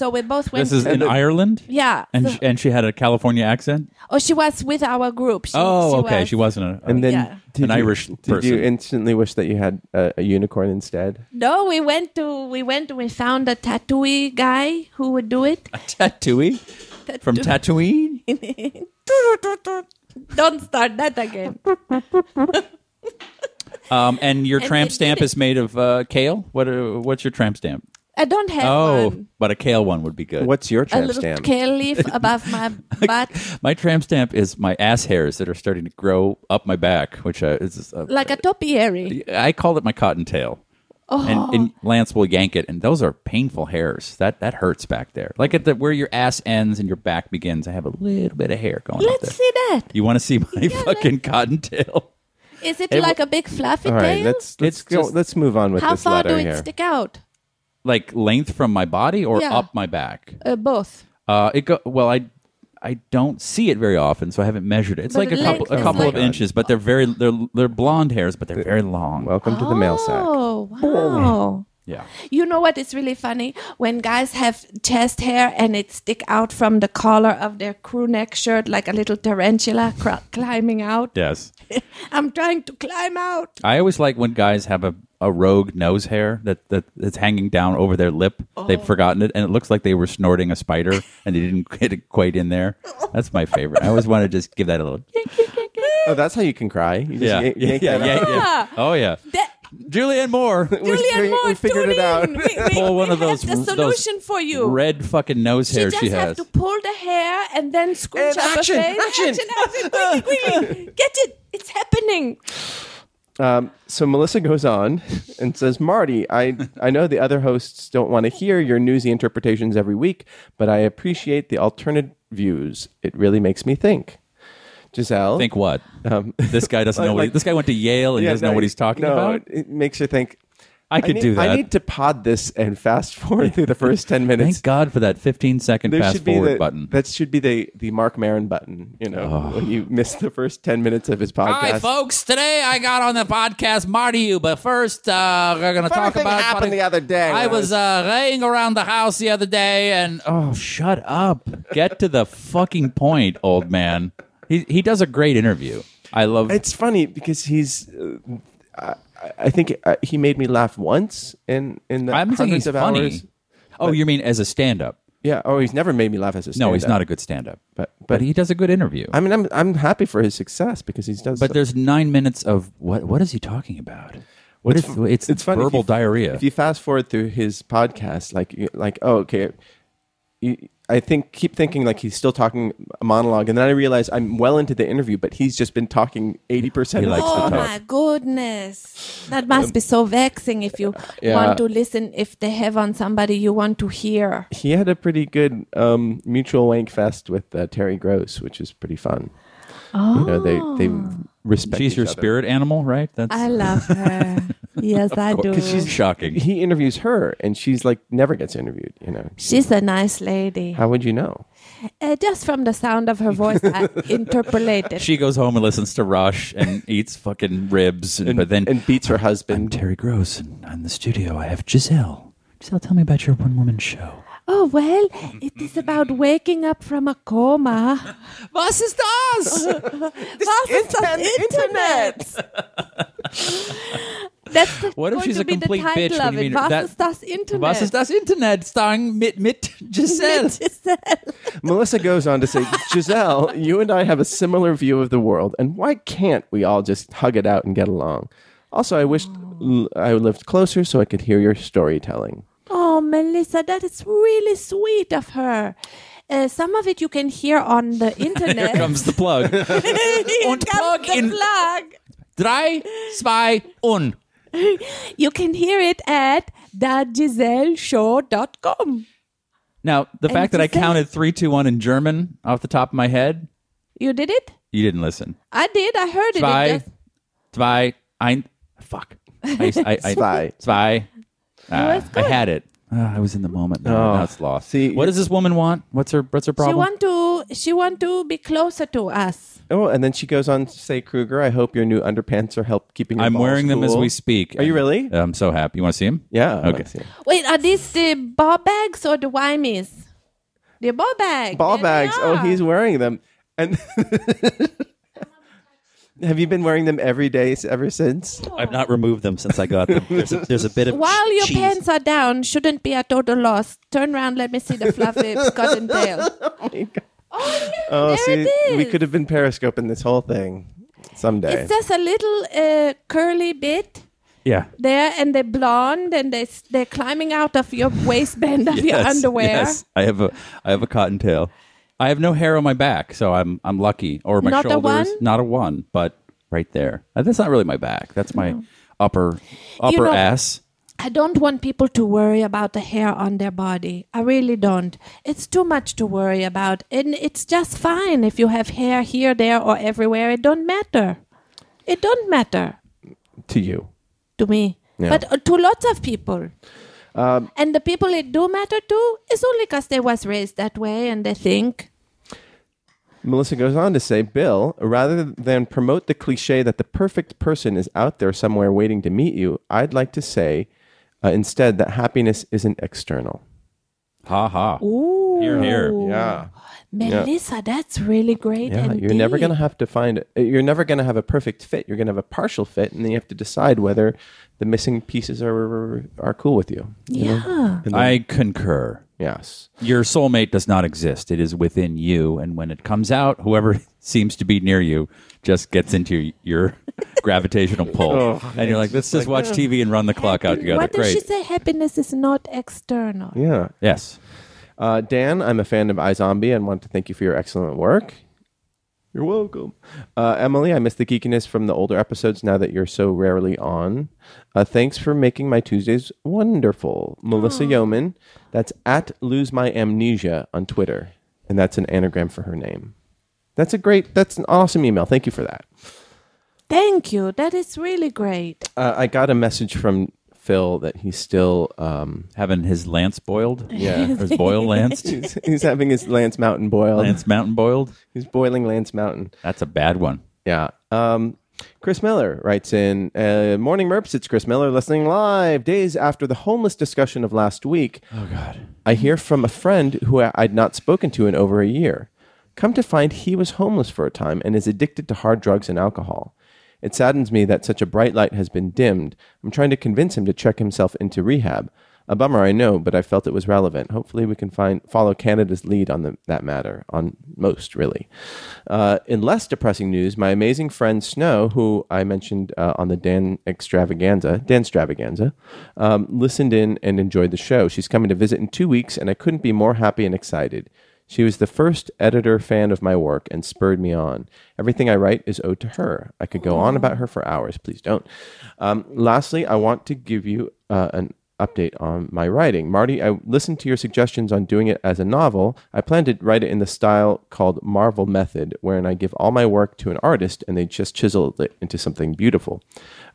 Speaker 2: So we both went.
Speaker 5: This is in
Speaker 3: the-
Speaker 5: Ireland.
Speaker 2: yeah.
Speaker 5: and
Speaker 2: so-
Speaker 5: sh- and she had a California accent.
Speaker 2: oh, she was with our group. She,
Speaker 5: Oh, okay, she wasn't a.
Speaker 3: And then
Speaker 2: Yeah.
Speaker 3: did
Speaker 5: An
Speaker 3: you-
Speaker 5: Irish
Speaker 3: Did
Speaker 5: person.
Speaker 3: you instantly wish that you had a, a unicorn instead?
Speaker 2: No, we went to we went we found a tattooey guy who would do it.
Speaker 5: Tatooine from Tatooine.
Speaker 2: Don't start that again.
Speaker 5: Um, and your
Speaker 2: And they
Speaker 5: tramp
Speaker 2: did
Speaker 5: stamp
Speaker 2: it.
Speaker 5: is made of uh, kale. What? Uh, what's your tramp stamp?
Speaker 2: I don't have
Speaker 5: Oh,
Speaker 2: one.
Speaker 5: but a kale one would be good.
Speaker 3: What's your
Speaker 2: A
Speaker 3: tramp
Speaker 2: little
Speaker 3: stamp?
Speaker 2: kale leaf above my butt,
Speaker 5: My tramp stamp is my ass hairs that are starting to grow up my back, which uh, is uh,
Speaker 2: like a topiary.
Speaker 5: I call it my cottontail. Oh. And, and Lance will yank it, and those are painful hairs. That that hurts back there, like at the where your ass ends and your back begins. I have a little bit of hair going up there.
Speaker 2: Let's see that.
Speaker 5: You want to see my
Speaker 2: Yeah,
Speaker 5: fucking cottontail?
Speaker 2: Is it
Speaker 5: It w-
Speaker 2: like a big fluffy
Speaker 3: All
Speaker 2: tail?
Speaker 3: right, let's let's
Speaker 5: It's
Speaker 3: go,
Speaker 5: just-
Speaker 3: let's move on with
Speaker 2: How
Speaker 3: this
Speaker 2: far
Speaker 3: letter
Speaker 2: do it
Speaker 3: here.
Speaker 2: stick out?
Speaker 5: Like length from my body or
Speaker 2: Yeah.
Speaker 5: up my back?
Speaker 2: Uh, both.
Speaker 5: Uh, it go well. I I don't see it very often, so I haven't measured it. It's
Speaker 2: But
Speaker 5: like a
Speaker 2: the
Speaker 5: couple
Speaker 2: length
Speaker 5: a
Speaker 2: is
Speaker 5: couple
Speaker 2: like-
Speaker 5: of inches, but they're very they're they're blonde hairs, but they're very long.
Speaker 3: Welcome to the mail sack.
Speaker 2: Oh wow.
Speaker 5: yeah.
Speaker 2: You know what is really funny? When guys have chest hair and it stick out from the collar of their crew neck shirt like a little tarantula cr- climbing out.
Speaker 5: Yes.
Speaker 2: I'm trying to climb out.
Speaker 5: I always like when guys have a, a rogue nose hair that, that that's hanging down over their lip.
Speaker 2: Oh.
Speaker 5: They've forgotten it, and it looks like they were snorting a spider, and they didn't get it quite in there. That's my favorite. I always want to just give that a little.
Speaker 3: Oh, that's how you can cry. You just
Speaker 5: Yeah,
Speaker 3: yank- yank that out.
Speaker 5: yeah. Oh yeah,
Speaker 2: Ah, That-
Speaker 5: Julianne Moore.
Speaker 2: Julian
Speaker 3: figured-
Speaker 2: Moore,
Speaker 3: we figured
Speaker 2: tune
Speaker 3: it out.
Speaker 2: in. We, we,
Speaker 5: Pull one
Speaker 2: we
Speaker 5: of those
Speaker 2: have the
Speaker 5: r- those
Speaker 2: solution for you.
Speaker 5: Red fucking nose
Speaker 2: you
Speaker 5: hair
Speaker 2: just
Speaker 5: she
Speaker 2: have
Speaker 5: has.
Speaker 2: to pull the hair and then scrunch
Speaker 3: And
Speaker 2: up
Speaker 3: action,
Speaker 2: a face.
Speaker 3: action.
Speaker 2: action, quickly, quickly. Get it. It's happening.
Speaker 3: Um, so Melissa goes on and says, Marty, I, I know the other hosts don't want to hear your newsy interpretations every week, but I appreciate the alternate views. It really makes me think. Giselle.
Speaker 5: Think what?
Speaker 3: Um,
Speaker 5: This guy doesn't know. What
Speaker 3: like-
Speaker 5: he, this guy went to Yale and he doesn't know what he's talking
Speaker 3: no,
Speaker 5: about.
Speaker 3: It makes you think.
Speaker 5: I could
Speaker 3: need,
Speaker 5: do that.
Speaker 3: I need to pod this and fast forward through the first 10 minutes.
Speaker 5: Thank God for that 15 second
Speaker 3: there
Speaker 5: fast
Speaker 3: should be
Speaker 5: forward
Speaker 3: the,
Speaker 5: button.
Speaker 3: That should be the, the Mark Marin button, you know, when you miss the first 10 minutes of his podcast.
Speaker 5: Hi, folks. Today I got on the podcast Marty you, but first uh, we're going to
Speaker 3: Funny
Speaker 5: talk
Speaker 3: thing
Speaker 5: about.
Speaker 3: happened the other day.
Speaker 5: I was uh, laying around the house the other day, and oh, shut up! Get to the fucking point, old man. He he does a great interview. I love.
Speaker 3: It's funny because he's. Uh, I, I think uh, he made me laugh once in in the
Speaker 5: I'm saying
Speaker 3: hundreds
Speaker 5: he's
Speaker 3: of
Speaker 5: funny.
Speaker 3: hours.
Speaker 5: oh, you mean as a stand-up?
Speaker 3: Yeah. Oh, he's never made me laugh as a.
Speaker 5: No, he's
Speaker 3: stand-up.
Speaker 5: not a good stand-up,
Speaker 3: But-
Speaker 5: but,
Speaker 3: but-
Speaker 5: he does a good interview.
Speaker 3: I mean, I'm I'm happy for his success because he's does.
Speaker 5: but there's nine minutes of what? What is he talking about? What is it's, it's
Speaker 3: funny if
Speaker 5: verbal
Speaker 3: you-
Speaker 5: diarrhea.
Speaker 3: If you fast forward through his podcast, like you- like oh okay, you, I think keep thinking like he's still talking a monologue, and then I realize I'm well into the interview, but he's just been talking eighty percent.
Speaker 5: He
Speaker 3: of the
Speaker 5: likes
Speaker 2: Oh
Speaker 5: the Um,
Speaker 3: time.
Speaker 5: talk.
Speaker 2: my goodness. That must be so vexing if you
Speaker 3: Yeah.
Speaker 2: want to listen, if they have on somebody you want to hear.
Speaker 3: He had a pretty good um, mutual wank fest with uh, Terry Gross, which is pretty fun. Oh. You know, they they respect.
Speaker 5: She's
Speaker 3: each
Speaker 5: your
Speaker 3: other.
Speaker 5: spirit animal, right? That's
Speaker 2: I love her. yes, I do.
Speaker 5: she's shocking.
Speaker 3: he interviews her and she's like never gets interviewed you know
Speaker 2: She's a nice lady.
Speaker 3: how would you know
Speaker 2: Uh, just from the sound of her voice, I interpolated.
Speaker 5: She goes home and listens to Rush and eats fucking ribs, and, but then
Speaker 3: and beats her
Speaker 5: I'm
Speaker 3: husband
Speaker 5: Terry Gross, and in the studio I have Giselle. Giselle, tell me about your one woman show.
Speaker 2: oh, well, it is about waking up from a coma.
Speaker 5: Was ist das?
Speaker 2: Was ist das Internet? That's the,
Speaker 5: What if
Speaker 2: going
Speaker 5: she's
Speaker 2: to
Speaker 5: a
Speaker 2: be
Speaker 5: complete
Speaker 2: the title
Speaker 5: bitch when
Speaker 2: of
Speaker 5: you
Speaker 2: it.
Speaker 5: meet her?
Speaker 2: Was
Speaker 5: That-
Speaker 2: ist das Internet?
Speaker 5: Was ist das Internet? Starring mit, mit Giselle.
Speaker 3: melissa goes on to say giselle you and i have a similar view of the world and why can't we all just hug it out and get along also i wished l- i lived closer so i could hear your storytelling
Speaker 2: Oh, Melissa, that is really sweet of her. Uh, some of it you can hear on the internet.
Speaker 5: Here comes the plug.
Speaker 2: Here
Speaker 5: Und
Speaker 2: comes
Speaker 5: plug
Speaker 2: the
Speaker 5: in-
Speaker 2: plug.
Speaker 5: Drei, zwei, un.
Speaker 2: You can hear it at thegiselleshow.com.
Speaker 5: Now, the
Speaker 2: And
Speaker 5: fact that I
Speaker 2: Giselle-
Speaker 5: counted three, two, one in German off the top of my head,
Speaker 2: You did it?
Speaker 5: you didn't listen.
Speaker 2: I did. I heard it. it.
Speaker 5: Zwei,
Speaker 2: just-
Speaker 5: zwei, ein. Fuck. I, used- I, I,
Speaker 3: Spy.
Speaker 5: Spy. Ah, I had it. Ah, I was in the moment. No,
Speaker 3: Oh,
Speaker 5: now it's lost.
Speaker 3: see,
Speaker 5: what does this woman want? What's her What's her
Speaker 2: She
Speaker 5: problem?
Speaker 2: want to. She want to be closer to us.
Speaker 3: Oh, and then she goes on to say, Kruger, I hope your new underpants are help keeping your
Speaker 5: I'm
Speaker 3: balls
Speaker 5: wearing them as
Speaker 3: cool."
Speaker 5: we speak.
Speaker 3: Are you really?
Speaker 5: I'm so happy. You want to see them?
Speaker 3: Yeah. I
Speaker 5: Okay.
Speaker 3: see.
Speaker 2: Wait, are these the ball bags or the wimies? The ball bag.
Speaker 3: Ball
Speaker 2: There they
Speaker 3: bags. Oh,
Speaker 2: are.
Speaker 3: he's wearing them. And have you been wearing them every day s- ever since?
Speaker 2: Oh,
Speaker 7: I've not removed them since I got them. There's a, there's a bit of
Speaker 2: While your
Speaker 7: cheese.
Speaker 2: pants are down, shouldn't be a total loss. Turn around, let me see the fluffy cottontail. Oh, yeah,
Speaker 3: Oh,
Speaker 2: there it
Speaker 3: see,
Speaker 2: is.
Speaker 3: we could have been periscoping this whole thing someday.
Speaker 2: It's just a little uh, curly bit
Speaker 5: Yeah.
Speaker 2: there, and they're blonde, and they s- they're climbing out of your waistband of your
Speaker 5: Yes,
Speaker 2: underwear.
Speaker 5: Yes. I have a I have a cottontail. I have no hair on my back, so I'm I'm lucky. Or my
Speaker 2: Not a
Speaker 5: shoulders.
Speaker 2: one?
Speaker 5: Not a one, but right there. Uh, That's not really my back. That's my upper upper
Speaker 2: Oh. know-
Speaker 5: ass.
Speaker 2: I don't want people to worry about the hair on their body. I really don't. It's too much to worry about, and it's just fine if you have hair here, there, or everywhere. It don't matter. It don't matter.
Speaker 3: to you.
Speaker 2: to me, but uh, to lots of people.
Speaker 3: Um,
Speaker 2: and the people it do matter to is only because they was raised that way and they think.
Speaker 3: Melissa goes on to say, Bill, rather than promote the cliche that the perfect person is out there somewhere waiting to meet you, I'd like to say uh, instead that happiness isn't external.
Speaker 5: Ha ha.
Speaker 2: Ooh,
Speaker 5: Here, here.
Speaker 3: Yeah.
Speaker 2: Melissa, that's really great.
Speaker 3: Yeah, you're never
Speaker 2: indeed.
Speaker 3: going to have to find it. You're never going to have a perfect fit. You're going to have a partial fit, and then you have to decide whether the missing pieces are are cool with you. you know?
Speaker 2: Yeah.
Speaker 3: And then-
Speaker 5: I concur.
Speaker 3: yes.
Speaker 5: Your soulmate does not exist. It is within you, and when it comes out, whoever seems to be near you just gets into your gravitational pull,
Speaker 3: Oh,
Speaker 5: and you're like, "Let's just watch
Speaker 3: uh,
Speaker 5: TV and run the clock out together."
Speaker 2: What did
Speaker 5: Great.
Speaker 2: she say? Happiness is not external.
Speaker 3: Yeah.
Speaker 5: Yes.
Speaker 3: Uh, Dan, I'm a fan of iZombie and want to thank you for your excellent work. You're welcome. Uh, Emily, I miss the geekiness from the older episodes now that you're so rarely on. Uh, thanks for making my Tuesdays wonderful. Melissa Yeoman, that's at Lose My Amnesia on Twitter. And that's an anagram for her name. That's a great, that's an awesome email. Thank you for that.
Speaker 2: Thank you. That is really great.
Speaker 3: Uh, I got a message from Phil that he's still, um,
Speaker 5: Having his lance boiled.
Speaker 3: Yeah.
Speaker 5: Or his boil lanced.
Speaker 3: he's, he's having his Lance Mountain boiled.
Speaker 5: Lance Mountain boiled.
Speaker 3: He's boiling Lance Mountain.
Speaker 5: That's a bad one.
Speaker 3: Yeah. Um, Chris Miller writes in uh, Morning Merps, it's Chris Miller listening live days after the homeless discussion of last week. Oh, God. I hear from a friend who I- I'd not spoken to in over a year. Come to find he was homeless for a time and is addicted to hard drugs and alcohol. It saddens me that such a bright light has been dimmed. I'm trying to convince him to check himself into rehab. A bummer, I know, but I felt it was relevant. Hopefully, we can find follow Canada's lead on the, that matter, on most really. Uh, in less depressing news, my amazing friend Snow, who I mentioned uh, on the Dan Extravaganza, Dan Stravaganza, um, listened in and enjoyed the show. She's coming to visit in two weeks, and I couldn't be more happy and excited. She was the first editor fan of my work and spurred me on. Everything I write is owed to her. I could go on about her for hours. Please don't. Um, lastly, I want to give you uh, an update on my writing. Marty, I listened to your suggestions on doing it as a novel. I plan to write it in the style called Marvel Method, wherein I give all my work to an artist and they just chisel it into something beautiful.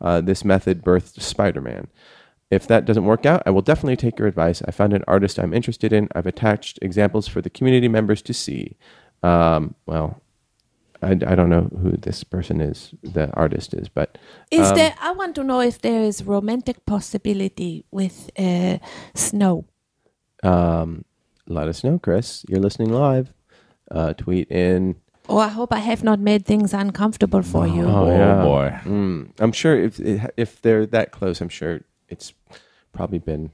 Speaker 3: Uh, this method birthed Spider Man. If that doesn't work out, I will definitely take your advice. I found an artist I'm interested in. I've attached examples for the community members to see. Um, well, I, I don't know who this person is, the artist is, but
Speaker 2: Is
Speaker 3: Um,
Speaker 2: there? I want to know if there is romantic possibility with uh, snow.
Speaker 3: um, let us know, Chris. You're listening live. Uh, tweet in.
Speaker 2: Oh, I hope I have not made things uncomfortable for you.
Speaker 5: Oh,
Speaker 3: yeah.
Speaker 5: boy.
Speaker 3: Mm, I'm sure if if they're that close, I'm sure it's probably been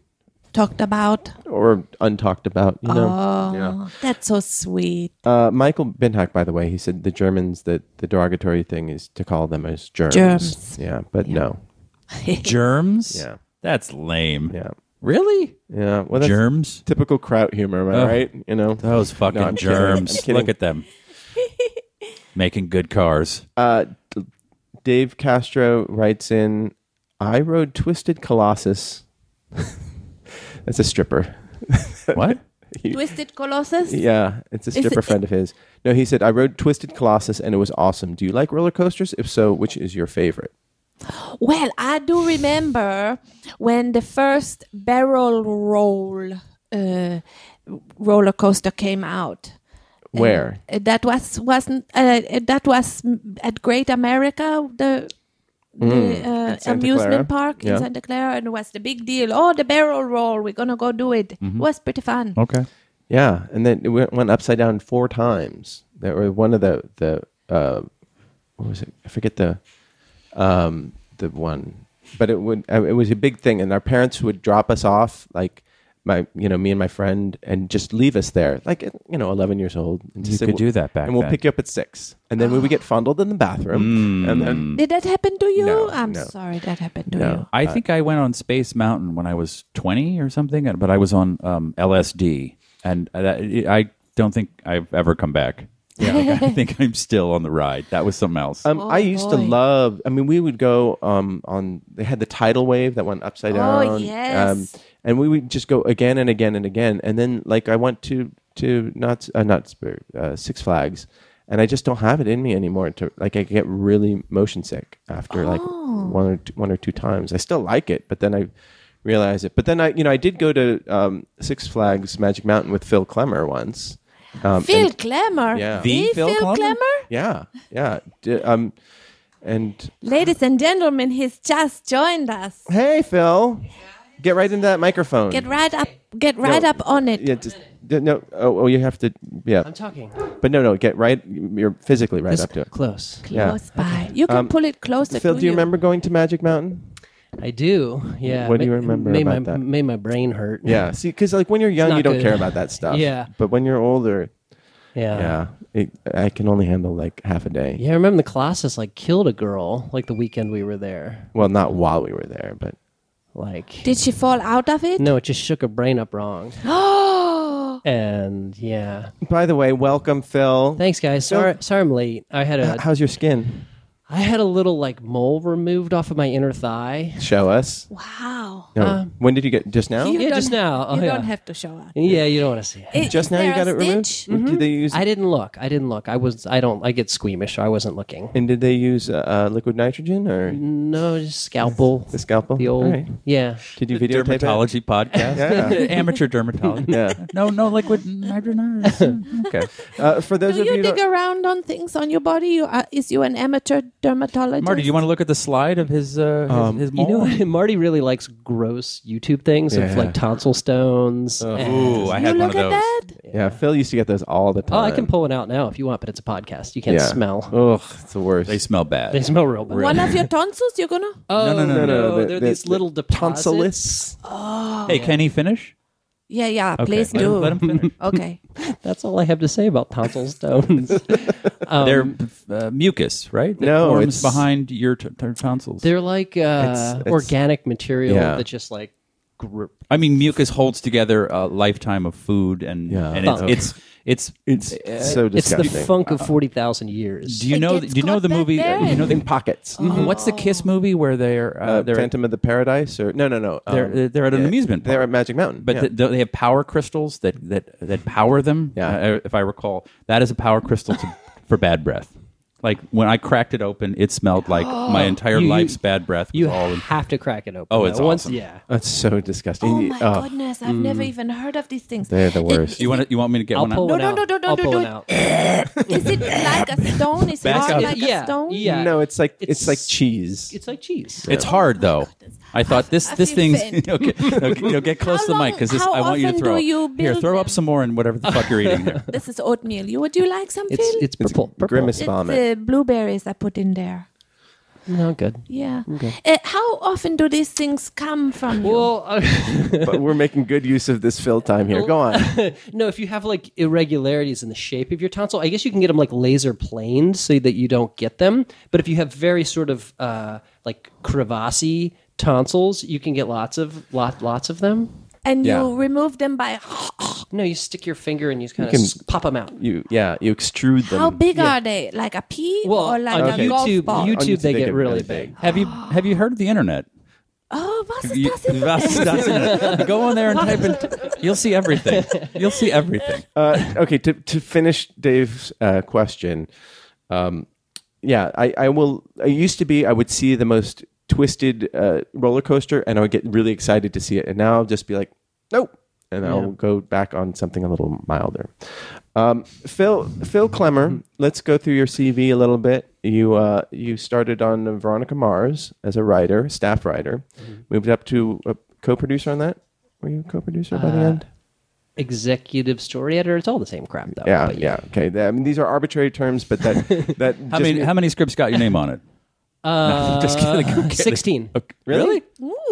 Speaker 2: Talked about.
Speaker 3: or untalked about. You know.
Speaker 2: Oh, that's so sweet.
Speaker 3: Uh, Michael Binhack, by the way, he said the Germans that the derogatory thing is to call them as germs.
Speaker 2: Germs.
Speaker 3: Yeah, but no.
Speaker 5: Germs?
Speaker 3: Yeah.
Speaker 5: That's lame.
Speaker 3: Yeah.
Speaker 5: Really?
Speaker 3: Yeah. Well, that's
Speaker 5: germs?
Speaker 3: typical kraut humor, am I
Speaker 5: Ugh.
Speaker 3: right? You know.
Speaker 5: Those fucking
Speaker 3: No, I'm kidding.
Speaker 5: germs.
Speaker 3: I'm kidding.
Speaker 5: Look at them. Making good cars.
Speaker 3: Uh, D- Dave Castro writes in, "I rode Twisted Colossus." that's a stripper.
Speaker 5: what?
Speaker 2: Twisted Colossus?
Speaker 3: Yeah, it's a stripper
Speaker 2: it-
Speaker 3: friend of his. No, he said, I rode Twisted Colossus and it was awesome. Do you like roller coasters? If so, which is your favorite?
Speaker 2: Well, I do remember when the first barrel roll uh, roller coaster came out.
Speaker 3: Where?
Speaker 2: Uh, that was wasn't uh, that was mm, at Great America the. The uh,
Speaker 3: Mm. Santa Clara.
Speaker 2: amusement park
Speaker 3: Yeah.
Speaker 2: in Santa Clara, and it was the big deal. Oh, the barrel roll! We're gonna go do it.
Speaker 3: Mm-hmm.
Speaker 2: It was pretty fun.
Speaker 5: Okay.
Speaker 3: Yeah, and then it went, went upside down four times. There were one of the the uh, what was it? I forget the um, the one, but it would uh, it was a big thing, and our parents would drop us off like. My, you know, me and my friend, and just leave us there, like uh, you know, eleven years old. And just
Speaker 5: You could
Speaker 3: "We'll-
Speaker 5: do that back
Speaker 3: and we'll
Speaker 5: then.
Speaker 3: pick you up at six, and then we would get fondled in the bathroom, and
Speaker 5: Mm.
Speaker 3: then
Speaker 2: Did that happen to you?
Speaker 3: No,
Speaker 2: I'm
Speaker 3: no.
Speaker 2: sorry that happened to
Speaker 3: No.
Speaker 2: you.
Speaker 5: I think I went on Space Mountain when I was 20 or something, but I was on um, LSD, and that, I don't think I've ever come back. Yeah, I think I'm still on the ride. That was something else.
Speaker 3: Um, I used to
Speaker 2: Oh, boy.
Speaker 3: love. I mean, we would go um, on. They had the tidal wave that went upside down.
Speaker 2: Oh, yes.
Speaker 3: Um, and we would just go again and again and again. And then, like, I went to to not uh, not Spur- uh, Six Flags, and I just don't have it in me anymore. To like, I get really motion sick after like
Speaker 2: Oh.
Speaker 3: one or two, one or two times. I still like it, but then I realize it. But then I, you know, I did go to um, Six Flags Magic Mountain with Phil Klemmer once. Um,
Speaker 2: Phil
Speaker 3: and-
Speaker 2: Klemmer.
Speaker 3: Yeah.
Speaker 5: The
Speaker 2: Phil,
Speaker 5: Phil Klemmer?
Speaker 2: Klemmer?
Speaker 3: yeah, yeah. D- um, and
Speaker 2: Ladies and gentlemen, he's just joined us.
Speaker 3: Hey, Phil. Get right into that microphone.
Speaker 2: Get right up get right
Speaker 3: No.
Speaker 2: up on it.
Speaker 3: Yeah, just d- no. Oh, oh, you have to. Yeah,
Speaker 8: I'm talking.
Speaker 3: but no, no. Get right. You're physically right
Speaker 8: Just
Speaker 3: up to it.
Speaker 8: Close.
Speaker 3: yeah. Um,
Speaker 2: Close by. You can pull it closer
Speaker 3: Phil,
Speaker 2: to
Speaker 3: do you remember going to Magic Mountain?
Speaker 8: I do. Yeah.
Speaker 3: What do you
Speaker 8: Ma-
Speaker 3: remember
Speaker 8: Made
Speaker 3: about
Speaker 8: my
Speaker 3: that?
Speaker 8: made my brain hurt.
Speaker 3: Yeah. See, because like when you're young,
Speaker 8: not
Speaker 3: you don't
Speaker 8: good.
Speaker 3: care about that stuff.
Speaker 8: Yeah.
Speaker 3: But when you're older,
Speaker 8: Yeah.
Speaker 3: yeah, it, I can only handle like half a day.
Speaker 8: Yeah, I remember the Colossus like killed a girl like the weekend we were there.
Speaker 3: Well, not while we were there, but
Speaker 8: Like
Speaker 2: Did she fall out of it?
Speaker 8: no, it just shook her brain up wrong.
Speaker 2: Oh
Speaker 8: and yeah,
Speaker 3: by the way, welcome, Phil.
Speaker 8: thanks guys. Sorry, sorry I'm late. I had
Speaker 3: H-
Speaker 8: a
Speaker 3: How's your skin?
Speaker 8: I had a little like mole removed off of my inner thigh.
Speaker 3: Show us.
Speaker 2: wow.
Speaker 3: No. when did you get? Just now?
Speaker 2: You
Speaker 8: Yeah,
Speaker 2: don't
Speaker 8: just
Speaker 2: ha-
Speaker 8: now. Oh,
Speaker 2: you
Speaker 8: yeah.
Speaker 2: don't have to show up.
Speaker 8: Yeah, you don't want to see it.
Speaker 2: Is-
Speaker 3: just
Speaker 2: is
Speaker 3: now you
Speaker 2: there
Speaker 3: got
Speaker 2: a
Speaker 3: it removed? Mm-hmm.
Speaker 2: stitch?
Speaker 3: Did they use?
Speaker 8: I didn't look. I didn't look. I was. I don't. I get squeamish, so I wasn't looking.
Speaker 3: and did they use uh, uh, liquid nitrogen or
Speaker 8: No, just scalpel.
Speaker 3: the scalpel?
Speaker 8: The old.
Speaker 3: All right.
Speaker 8: Yeah.
Speaker 3: Did you videotape it?
Speaker 5: dermatology podcast,
Speaker 3: Yeah.
Speaker 5: amateur dermatology.
Speaker 3: Yeah.
Speaker 5: No, no liquid nitrogen. okay.
Speaker 3: Uh, for those
Speaker 2: Do
Speaker 3: of you,
Speaker 2: you
Speaker 3: who
Speaker 2: dig
Speaker 3: don't-
Speaker 2: around on things on your body? You are, is you an amateur dermatologist?
Speaker 5: Marty, do you want to look at the slide of his uh, his, his
Speaker 8: You know,
Speaker 5: mole?
Speaker 8: Marty really likes gross YouTube things
Speaker 3: Yeah.
Speaker 8: of like tonsil stones.
Speaker 5: Oh.
Speaker 8: and-
Speaker 5: Ooh, I
Speaker 2: You
Speaker 5: had one
Speaker 2: look
Speaker 5: of
Speaker 2: at
Speaker 5: those.
Speaker 2: that?
Speaker 3: yeah, Phil used to get those all the time.
Speaker 8: Oh, I can pull it out now if you want, but it's a podcast. You can't
Speaker 3: Yeah. Oh.
Speaker 8: smell.
Speaker 3: Ugh, it's the worst.
Speaker 5: They smell bad.
Speaker 8: They smell real bad.
Speaker 2: One of your tonsils you're gonna
Speaker 8: Oh, no, no, no,
Speaker 3: no, no,
Speaker 8: They're,
Speaker 3: the- the-
Speaker 8: these
Speaker 3: the
Speaker 8: little deposits.
Speaker 3: Tonsillis.
Speaker 5: hey, can he finish?
Speaker 2: Yeah, yeah,
Speaker 5: Okay.
Speaker 2: please
Speaker 5: let
Speaker 2: do.
Speaker 5: Him, let him finish.
Speaker 2: Okay.
Speaker 8: That's all I have to say about tonsil stones.
Speaker 5: They're uh, mucus, right? That
Speaker 3: No,
Speaker 5: forms
Speaker 3: it's-
Speaker 5: behind your t- t- tonsils.
Speaker 8: They're like uh,
Speaker 3: it's-
Speaker 8: organic material
Speaker 3: Yeah.
Speaker 8: that just like. Gr-
Speaker 5: I mean, mucus holds together a lifetime of food, and
Speaker 3: Yeah.
Speaker 5: and it's
Speaker 8: Funk.
Speaker 5: it's it's.
Speaker 3: It's uh, so
Speaker 8: it's the
Speaker 3: disgusting.
Speaker 8: funk of forty thousand years.
Speaker 5: do you
Speaker 2: It
Speaker 5: know?
Speaker 2: gets
Speaker 5: Do you know
Speaker 2: caught
Speaker 5: the
Speaker 2: back
Speaker 5: movie? uh,
Speaker 2: there
Speaker 5: You know the
Speaker 3: in pockets.
Speaker 5: oh, what's the Kiss movie where they're uh,
Speaker 3: Uh,
Speaker 5: they're
Speaker 3: Phantom of the Paradise, or no, no, no. um,
Speaker 5: they're they're at an amusement park,
Speaker 3: they're at Magic Mountain.
Speaker 5: but
Speaker 3: yeah.
Speaker 5: th- they have power crystals that that that power them.
Speaker 3: Yeah.
Speaker 5: uh, if I recall, that is a power crystal to, for bad breath. Like when I cracked it open, it smelled like my entire
Speaker 8: You- you-
Speaker 5: life's bad breath was
Speaker 8: You
Speaker 5: all in.
Speaker 8: have to crack it open.
Speaker 5: Oh, it's
Speaker 8: though. Once,
Speaker 5: awesome.
Speaker 8: Yeah,
Speaker 3: that's so disgusting.
Speaker 2: Oh Mm.
Speaker 3: You-
Speaker 2: my goodness, I've never even heard of these things.
Speaker 3: They're the worst.
Speaker 5: You want you want me to get
Speaker 8: I'll
Speaker 5: one
Speaker 8: pull
Speaker 5: out?
Speaker 8: it
Speaker 2: No,
Speaker 8: out.
Speaker 2: no, no, no,
Speaker 8: I'll
Speaker 2: no,
Speaker 8: pull it
Speaker 2: no.
Speaker 8: out.
Speaker 2: Is it like a stone? Is it
Speaker 5: Back
Speaker 2: hard
Speaker 5: up.
Speaker 2: like
Speaker 8: yeah,
Speaker 2: a stone?
Speaker 8: yeah.
Speaker 3: no, it's like it's,
Speaker 8: It's-
Speaker 3: like cheese.
Speaker 8: It's like cheese.
Speaker 5: It's hard though. I thought this
Speaker 2: I
Speaker 5: this
Speaker 2: feel
Speaker 5: thing's
Speaker 2: faint.
Speaker 5: okay, okay, no, get close to the mic
Speaker 2: long-
Speaker 5: because
Speaker 2: how
Speaker 5: I want you to
Speaker 2: often
Speaker 5: throw
Speaker 2: do you
Speaker 5: up. here.
Speaker 2: build
Speaker 5: Throw up
Speaker 2: them?
Speaker 5: some more and whatever the fuck you're eating here.
Speaker 2: This is oatmeal. You would you like some
Speaker 8: It's
Speaker 2: Phil?
Speaker 8: it's purple. purple.
Speaker 3: grimace
Speaker 2: It's
Speaker 3: vomit.
Speaker 2: the blueberries I put in there.
Speaker 8: No good.
Speaker 2: Yeah. Uh, how often do these things come from you?
Speaker 8: Well,
Speaker 3: but we're making good use of this fill time here. Go on.
Speaker 8: no. If you have like irregularities in the shape of your tonsil, I guess you can get them like laser planed so that you don't get them. But if you have very sort of uh, like crevasse tonsils, you can get lots of lot lots of them.
Speaker 2: and you
Speaker 3: yeah.
Speaker 2: remove them by
Speaker 8: No, you stick your finger and you kind of
Speaker 3: can-
Speaker 8: pop them out.
Speaker 3: You yeah, you extrude them.
Speaker 2: how big are they? Like a pea
Speaker 8: Well,
Speaker 2: or like
Speaker 8: on
Speaker 2: a
Speaker 8: YouTube,
Speaker 2: golf ball?
Speaker 8: YouTube,
Speaker 3: YouTube,
Speaker 8: they,
Speaker 3: they
Speaker 8: get
Speaker 3: get really
Speaker 8: really big.
Speaker 5: Have you have you heard of the internet?
Speaker 2: oh, was ist
Speaker 5: You-
Speaker 2: das in
Speaker 5: was ist das denn? Go on there and type in. You'll see everything. You'll see everything.
Speaker 3: uh, okay, to to finish Dave's uh, question, um, yeah, I, I will. I used to be, I would see the most twisted uh, roller coaster and I would get really excited to see it. And now I'll just be like, nope. And I'll go back on something a little milder. Um, Phil, Phil Clemmer, let's go through your CV a little bit. You, uh, you started on Veronica Mars as a writer, staff writer, moved up to a co producer on that. Were you a co producer by the end?
Speaker 8: Executive story editor. It's all the same crap, though.
Speaker 3: Yeah,
Speaker 8: But
Speaker 3: yeah, okay. Th- I mean, these are arbitrary terms, but that that
Speaker 5: How
Speaker 3: just
Speaker 5: many
Speaker 3: mean-
Speaker 5: how many scripts got your name on it?
Speaker 8: Uh,
Speaker 5: Just kidding. I'm kidding.
Speaker 8: 16.
Speaker 5: Okay. Really?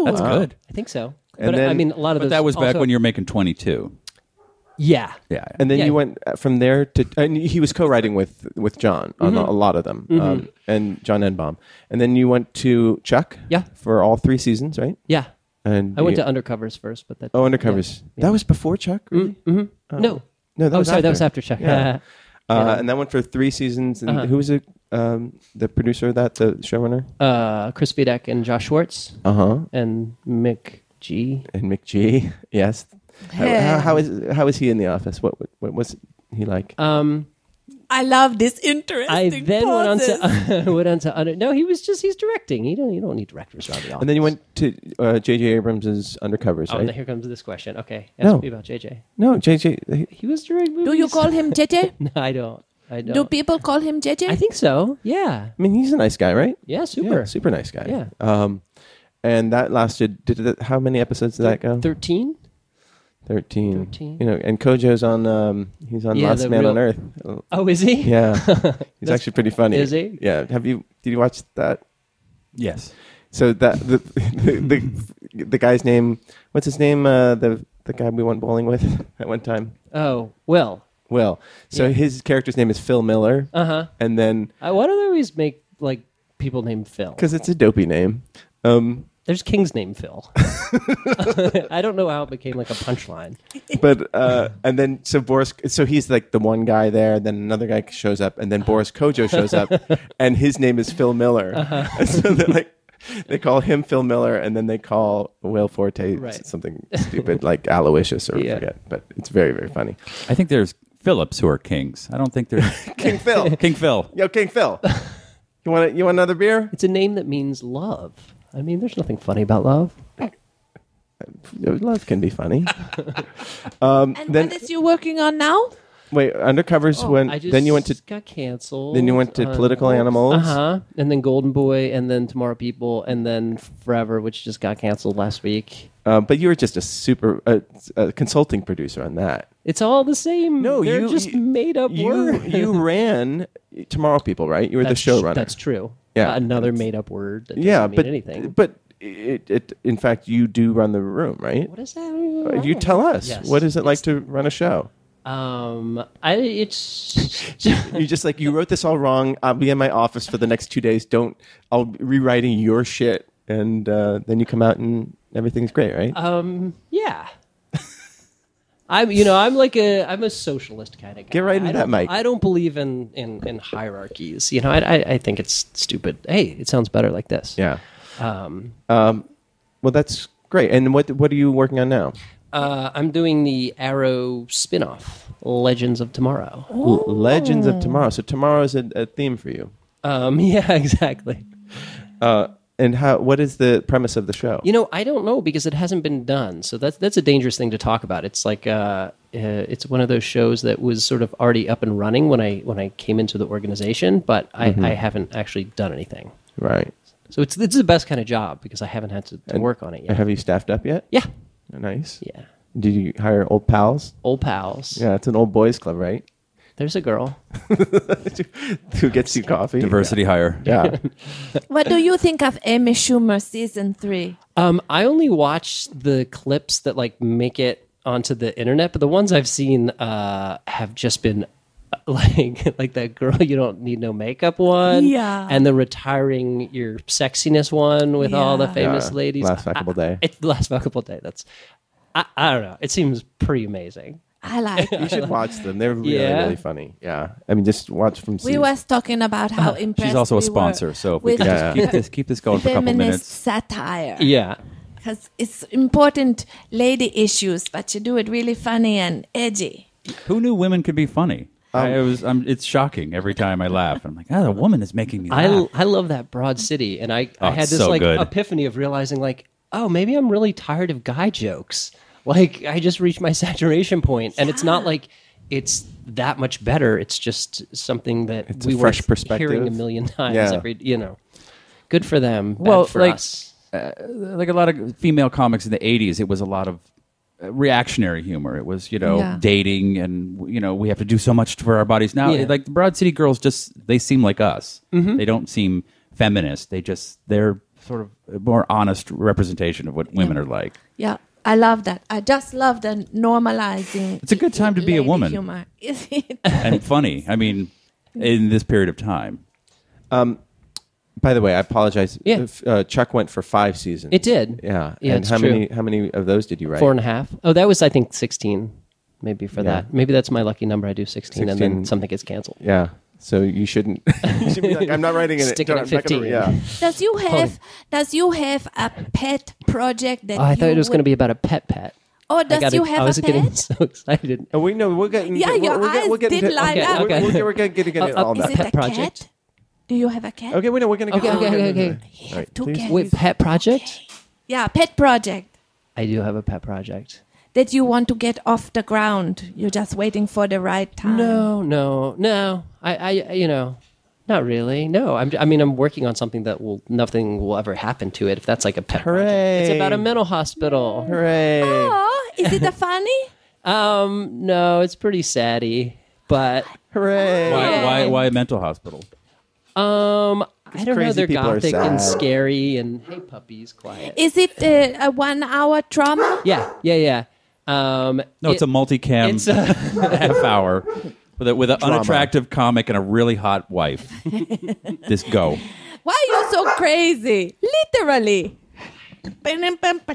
Speaker 5: That's good.
Speaker 8: I think so.
Speaker 3: And
Speaker 8: but I
Speaker 3: then-
Speaker 8: mean, a lot of
Speaker 5: But
Speaker 8: those
Speaker 5: that was back
Speaker 8: also-
Speaker 5: when you were making 22.
Speaker 8: Yeah.
Speaker 5: Yeah. yeah.
Speaker 3: and then
Speaker 8: Yeah.
Speaker 3: you went uh, from there to and he was co-writing with with John on
Speaker 8: Mm-hmm.
Speaker 3: a lot of them um, and John Enbaum and then you went to Chuck
Speaker 8: Yeah.
Speaker 3: for all three seasons right
Speaker 8: Yeah.
Speaker 3: and
Speaker 8: I went
Speaker 3: you-
Speaker 8: to undercovers first, but that.
Speaker 3: oh undercovers that was before Chuck really?
Speaker 8: no.
Speaker 3: no that
Speaker 8: Mm-hmm. oh,
Speaker 3: was
Speaker 8: sorry.
Speaker 3: after.
Speaker 8: That was after Chuck.
Speaker 3: Yeah. uh,
Speaker 8: Yeah.
Speaker 3: and that went for three seasons and
Speaker 8: Uh-huh.
Speaker 3: who was the um, the producer of that the showrunner
Speaker 8: uh, Chris Vedek and Josh Schwartz
Speaker 3: uh huh
Speaker 8: and Mick G.
Speaker 3: and McG yes How- how, how is how is he in the office what what, what was he like
Speaker 8: Um,
Speaker 2: I love this interesting.
Speaker 8: I then
Speaker 2: pauses.
Speaker 8: went on to went on to under. No, he was just he's directing. You don't you don't need directors around the office.
Speaker 3: and then you went to uh, J.J. Abrams' Undercovers,
Speaker 8: Oh,
Speaker 3: right?
Speaker 8: now here comes this question. Okay, ask
Speaker 3: No.
Speaker 8: me about JJ.
Speaker 3: No, J.J.
Speaker 8: He was directing. Movies.
Speaker 2: Do you call him JJ?
Speaker 8: no, I don't. I don't.
Speaker 2: Do people call him JJ?
Speaker 8: I think so. Yeah.
Speaker 3: I mean, he's a nice guy, right?
Speaker 8: Yeah. Super.
Speaker 3: Yeah, super nice guy.
Speaker 8: Yeah.
Speaker 3: Um, and that lasted. Did that, how many episodes did that go?
Speaker 8: Thirteen.
Speaker 3: Thirteen. You
Speaker 8: 13.
Speaker 3: know, and Kojo's on. Um, he's on
Speaker 8: Yeah,
Speaker 3: Last
Speaker 8: the
Speaker 3: Man
Speaker 8: real-
Speaker 3: on Earth. Uh,
Speaker 8: Oh, is he?
Speaker 3: Yeah, he's actually pretty funny.
Speaker 8: Is he?
Speaker 3: Yeah. Have you? Did you watch that?
Speaker 5: yes.
Speaker 3: So that the the the, the guy's name. What's his name? Uh, the the guy we went bowling with at one time.
Speaker 8: Oh well.
Speaker 3: Will. So
Speaker 8: Yeah.
Speaker 3: his character's name is Phil Miller,
Speaker 8: Uh huh.
Speaker 3: and then
Speaker 8: I, why do they always make like people named Phil?
Speaker 3: because it's a dopey name. Um,
Speaker 8: There's King's name Phil. I don't know how it became like a punchline.
Speaker 3: but uh, and then so Boris, so he's like the one guy there. Then another guy shows up, and then Boris Kojo shows up, and his name is Phil Miller. And so they're like, they call him Phil Miller, and then they call Will Forte
Speaker 8: Right.
Speaker 3: something stupid like Aloysius or I
Speaker 8: Yeah.
Speaker 3: forget. But it's very very funny.
Speaker 5: I think there's Phillips who are kings. I don't think there's
Speaker 3: King Phil,
Speaker 5: King Phil.
Speaker 3: yo King Phil, you want you want another beer?
Speaker 8: It's a name that means love. I mean, there's nothing funny about love.
Speaker 3: Love can be funny.
Speaker 2: and
Speaker 3: then-
Speaker 2: what is you working on now?
Speaker 3: Wait, undercovers when
Speaker 8: I just
Speaker 3: then you went to
Speaker 8: got canceled.
Speaker 3: then you went to political animals.
Speaker 8: Uh huh. And then Golden Boy, and then Tomorrow People, and then Forever, which just got canceled last week.
Speaker 3: Uh, but you were just a super uh, a consulting producer on that.
Speaker 8: It's all the same.
Speaker 3: No,
Speaker 8: They're
Speaker 3: you-
Speaker 8: just
Speaker 3: you-
Speaker 8: made up
Speaker 3: you
Speaker 8: words.
Speaker 3: you ran Tomorrow People, right? You were
Speaker 8: That's-
Speaker 3: the showrunner.
Speaker 8: That's true.
Speaker 3: Yeah.
Speaker 8: Uh, another made up word that doesn't
Speaker 3: yeah,
Speaker 8: mean
Speaker 3: but
Speaker 8: anything.
Speaker 3: but it, it in fact you do run the room, right? Uh,
Speaker 8: What is that? I don't even know.
Speaker 3: You tell us
Speaker 8: Yes.
Speaker 3: what is it like to run a show?
Speaker 8: Um, I it's
Speaker 3: You just like you wrote this all wrong. I'll be in my office for the next two days. Don't I'll be rewriting your shit, and uh, then you come out and everything's great, right?
Speaker 8: Uh, yeah. I'm you know I'm like a I'm a socialist kind of guy.
Speaker 3: Get right into
Speaker 8: I
Speaker 3: that
Speaker 8: don't-
Speaker 3: mic.
Speaker 8: I don't believe in in in hierarchies. You know I, I I think it's stupid. Hey, it sounds better like this.
Speaker 3: yeah. Um, Well, that's great. And what what are you working on now?
Speaker 8: Uh, I'm doing the Arrow spin-off, Legends of Tomorrow.
Speaker 3: L- Legends of Tomorrow. So tomorrow is a, a theme for you.
Speaker 8: Um, yeah, exactly.
Speaker 3: And how? What is the premise of the show?
Speaker 8: You know, I don't know because it hasn't been done. So that's that's a dangerous thing to talk about. It's like uh, uh, it's one of those shows that was sort of already up and running when I when I came into the organization, but I,
Speaker 3: Mm-hmm.
Speaker 8: I haven't actually done anything.
Speaker 3: right.
Speaker 8: So it's it's the best kind of job because I haven't had to, to
Speaker 3: And-
Speaker 8: work on it
Speaker 3: And
Speaker 8: yet.
Speaker 3: Have you staffed up yet?
Speaker 8: Yeah,
Speaker 3: Nice.
Speaker 8: yeah.
Speaker 3: Did you hire old pals?
Speaker 8: Old pals.
Speaker 3: Yeah, it's an old boys club, right?
Speaker 8: There's a girl.
Speaker 3: Who gets you coffee?
Speaker 5: Diversity hire.
Speaker 3: Yeah.
Speaker 2: What do you think of Amy Schumer season three?
Speaker 8: Um, I only watch the clips that like make it onto the internet, but the ones I've seen uh, have just been uh, like like that girl you don't need no makeup one,
Speaker 2: Yeah.
Speaker 8: and the retiring your sexiness one with all the
Speaker 2: Yeah.
Speaker 8: famous
Speaker 3: Yeah.
Speaker 8: ladies.
Speaker 3: Last fuckable
Speaker 8: I- I-
Speaker 3: day.
Speaker 8: It's the last fuckable day. That's I, I don't know. It seems pretty amazing.
Speaker 2: I like.
Speaker 3: you
Speaker 2: it.
Speaker 3: should watch them. They're really,
Speaker 8: Yeah.
Speaker 3: really funny. Yeah. I mean, just watch from
Speaker 2: We
Speaker 3: season.
Speaker 2: was talking about how
Speaker 8: Uh-huh.
Speaker 2: impressed.
Speaker 5: She's also a
Speaker 2: we were
Speaker 5: sponsor, so if we
Speaker 2: with
Speaker 5: could
Speaker 3: Yeah.
Speaker 5: just keep this keep this going for a couple
Speaker 2: feminist
Speaker 5: minutes.
Speaker 2: satire
Speaker 8: Yeah,
Speaker 2: because it's important lady issues, but you do it really funny and edgy.
Speaker 5: Who knew women could be funny? I was. I'm, it's shocking every time I laugh. I'm like, oh, the woman is making me
Speaker 8: I,
Speaker 5: laugh.
Speaker 8: I love that broad city, and I,
Speaker 5: Oh,
Speaker 8: I had
Speaker 5: it's
Speaker 8: this
Speaker 5: so
Speaker 8: like
Speaker 5: good.
Speaker 8: epiphany of realizing like, oh, maybe I'm really tired of guy jokes. Like I just reached my saturation point, and it's not like it's that much better. It's just something that
Speaker 3: It's a
Speaker 8: we were
Speaker 3: fresh perspective.
Speaker 8: hearing a million times
Speaker 3: Yeah.
Speaker 8: every. You know, good for them. bad
Speaker 5: Well,
Speaker 8: for
Speaker 5: like-
Speaker 8: us.
Speaker 5: like a lot of female comics in the 80s it was a lot of uh, reactionary humor it was you know
Speaker 2: Yeah.
Speaker 5: dating and you know we have to do so much for our bodies now
Speaker 8: Yeah.
Speaker 5: like the broad city girls just they seem like us
Speaker 2: Mm-hmm.
Speaker 5: they don't seem feminist they just they're sort of a more honest representation of what women are like
Speaker 2: Yeah, I love that. I just love the normalizing.
Speaker 5: It's a good time to be a
Speaker 2: lady
Speaker 5: woman.
Speaker 2: Humor. Is it?
Speaker 5: and funny i mean in this period of time
Speaker 3: By the way, I apologize.
Speaker 8: Yeah.
Speaker 3: If, uh, Chuck went for five seasons.
Speaker 8: It did.
Speaker 3: Yeah.
Speaker 8: Yeah,
Speaker 3: And
Speaker 8: it's
Speaker 3: how
Speaker 8: true.
Speaker 3: many? How many of those did you write?
Speaker 8: Four and a half. Oh, that was I think sixteen. Maybe for
Speaker 3: Yeah.
Speaker 8: that. Maybe that's my lucky number. I do 16, and then
Speaker 3: 16.
Speaker 8: something gets canceled.
Speaker 3: Yeah. So you shouldn't. you should be like, I'm not writing it.
Speaker 8: Stick it at
Speaker 3: I'm not gonna-
Speaker 8: 15.
Speaker 3: yeah.
Speaker 2: Does you have does you have a pet project that
Speaker 8: Oh, I thought
Speaker 2: you
Speaker 8: it was going to
Speaker 2: would-
Speaker 8: be about a pet pet.
Speaker 2: Oh,
Speaker 8: I
Speaker 2: does
Speaker 8: got
Speaker 2: you
Speaker 8: I
Speaker 2: have
Speaker 8: was
Speaker 2: a pet?
Speaker 8: getting so excited.
Speaker 3: And we know we're getting.
Speaker 2: Yeah,
Speaker 3: we're,
Speaker 2: your
Speaker 3: we're get-
Speaker 2: eyes
Speaker 3: we're getting
Speaker 2: did
Speaker 3: to-
Speaker 2: light
Speaker 3: okay,
Speaker 2: up.
Speaker 3: We're,
Speaker 8: Okay.
Speaker 3: we're, we're getting getting it
Speaker 8: Up-
Speaker 3: all
Speaker 8: up-
Speaker 3: now.
Speaker 2: Is it a
Speaker 8: project?
Speaker 2: cat? Do you have a cat?
Speaker 3: Okay, we know we're gonna.
Speaker 8: Okay,
Speaker 3: go-
Speaker 8: okay, okay, okay.
Speaker 2: You have two
Speaker 3: please.
Speaker 2: cats.
Speaker 8: Wait, pet project?
Speaker 2: Yeah, pet project
Speaker 8: I do have a pet project.
Speaker 2: that you want to get off the ground. You're just waiting for the right
Speaker 3: Um,
Speaker 2: time.
Speaker 8: No, no, no. I, I, you know, not really. No, I'm. I mean, I'm working on something that will nothing will ever happen to it if that's like a pet. project. It's
Speaker 3: Hooray.
Speaker 8: about a mental hospital.
Speaker 3: Hooray!
Speaker 2: Oh, is it a funny?
Speaker 8: Um, no, it's pretty saddy, but
Speaker 3: Hooray!
Speaker 5: why why why a mental hospital
Speaker 8: um, I don't know.
Speaker 3: crazy
Speaker 8: They're
Speaker 3: people are
Speaker 8: gothic and
Speaker 3: sad.
Speaker 8: scary and hey, puppies, quiet.
Speaker 2: Is it uh, a one-hour trauma?
Speaker 8: yeah, yeah, yeah. Um,
Speaker 5: no it's a
Speaker 8: it-
Speaker 5: multicam
Speaker 8: It's a.
Speaker 5: half hour with a, with an unattractive comic and a really hot wife this go
Speaker 2: Why are you so crazy? Literally.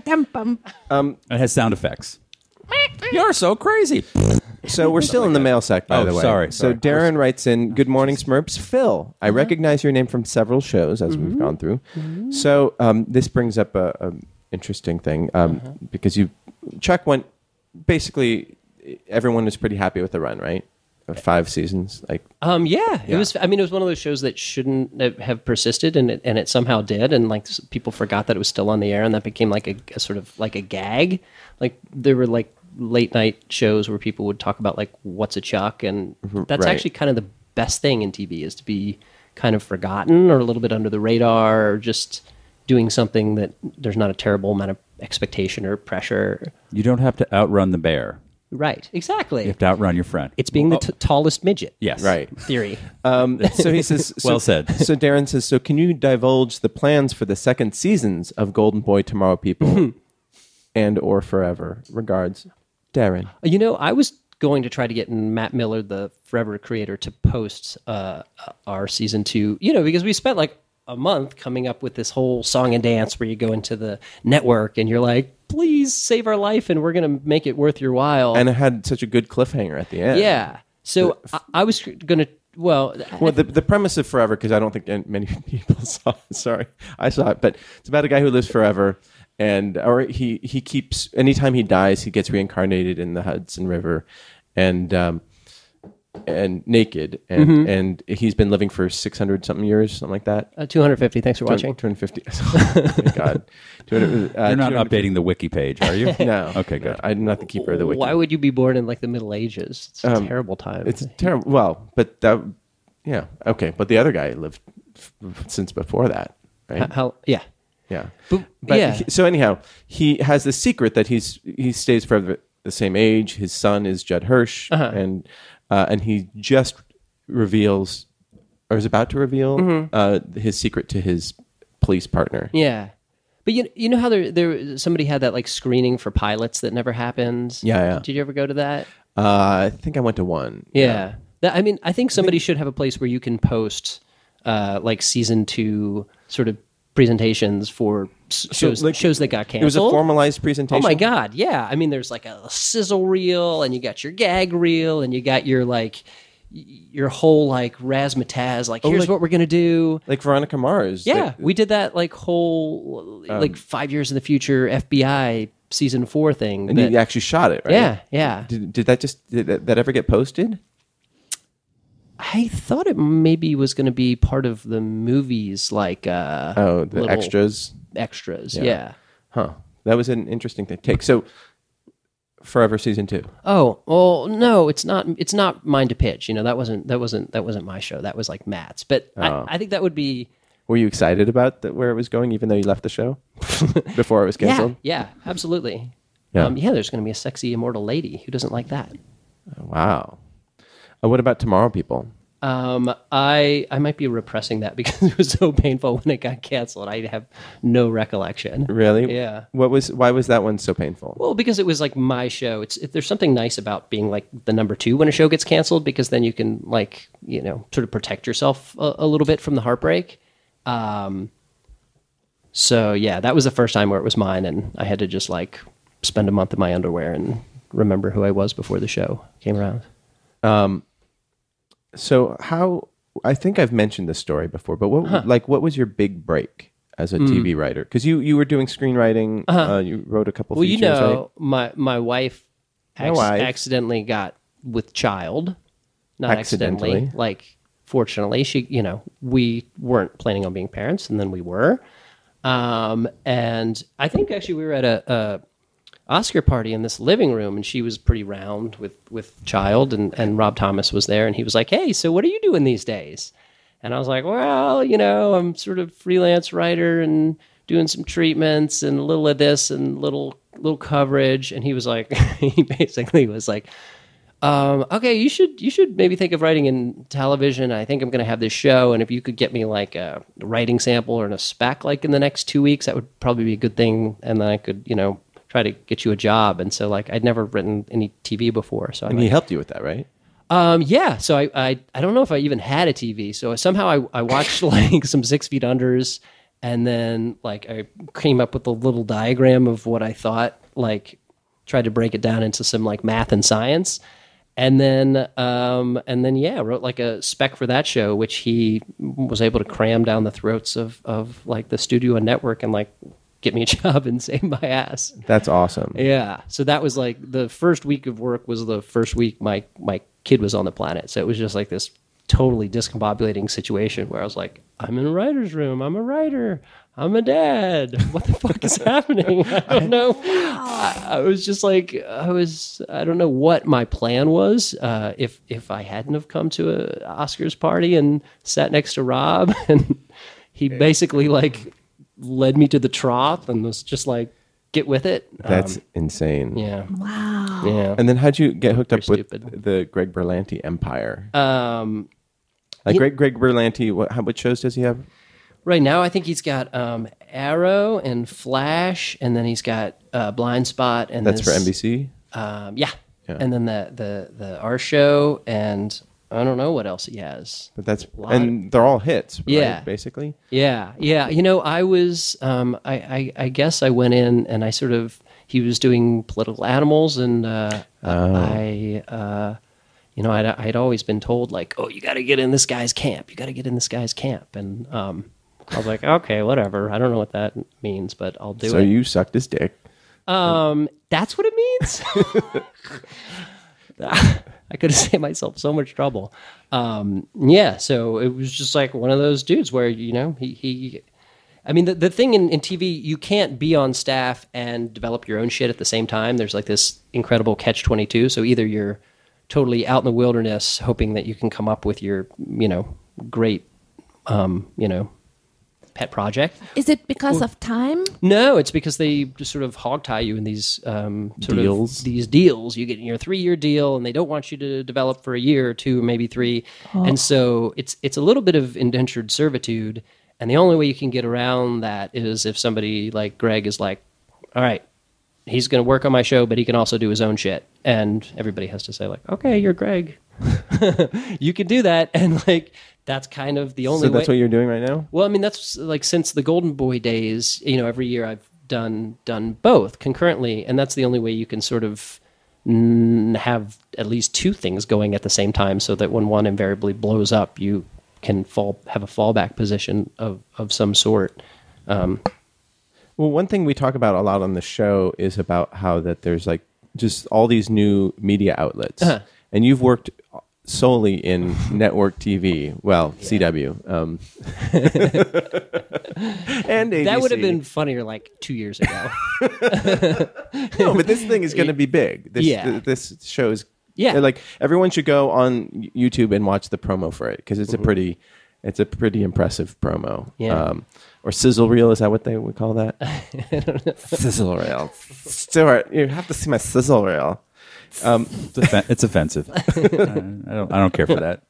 Speaker 5: It has sound effects. You're so crazy.
Speaker 3: So we're still in the mail sack, by
Speaker 5: Oh,
Speaker 3: the way.
Speaker 5: sorry,
Speaker 3: So
Speaker 5: sorry.
Speaker 3: Darren writes in, "Good morning, Smurps. Phil, I recognize your name from several shows as we've gone through. So um, this brings up a, a interesting thing um, because you, Chuck went. Basically, everyone was pretty happy with the run, right? Of five seasons, like
Speaker 8: Um, yeah, it was. I mean, it was one of those shows that shouldn't have- have persisted, and it and it somehow did, and like s- people forgot that it was still on the air, and that became like a, a sort of like a gag. Like there were like late night shows where people would talk about like what's a chuck, and that's
Speaker 3: right.
Speaker 8: actually kind of the best thing in TV is to be kind of forgotten or a little bit under the radar, or just doing something that there's not a terrible amount of expectation or pressure.
Speaker 5: You don't have to outrun the bear.
Speaker 8: Right, exactly.
Speaker 5: You have to outrun your friend.
Speaker 8: it's being the t- tallest midget.
Speaker 5: yes.
Speaker 3: right.
Speaker 8: theory.
Speaker 3: Um, so he says, so,
Speaker 5: Well said.
Speaker 3: So Darren says, so can you divulge the plans for the second seasons of Golden Boy Tomorrow People and or Forever? Regards, Darren.
Speaker 8: Uh, You know, I was going to try to get Matt Miller, the Forever creator, to post uh, our season two. You know, because we spent like a month coming up with this whole song and dance where you go into the network and you're like, "Please save our life, and we're gonna make it worth your while."
Speaker 3: And uh, it had such a good cliffhanger at the end.
Speaker 8: yeah, so I I was gonna. Well,
Speaker 3: Well, the, the premise of Forever, because I don't think an- many people saw it. Sorry, I saw it, but it's about a guy who lives forever, and or he he keeps anytime he dies, he gets reincarnated in the Hudson River, and um, and naked, and
Speaker 5: Mm-hmm.
Speaker 3: and he's been living for six hundred something years, something like that.
Speaker 8: uh, 250. Thanks for watching.
Speaker 3: 250. oh my God. 200, uh,
Speaker 5: You're not
Speaker 3: 250
Speaker 5: updating the wiki page, are you?
Speaker 3: No.
Speaker 5: Okay,
Speaker 3: no.
Speaker 5: good.
Speaker 3: I'm not the keeper of the wiki.
Speaker 8: Why would you be born in like the Middle Ages? It's a
Speaker 3: Um,
Speaker 8: terrible time.
Speaker 3: It's terrible. Well, but that, yeah. Okay. But the other guy lived f- since before that, right?
Speaker 8: how? Yeah,
Speaker 3: Yeah.
Speaker 8: But- yeah.
Speaker 3: he- so anyhow, he has the secret that he's he stays forever the same age. His son is Judd Hirsch,
Speaker 8: Uh-huh.
Speaker 3: and uh, and he just reveals or is about to reveal uh, his secret to his police partner.
Speaker 8: Mm-hmm. yeah. But you, you know how there there somebody had that like screening for pilots that never happened.
Speaker 3: Yeah, yeah.
Speaker 8: Did you ever go to that?
Speaker 3: Uh, I think I went to one.
Speaker 8: Yeah. That, I mean, I think somebody should have a place where you can post uh, like season two sort of presentations for s- shows,
Speaker 3: like,
Speaker 8: shows that got canceled.
Speaker 3: It was a formalized presentation.
Speaker 8: Oh my god, yeah. I mean, there's like a sizzle reel, and you got your gag reel, and you got your like y- your whole like razzmatazz. Like, here's
Speaker 3: Oh, like-
Speaker 8: what we're gonna do.
Speaker 3: Like Veronica Mars.
Speaker 8: Yeah,
Speaker 3: Like, Um,
Speaker 8: we did that like whole like five years in the future FBI season four thing.
Speaker 3: and
Speaker 8: that-
Speaker 3: you actually shot it, right?
Speaker 8: yeah, yeah.
Speaker 3: Did, did that just did that, that ever get posted?
Speaker 8: I thought it maybe was going to be part of the movies, like uh,
Speaker 3: Oh, the
Speaker 8: little
Speaker 3: extras.
Speaker 8: extras. Yeah.
Speaker 3: Huh. That was an interesting thing- take. So, Forever season two.
Speaker 8: Oh well, no, it's not. It's not mine to pitch. You know that wasn't that wasn't that wasn't my show. That was like Matt's. But
Speaker 3: Oh.
Speaker 8: I, I think that would be
Speaker 3: Were you excited about that where it was going, even though you left the show before it was canceled?
Speaker 8: yeah, absolutely.
Speaker 3: Yeah.
Speaker 8: Um, yeah, there's going to be a sexy immortal lady who doesn't like that.
Speaker 3: Wow. Uh, what about tomorrow, people?
Speaker 8: Um, I I might be repressing that because it was so painful when it got canceled. I have no recollection.
Speaker 3: Really?
Speaker 8: Yeah.
Speaker 3: What was? Why was that one so painful?
Speaker 8: Well, because it was like my show. It's it, there's something nice about being like the number two when a show gets canceled because then you can like you know sort of protect yourself a, a little bit from the heartbreak. Um, so yeah, that was the first time where it was mine, and I had to just like spend a month in my underwear and remember who I was before the show came around.
Speaker 3: So how? I think I've mentioned this story before, but what? Like, what was your big break as a
Speaker 8: Hmm.
Speaker 3: TV writer? Because you you were doing screenwriting. uh you wrote a couple.
Speaker 8: Uh-huh. Well, you
Speaker 3: features, right?
Speaker 8: know, my my wife,
Speaker 3: My
Speaker 8: acc-
Speaker 3: wife.
Speaker 8: accidentally got with child, not
Speaker 3: Accidentally.
Speaker 8: accidentally. Like, fortunately, she, you know, we weren't planning on being parents, and then we were. Um, and I think actually we were at a, a Oscar party in this living room, and she was pretty round with with child, and and Rob Thomas was there, and he was like, "Hey, so what are you doing these days?" And I was like, "Well, you know, I'm sort of freelance writer and doing some treatments and a little of this and little little coverage." And he was like, he basically was like, um, okay, you should you should maybe think of writing in television. I think I'm going to have this show, and if you could get me like a writing sample or a spec like in the next two weeks, that would probably be a good thing, and then I could you know try to get you a job. And so like I'd never written any TV before, so
Speaker 3: And
Speaker 8: I
Speaker 3: he helped you with that, right?
Speaker 8: um, yeah. So I, I, I don't know if I even had a TV. So somehow I, I watched like some Six Feet Unders, and then like I came up with a little diagram of what I thought. Like tried to break it down into some like math and science, and then um, and then yeah, wrote like a spec for that show, which he was able to cram down the throats of of like the studio and network, and like get me a job and save my ass.
Speaker 3: That's awesome.
Speaker 8: Yeah. So that was like the first week of work was the first week my my kid was on the planet. So it was just like this totally discombobulating situation where I was like, I'm in a writer's room. I'm a writer. I'm a dad. What the fuck is happening? I don't know. I, I was just like, I was, I don't know what my plan was. Uh, if if I hadn't have come to a Oscars party and sat next to Rob, and he basically like led me to the trough and was just like, get with it.
Speaker 3: That's insane.
Speaker 8: um, Yeah.
Speaker 2: Wow.
Speaker 8: Yeah.
Speaker 3: And then how'd you get hooked up with
Speaker 8: Pretty stupid.
Speaker 3: the Greg Berlanti empire?
Speaker 8: Um,
Speaker 3: like Greg Greg Berlanti, what how, what shows does he have?
Speaker 8: right now, I think he's got um, Arrow and Flash, and then he's got uh, Blind Spot, and
Speaker 3: That's for
Speaker 8: this-
Speaker 3: NBC.
Speaker 8: Um, yeah.
Speaker 3: Yeah.
Speaker 8: and then the the the R show, and I don't know what else he has.
Speaker 3: But that's
Speaker 8: Lot of-
Speaker 3: and they're all hits. right,
Speaker 8: Yeah.
Speaker 3: basically.
Speaker 8: Yeah, yeah. You know, I was, um, I, I, I guess I went in and I sort of, he was doing political animals, and uh, I, uh, you know, I'd, I'd always been told like, oh, you got to get in this guy's camp. You got to get in this guy's camp, and um, I was like, okay, whatever. I don't know what that means, but I'll do
Speaker 3: So
Speaker 8: it.
Speaker 3: you sucked his dick.
Speaker 8: um, that's what it means. I could have saved myself so much trouble. Um, yeah, so it was just like one of those dudes where you know he. he I mean, the, the thing in, in TV, you can't be on staff and develop your own shit at the same time. There's like this incredible catch twenty two. So either you're totally out in the wilderness, hoping that you can come up with your you know great um, you know pet project,
Speaker 2: Is it because of time?
Speaker 8: no, it's because they just sort of hogtie you in these um, sort
Speaker 5: Deals.
Speaker 8: Of these deals. You get your three-year deal, and they don't want you to develop for a year or two, maybe three. And so it's it's a little bit of indentured servitude. And the only way you can get around that is if somebody like Greg is like, "All right, he's going to work on my show, but he can also do his own shit." And everybody has to say like, "Okay, you're Greg, you can do that." And like that's kind of the only
Speaker 3: so
Speaker 8: way.
Speaker 3: that's what you're doing right now?
Speaker 8: Well, I mean, that's like since the Golden Boy days. You know, every year I've done done both concurrently, and that's the only way you can sort of mm, have at least two things going at the same time, so that when one invariably blows up, you can fall have a fallback position of of some sort.
Speaker 3: Well, one thing we talk about a lot on the show is
Speaker 8: Uh-huh.
Speaker 3: about how that there's like just all these new media outlets, and you've worked solely in network TV. Well, CW. Um, and ABC.
Speaker 8: That would have been funnier like two years ago.
Speaker 3: no, but this thing is going to be big. This,
Speaker 8: Yeah.
Speaker 3: th- this show is. uh,
Speaker 8: Yeah.
Speaker 3: Like everyone should go on YouTube and watch the promo for it because it's a pretty, it's a pretty impressive promo.
Speaker 8: Mm-hmm.
Speaker 3: Um,
Speaker 8: Yeah.
Speaker 3: or sizzle reel is that what they would call that? Sizzle reel. Stuart, you have to see my sizzle reel.
Speaker 5: It's, offen- it's offensive. I don't, I don't. I don't care for that.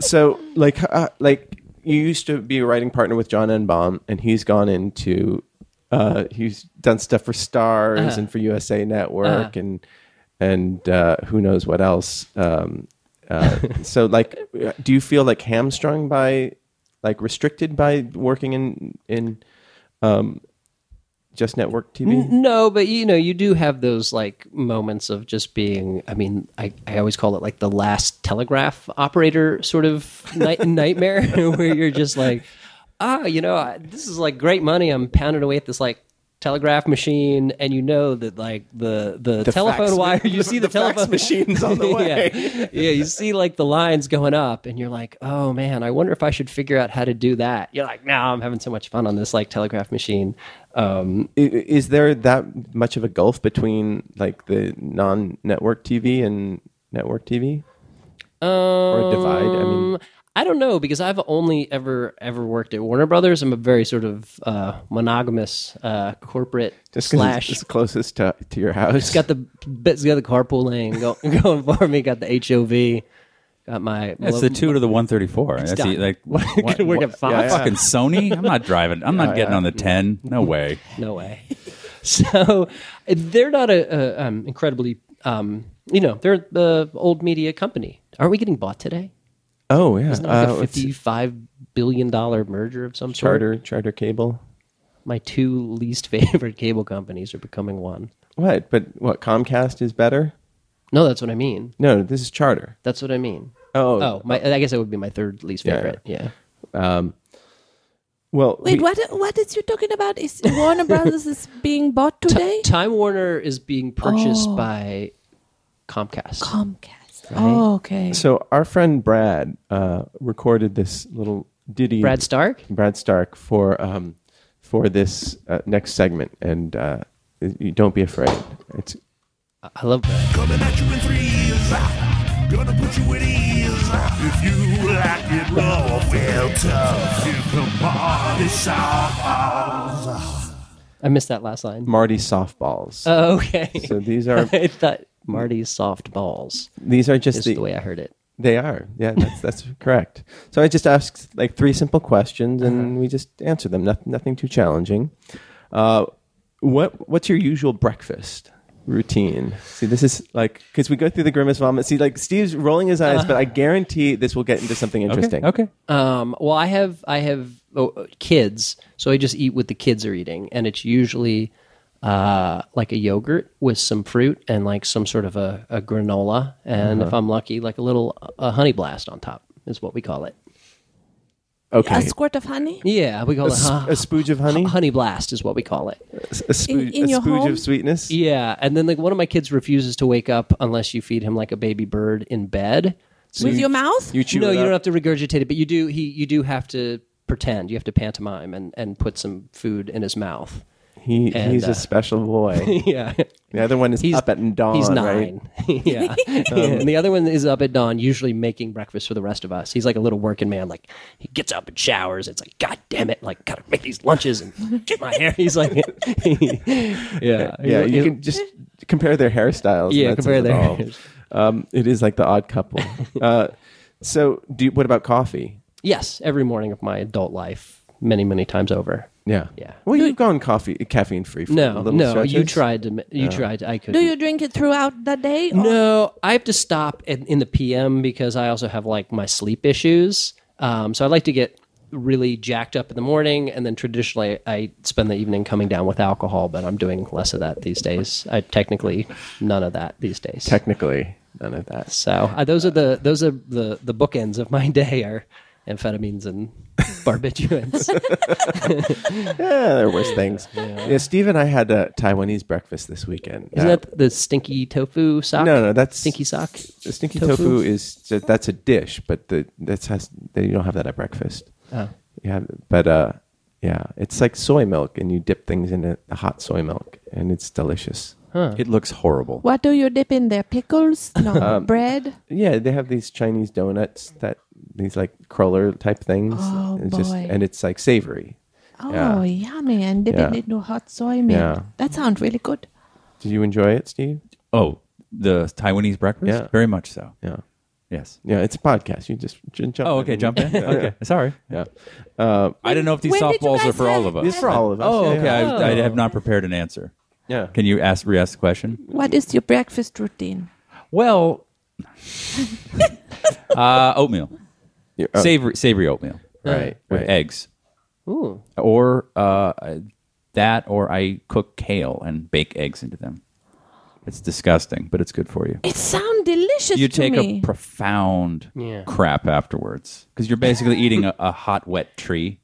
Speaker 3: so like uh, like you used to be a writing partner with John Enbaum, and he's gone into uh, he's done stuff for Stars and for USA Network and and uh, who knows what else. Um, uh, so like, do you feel like hamstrung by like restricted by working in in um, just network TV?
Speaker 8: No, but you know, you do have those like moments of just being. I mean, I, I always call it like the last telegraph operator sort of night, nightmare, where you're just like, ah, you know, I, this is like great money. I'm pounding away at this like telegraph machine, and you know that like the the, telephone
Speaker 3: fax-
Speaker 8: wire. You see the,
Speaker 3: the fax
Speaker 8: telephone
Speaker 3: machines on the way.
Speaker 8: yeah. yeah, you see like the lines going up, and you're like, oh man, I wonder if I should figure out how to do that. You're like, no, I'm having so much fun on this like telegraph machine. Um,
Speaker 3: I- Is there that much of a gulf between like the non network TV and network TV? or a divide? I mean,
Speaker 8: Um, I don't know because I've only ever ever worked at Warner Brothers. I'm a very sort of uh, monogamous uh, corporate
Speaker 3: just 'cause
Speaker 8: slash.
Speaker 3: it's closest to, to your house.
Speaker 8: It's got the it's got the carpool lane go, going for me. Got the HOV. Got my
Speaker 5: It's the two to the one thirty four. That's
Speaker 8: done.
Speaker 5: the, like
Speaker 8: We're gonna work at Fox.
Speaker 5: Fucking Sony. I'm not driving. I'm not getting on the ten.
Speaker 3: Mm-hmm.
Speaker 5: No way.
Speaker 8: no way. So they're not a, a um, incredibly um, you know they're the old media company. Aren't we getting bought today?
Speaker 3: oh yeah,
Speaker 8: Isn't it like
Speaker 3: Uh,
Speaker 8: a
Speaker 3: it's
Speaker 8: fifty-five billion dollar merger of some sort?
Speaker 3: charter charter cable.
Speaker 8: my two least favorite cable companies are becoming one.
Speaker 3: What? But what? Comcast is better.
Speaker 8: No, that's what I mean.
Speaker 3: No, this is charter.
Speaker 8: That's what I mean.
Speaker 3: Oh,
Speaker 8: Oh, my, I guess that would be my third least
Speaker 3: Yeah.
Speaker 8: favorite. Yeah.
Speaker 3: Oh, um, well.
Speaker 2: Wait,
Speaker 3: we-
Speaker 2: what? What is you talking about? Is Warner Brothers is being bought today?
Speaker 8: Time Warner is being purchased by Comcast.
Speaker 2: Comcast. Oh, okay.
Speaker 3: So our friend Brad uh, recorded this little ditty.
Speaker 8: Brad Stark?
Speaker 3: Brad Stark for um, for this uh, next segment, and uh, you don't be afraid. It's
Speaker 8: I- I love Brad.
Speaker 9: Coming at you in threes. Gonna put you at ease. If you like it rough and tough, if the party soft.
Speaker 8: I missed that last line.
Speaker 3: Marty softballs.
Speaker 8: Oh, okay.
Speaker 3: so these are
Speaker 8: I thought Marty's soft balls
Speaker 3: these are just
Speaker 8: is
Speaker 3: the,
Speaker 8: the way I heard it.
Speaker 3: they are. Yeah, that's that's correct. So I just asked like three simple questions and we just answer them. Nothing nothing too challenging. Uh, what what's your usual breakfast routine? See, this is like because we go through the grimace vomit. See, like Steve's rolling his eyes, but I guarantee this will get into something interesting.
Speaker 5: Okay.
Speaker 8: Um, well, I have I have oh, uh, kids, so I just eat what the kids are eating, and it's usually uh, like a yogurt with some fruit and like some sort of a, a granola, and if I'm lucky, like a little a honey blast on top is what we call it.
Speaker 3: Okay.
Speaker 2: A squirt of honey
Speaker 8: Yeah, we call it
Speaker 3: s-
Speaker 8: huh,
Speaker 3: a spooge of honey?
Speaker 8: Honey blast is what we call it.
Speaker 3: S- A, spoo-
Speaker 2: in
Speaker 3: a
Speaker 2: your
Speaker 3: spooge
Speaker 2: home?
Speaker 3: of sweetness.
Speaker 8: Yeah, and then like one of my kids refuses to wake up unless you feed him like a baby bird in bed. So
Speaker 2: with
Speaker 8: you-
Speaker 2: your mouth.
Speaker 3: You chew
Speaker 8: no,
Speaker 3: it
Speaker 8: you
Speaker 3: up.
Speaker 8: don't have to regurgitate it, but you do. He, you do have to pretend. You have to pantomime and, and put some food in his mouth.
Speaker 3: He,
Speaker 8: and,
Speaker 3: he's
Speaker 8: uh,
Speaker 3: a special boy.
Speaker 8: yeah,
Speaker 3: the other one is up at dawn.
Speaker 8: he's
Speaker 3: right?
Speaker 8: nine. yeah, and the other one is up at dawn, usually making breakfast for the rest of us. He's like a little working man. Like he gets up and showers. It's like, God damn it! Like gotta make these lunches and get my hair. He's like, yeah,
Speaker 3: Yeah, you can just compare their hairstyles. and
Speaker 8: Yeah,
Speaker 3: that's
Speaker 8: compare
Speaker 3: it
Speaker 8: their
Speaker 3: all.
Speaker 8: hairs.
Speaker 3: Um, it is like the odd couple. uh, so, do you, what about coffee?
Speaker 8: Yes, every morning of my adult life, many many times over.
Speaker 3: Yeah,
Speaker 8: Yeah.
Speaker 3: Well, you've gone coffee caffeine free. for
Speaker 8: No,
Speaker 3: little
Speaker 8: no, you
Speaker 3: stretches?
Speaker 8: tried to. ma- You tried. I could.
Speaker 2: Do you drink it throughout the day?
Speaker 3: Oh.
Speaker 2: or-
Speaker 8: No, I have to stop in, in the PM because I also have like my sleep issues. Um, so I like to get really jacked up in the morning, and then traditionally I spend the evening coming down with alcohol. But I'm doing less of that these days. I technically none of that these days.
Speaker 3: Technically, none of that.
Speaker 8: so uh, those are the those are the the bookends of my day are amphetamines and barbiturates.
Speaker 3: Yeah, there are Eh, worse things. Yeah, Steve and I had a Taiwanese breakfast this weekend.
Speaker 8: Isn't
Speaker 3: Uh,
Speaker 8: that the stinky tofu sock?
Speaker 3: No, no, that's-
Speaker 8: stinky sock.
Speaker 3: the stinky tofu, is that's a dish, but the that's has they, you don't have that at breakfast.
Speaker 8: Oh.
Speaker 3: Yeah, but uh, yeah, it's like soy milk, and you dip things in it, the hot soy milk, and it's delicious.
Speaker 5: It looks horrible.
Speaker 2: What do you dip in there? Pickles? No, bread.
Speaker 3: Yeah, they have these Chinese donuts that these like cruller type things.
Speaker 2: Oh,
Speaker 3: it's
Speaker 2: boy.
Speaker 3: and it's like savory. yeah.
Speaker 2: Oh, yummy! And dip it
Speaker 3: Yeah.
Speaker 2: into hot soy milk.
Speaker 3: Yeah.
Speaker 2: That sounds really good.
Speaker 3: Did you enjoy it, Steve?
Speaker 5: Oh, the Taiwanese breakfast?
Speaker 3: Yeah.
Speaker 5: Very much so.
Speaker 3: Yeah.
Speaker 5: Yes.
Speaker 3: Yeah, it's a podcast. You just j- jump.
Speaker 5: Oh,
Speaker 3: in.
Speaker 5: okay. Jump in.
Speaker 3: Yeah,
Speaker 5: Okay. Sorry.
Speaker 3: Yeah.
Speaker 5: I don't know if these
Speaker 2: when did you
Speaker 5: softballs
Speaker 2: guys
Speaker 5: are for all
Speaker 2: have-
Speaker 5: of us.
Speaker 3: It's for all of us.
Speaker 5: Oh,
Speaker 3: Yeah,
Speaker 5: okay.
Speaker 3: yeah.
Speaker 5: I, I have not prepared an answer.
Speaker 3: Yeah.
Speaker 5: Can you ask re-ask the question?
Speaker 2: What is your breakfast routine?
Speaker 5: Well, uh, oatmeal,
Speaker 3: You're- oh,
Speaker 5: savory, savory oatmeal
Speaker 3: Right.
Speaker 5: with
Speaker 3: right.
Speaker 5: eggs,
Speaker 8: Ooh,
Speaker 5: or uh, that, or I cook kale and bake eggs into them. It's disgusting, but it's good for you.
Speaker 2: It sounds delicious.
Speaker 5: you
Speaker 2: to
Speaker 5: take
Speaker 2: me.
Speaker 5: a profound
Speaker 8: Yeah.
Speaker 5: crap afterwards because you're basically eating a, a hot wet tree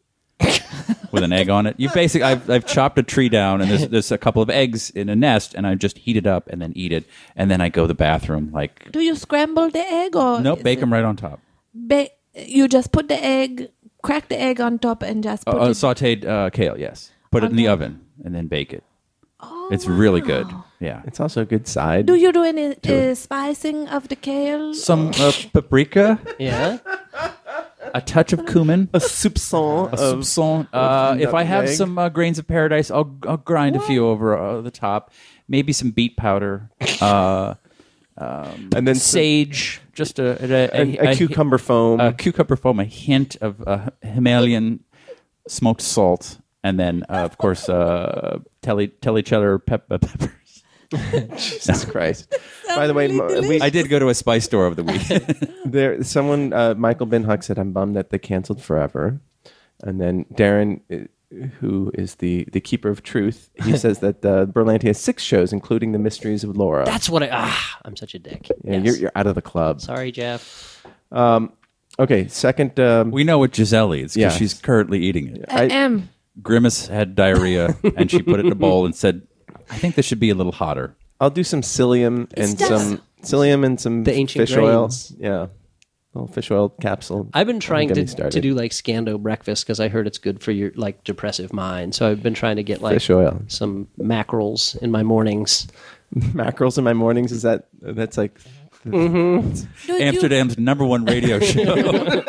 Speaker 5: with an egg on it you basically I've, I've chopped a tree down and there's, there's a couple of eggs in a nest and i just heat it up and then eat it and then i go to the bathroom like
Speaker 2: Do you scramble the egg or
Speaker 5: nope
Speaker 2: is
Speaker 5: bake
Speaker 2: it
Speaker 5: them right on top
Speaker 2: ba- you just put the egg, crack the egg on top, and just
Speaker 5: uh,
Speaker 2: put
Speaker 5: uh,
Speaker 2: it.
Speaker 5: sauteed uh, kale yes put it in the oven and then bake it it's really good
Speaker 2: Oh,
Speaker 5: yeah
Speaker 3: It's also a good side.
Speaker 2: Do you do any uh, spicing of the kale?
Speaker 5: some uh, paprika
Speaker 8: yeah.
Speaker 5: a touch of cumin
Speaker 3: a soupçon
Speaker 5: a soupçon. Uh, if I have
Speaker 3: nutmeg.
Speaker 5: some uh, grains of paradise, I'll, I'll grind a few over uh, the top. Maybe some beet powder, uh,
Speaker 3: and then
Speaker 5: sage, just a, a,
Speaker 3: some- a, a cucumber foam.
Speaker 5: a cucumber foam, a hint of uh, Himalayan smoked salt, and then uh, of course uh, telly telly cheddar pep- uh, peppers.
Speaker 3: Jesus Christ! By the way, m- we,
Speaker 5: I did go to a spice store over the weekend.
Speaker 3: there someone uh, Michael Binhock said, "I'm bummed that they canceled forever," and then Darren. uh, Who is the the keeper of truth? He says that uh, Berlanti has six shows, including the Mysteries of Laura.
Speaker 8: That's what I. Ah, I'm such a dick.
Speaker 3: yeah,
Speaker 8: Yes.
Speaker 3: you're, you're out of the club.
Speaker 8: Sorry, Jeff.
Speaker 3: Okay, second. Um,
Speaker 5: we know what Giselle eats because
Speaker 3: Yeah.
Speaker 5: she's currently eating it.
Speaker 2: Uh,
Speaker 3: I-
Speaker 2: M.
Speaker 5: Grimace had diarrhea, and she put it in a bowl and said, "I think this should be a little hotter."
Speaker 3: I'll do some psyllium and
Speaker 2: just-
Speaker 3: some psyllium and some
Speaker 8: The ancient
Speaker 3: fish oil.
Speaker 8: grains.
Speaker 3: Yeah, little fish oil capsule.
Speaker 8: I've been
Speaker 3: Don't
Speaker 8: trying
Speaker 3: get
Speaker 8: to,
Speaker 3: me started.
Speaker 8: to do like scando breakfast because I heard it's good for your like depressive mind. So I've been trying to get like
Speaker 3: Fish oil.
Speaker 8: some mackerels in my mornings.
Speaker 3: mackerels in my mornings. Is that that's like
Speaker 2: Do you-
Speaker 5: Amsterdam's number one radio show.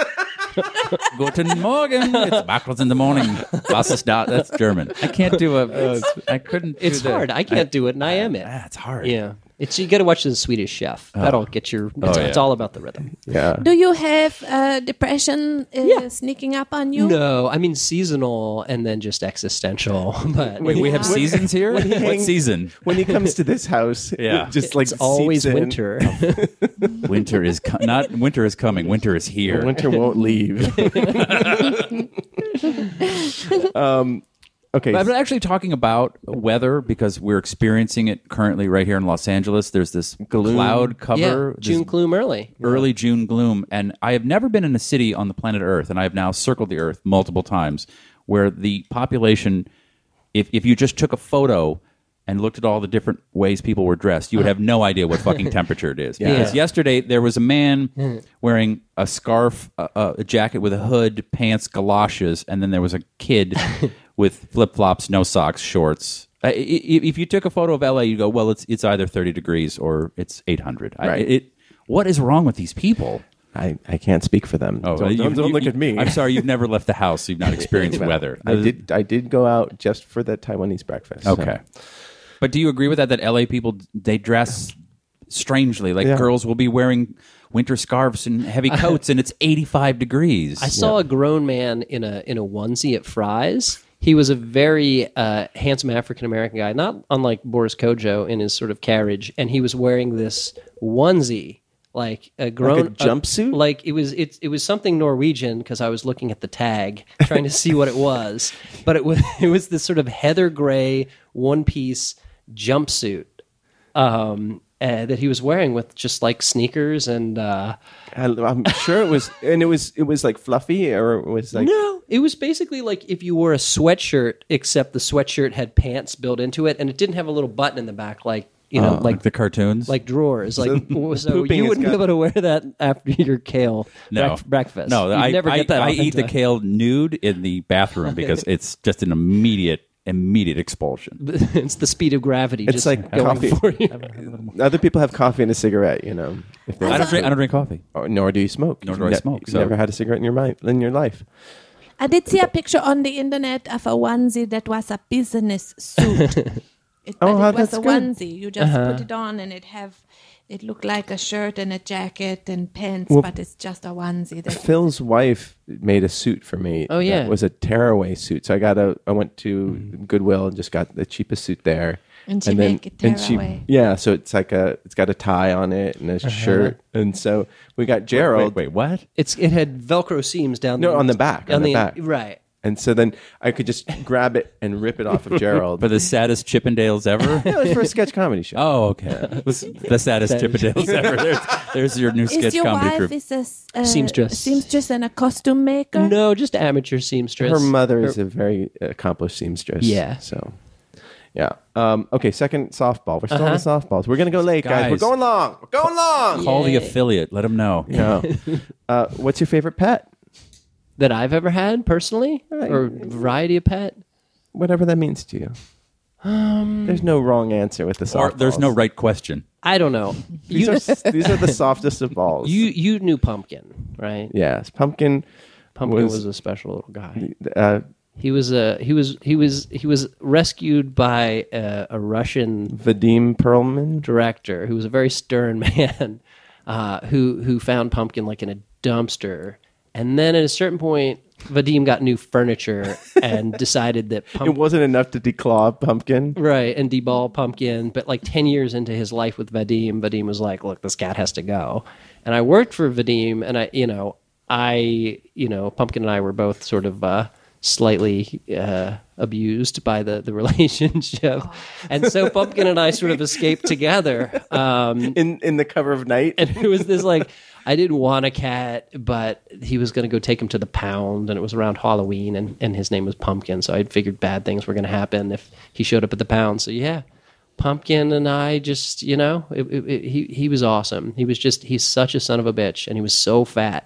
Speaker 5: Guten Morgen. It's backwards in the morning. Was ist da? That's German. I can't do a. I couldn't. do
Speaker 8: It's
Speaker 5: the-
Speaker 8: hard. I can't do it, and I am it.
Speaker 5: Ah, it's hard.
Speaker 8: Yeah, it's you got to watch the Swedish Chef. That'll get your. It's,
Speaker 5: yeah.
Speaker 8: it's all about the rhythm.
Speaker 3: yeah.
Speaker 2: do you have uh, depression uh, sneaking up on you?
Speaker 8: No, I mean seasonal and then just existential. But
Speaker 5: Wait, we have seasons here. What season?
Speaker 3: When he comes to this house,
Speaker 5: Yeah.
Speaker 3: it just like
Speaker 8: it's always
Speaker 3: seeps in.
Speaker 8: winter.
Speaker 5: Winter is co- not. Winter is coming. Winter is here.
Speaker 3: Winter won't leave. um, Um, okay.
Speaker 5: But I'm not actually talking about weather because we're experiencing it currently right here in Los Angeles. There's this cloud cover.
Speaker 8: yeah,
Speaker 5: this
Speaker 8: June Gloom early.
Speaker 5: early June gloom. And I have never been in a city on the planet Earth, and I have now circled the Earth multiple times, where the population, if, if you just took a photo and looked at all the different ways people were dressed, you would have no idea what fucking temperature it is. Because yesterday there was a man wearing a scarf, a, a- a jacket with a hood, pants, galoshes, and then there was a kid with flip flops, no socks, shorts. Uh, i- i- If you took a photo of LA, you go, well, it's it's either thirty degrees or it's eight hundred.
Speaker 3: Right.
Speaker 5: It what is wrong with these people?
Speaker 3: I, I can't speak for them. don't,
Speaker 5: Oh, you-
Speaker 3: don't- don't
Speaker 5: you-
Speaker 3: look
Speaker 5: you-
Speaker 3: at me.
Speaker 5: I'm sorry, you've never left the house. You've not experienced weather. Uh,
Speaker 3: I did I did go out just for that Taiwanese breakfast. so-
Speaker 5: Okay, but do you agree with that? That LA people they dress strangely. Like
Speaker 3: Yeah.
Speaker 5: girls will be wearing winter scarves and heavy coats, and it's 85 degrees.
Speaker 8: I saw a grown man in a in a onesie at Fry's. He was a very uh, handsome African American guy, not unlike Boris Kojo in his sort of carriage, and he was wearing this onesie, like a grown
Speaker 3: jumpsuit?
Speaker 8: like it was it, it was something Norwegian because I was looking at the tag trying to see what it was, but it was it was this sort of heather gray one piece jumpsuit. Um, uh, that he was wearing with just like sneakers and uh,
Speaker 3: I, I'm sure it was, and it was it was like fluffy or it was like
Speaker 8: no, it was basically like if you wore a sweatshirt, except the sweatshirt had pants built into it, and it didn't have a little button in the back, like you know, like
Speaker 5: like the cartoons.
Speaker 8: like drawers, like so,
Speaker 3: Oh, pooping
Speaker 8: you
Speaker 3: is
Speaker 8: wouldn't be
Speaker 3: got-
Speaker 8: able to wear that after your kale
Speaker 5: no
Speaker 8: brec- breakfast.
Speaker 5: No,
Speaker 8: You'd
Speaker 5: I
Speaker 8: never
Speaker 5: I,
Speaker 8: get that.
Speaker 5: I
Speaker 8: off
Speaker 5: eat the
Speaker 8: into-
Speaker 5: kale nude in the bathroom because it's just an immediate immediate expulsion.
Speaker 8: it's the speed of gravity.
Speaker 3: It's
Speaker 8: just
Speaker 3: like
Speaker 8: going
Speaker 3: coffee.
Speaker 8: for you.
Speaker 3: Other people have coffee and a cigarette, you know. If they
Speaker 5: I don't drink. I don't drink coffee.
Speaker 3: or, nor do you smoke.
Speaker 5: Nor do
Speaker 3: You've
Speaker 5: I smoke,
Speaker 3: You've
Speaker 5: so-
Speaker 3: never had a cigarette in your mind in your life.
Speaker 2: I did see a picture on the internet of a onesie that was a business suit. It, but
Speaker 3: Oh, how-
Speaker 2: it was
Speaker 3: that's
Speaker 2: a
Speaker 3: good. Uh-huh.
Speaker 2: onesie. You just put it on and it have it looked like a shirt and a jacket and pants, but it's just a onesie. That
Speaker 3: Phil's wife made a suit for me.
Speaker 8: Oh, yeah.
Speaker 3: it was a tearaway suit. So I got a. I went to
Speaker 5: Mm-hmm.
Speaker 3: Goodwill and just got the cheapest suit there.
Speaker 2: And she make it tearaway.
Speaker 3: yeah, so it's like a. It's got a tie on it and a shirt, and so we got Gerald.
Speaker 5: Uh-huh. Wait, what?
Speaker 8: It's it had Velcro seams down.
Speaker 3: No, on the back, on the back.
Speaker 8: right.
Speaker 3: And so then I could just grab it and rip it off of Gerald.
Speaker 5: For the saddest Chippendales ever.
Speaker 3: it was for a sketch comedy show.
Speaker 5: Oh, okay. the saddest Chippendales ever. There's, there's your new sketch
Speaker 2: is your
Speaker 5: comedy
Speaker 2: wife
Speaker 5: group.
Speaker 2: is a s- uh,
Speaker 8: Seamstress.
Speaker 2: seamstress and a costume maker?
Speaker 8: No, just amateur seamstress.
Speaker 3: Her mother is a very accomplished seamstress.
Speaker 8: Yeah.
Speaker 3: So, yeah. Um, okay. Second softball. We're still on the softballs. We're gonna go late, guys. We're
Speaker 5: Guys.
Speaker 3: going long. We're going long.
Speaker 5: Call the affiliate. Let them know.
Speaker 3: No. uh, what's your favorite pet?
Speaker 8: that I've ever had personally,
Speaker 3: Right.
Speaker 8: or variety of pet.
Speaker 3: Whatever that means to you. there's no wrong answer with the
Speaker 5: Um, Or
Speaker 3: softballs.
Speaker 5: there's no right question.
Speaker 8: I don't know.
Speaker 3: These
Speaker 8: You,
Speaker 3: are s- these are the softest of balls.
Speaker 8: you you knew Pumpkin, right?
Speaker 3: yes. Pumpkin.
Speaker 8: Pumpkin
Speaker 3: was-
Speaker 8: was, a special little guy.
Speaker 3: Uh,
Speaker 8: He was a he was he was he was rescued by a, a Russian
Speaker 3: Vadim Perlman.
Speaker 8: director who was a very stern man uh, who who found pumpkin like in a dumpster and then at a certain point vadim got new furniture and decided that
Speaker 3: It
Speaker 8: pumpkin
Speaker 3: wasn't enough to declaw Pumpkin.
Speaker 8: right and deball pumpkin but like 10 years into his life with vadim vadim was like look this cat has to go and i worked for vadim and i you know i you know pumpkin and i were both sort of uh slightly uh abused by the the relationship and so pumpkin and i sort of escaped together um
Speaker 3: In in the cover of night.
Speaker 8: and it was this like I didn't want a cat, but he was going to go take him to the pound, and it was around Halloween, and, and his name was Pumpkin, so I figured bad things were going to happen if he showed up at the pound. So yeah, Pumpkin and I just you know it, it, it- he he was awesome. He was just he's such a son of a bitch, and he was so fat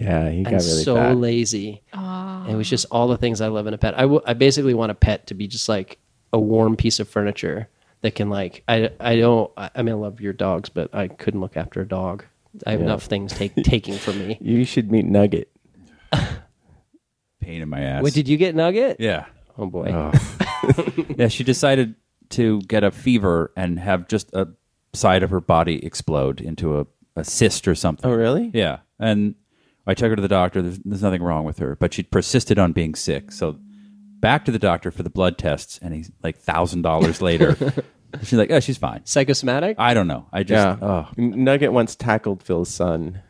Speaker 3: yeah, he got
Speaker 8: and
Speaker 3: really
Speaker 8: so
Speaker 3: fat.
Speaker 8: lazy. And it was just all the things I love in a pet. I wa- I basically want a pet to be just like a warm piece of furniture that can like I I don't I, I mean I love your dogs, but I couldn't look after a dog. I have enough things take, taking from me.
Speaker 3: You should meet Nugget.
Speaker 5: Pain in my ass.
Speaker 8: Wait, did you get Nugget?
Speaker 5: yeah.
Speaker 8: Oh boy.
Speaker 5: Yeah, she decided to get a fever and have just a side of her body explode into a, a cyst or something.
Speaker 3: Oh, really?
Speaker 5: Yeah. And I took her to the doctor. There's, there's nothing wrong with her, but she persisted on being sick. So back to the doctor for the blood tests, and he's like $1,000 later. she's like, oh, she's fine.
Speaker 8: Psychosomatic?
Speaker 5: I don't know. I
Speaker 3: Yeah.
Speaker 5: just, oh,
Speaker 3: N- Nugget once tackled Phil's son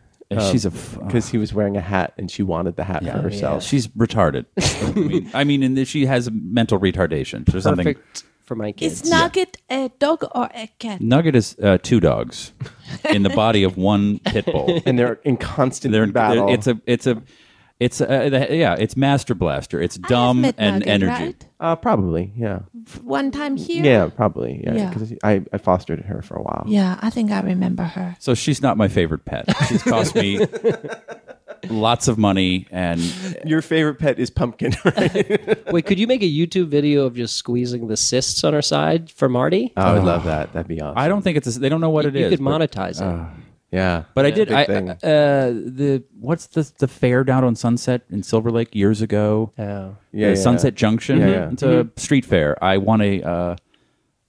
Speaker 5: she's a. F-
Speaker 3: because he was wearing a hat and she wanted the hat for herself.
Speaker 5: She's retarded. I mean, I mean, and she has mental retardation. There's something.
Speaker 8: Perfect for my kids.
Speaker 2: Is Nugget a dog or a cat?
Speaker 5: Nugget is uh, two dogs in the body of one pit bull.
Speaker 3: And they're in constant
Speaker 5: They're,
Speaker 3: battle.
Speaker 5: they're- it's a it's a it's a, uh, the- yeah it's master blaster. It's dumb
Speaker 2: met
Speaker 5: and
Speaker 2: Nugget,
Speaker 5: energy.
Speaker 2: right?
Speaker 3: uh, probably, yeah.
Speaker 2: One time here.
Speaker 3: Yeah, probably. Yeah.
Speaker 2: Yeah.
Speaker 3: Because I, I fostered her for a while.
Speaker 2: Yeah, I think I remember her.
Speaker 5: So she's not my favorite pet. She's cost me lots of money and
Speaker 3: Your favorite pet is Pumpkin, right?
Speaker 8: Wait, could you make a YouTube video of just squeezing the cysts on her side for Marty?
Speaker 3: Oh, I would love that. That'd be awesome.
Speaker 5: I don't think it's a, they don't know Uh, what it is.
Speaker 8: you could
Speaker 5: but- uh,
Speaker 8: monetize it.
Speaker 3: yeah.
Speaker 5: But I did.
Speaker 3: Big
Speaker 5: I,
Speaker 3: thing.
Speaker 5: uh, the what's the the fair down on Sunset in Silver Lake years ago?
Speaker 8: Oh.
Speaker 3: Yeah, yeah.
Speaker 5: the Sunset Junction.
Speaker 3: Yeah, yeah.
Speaker 5: It's a street fair. I won a uh,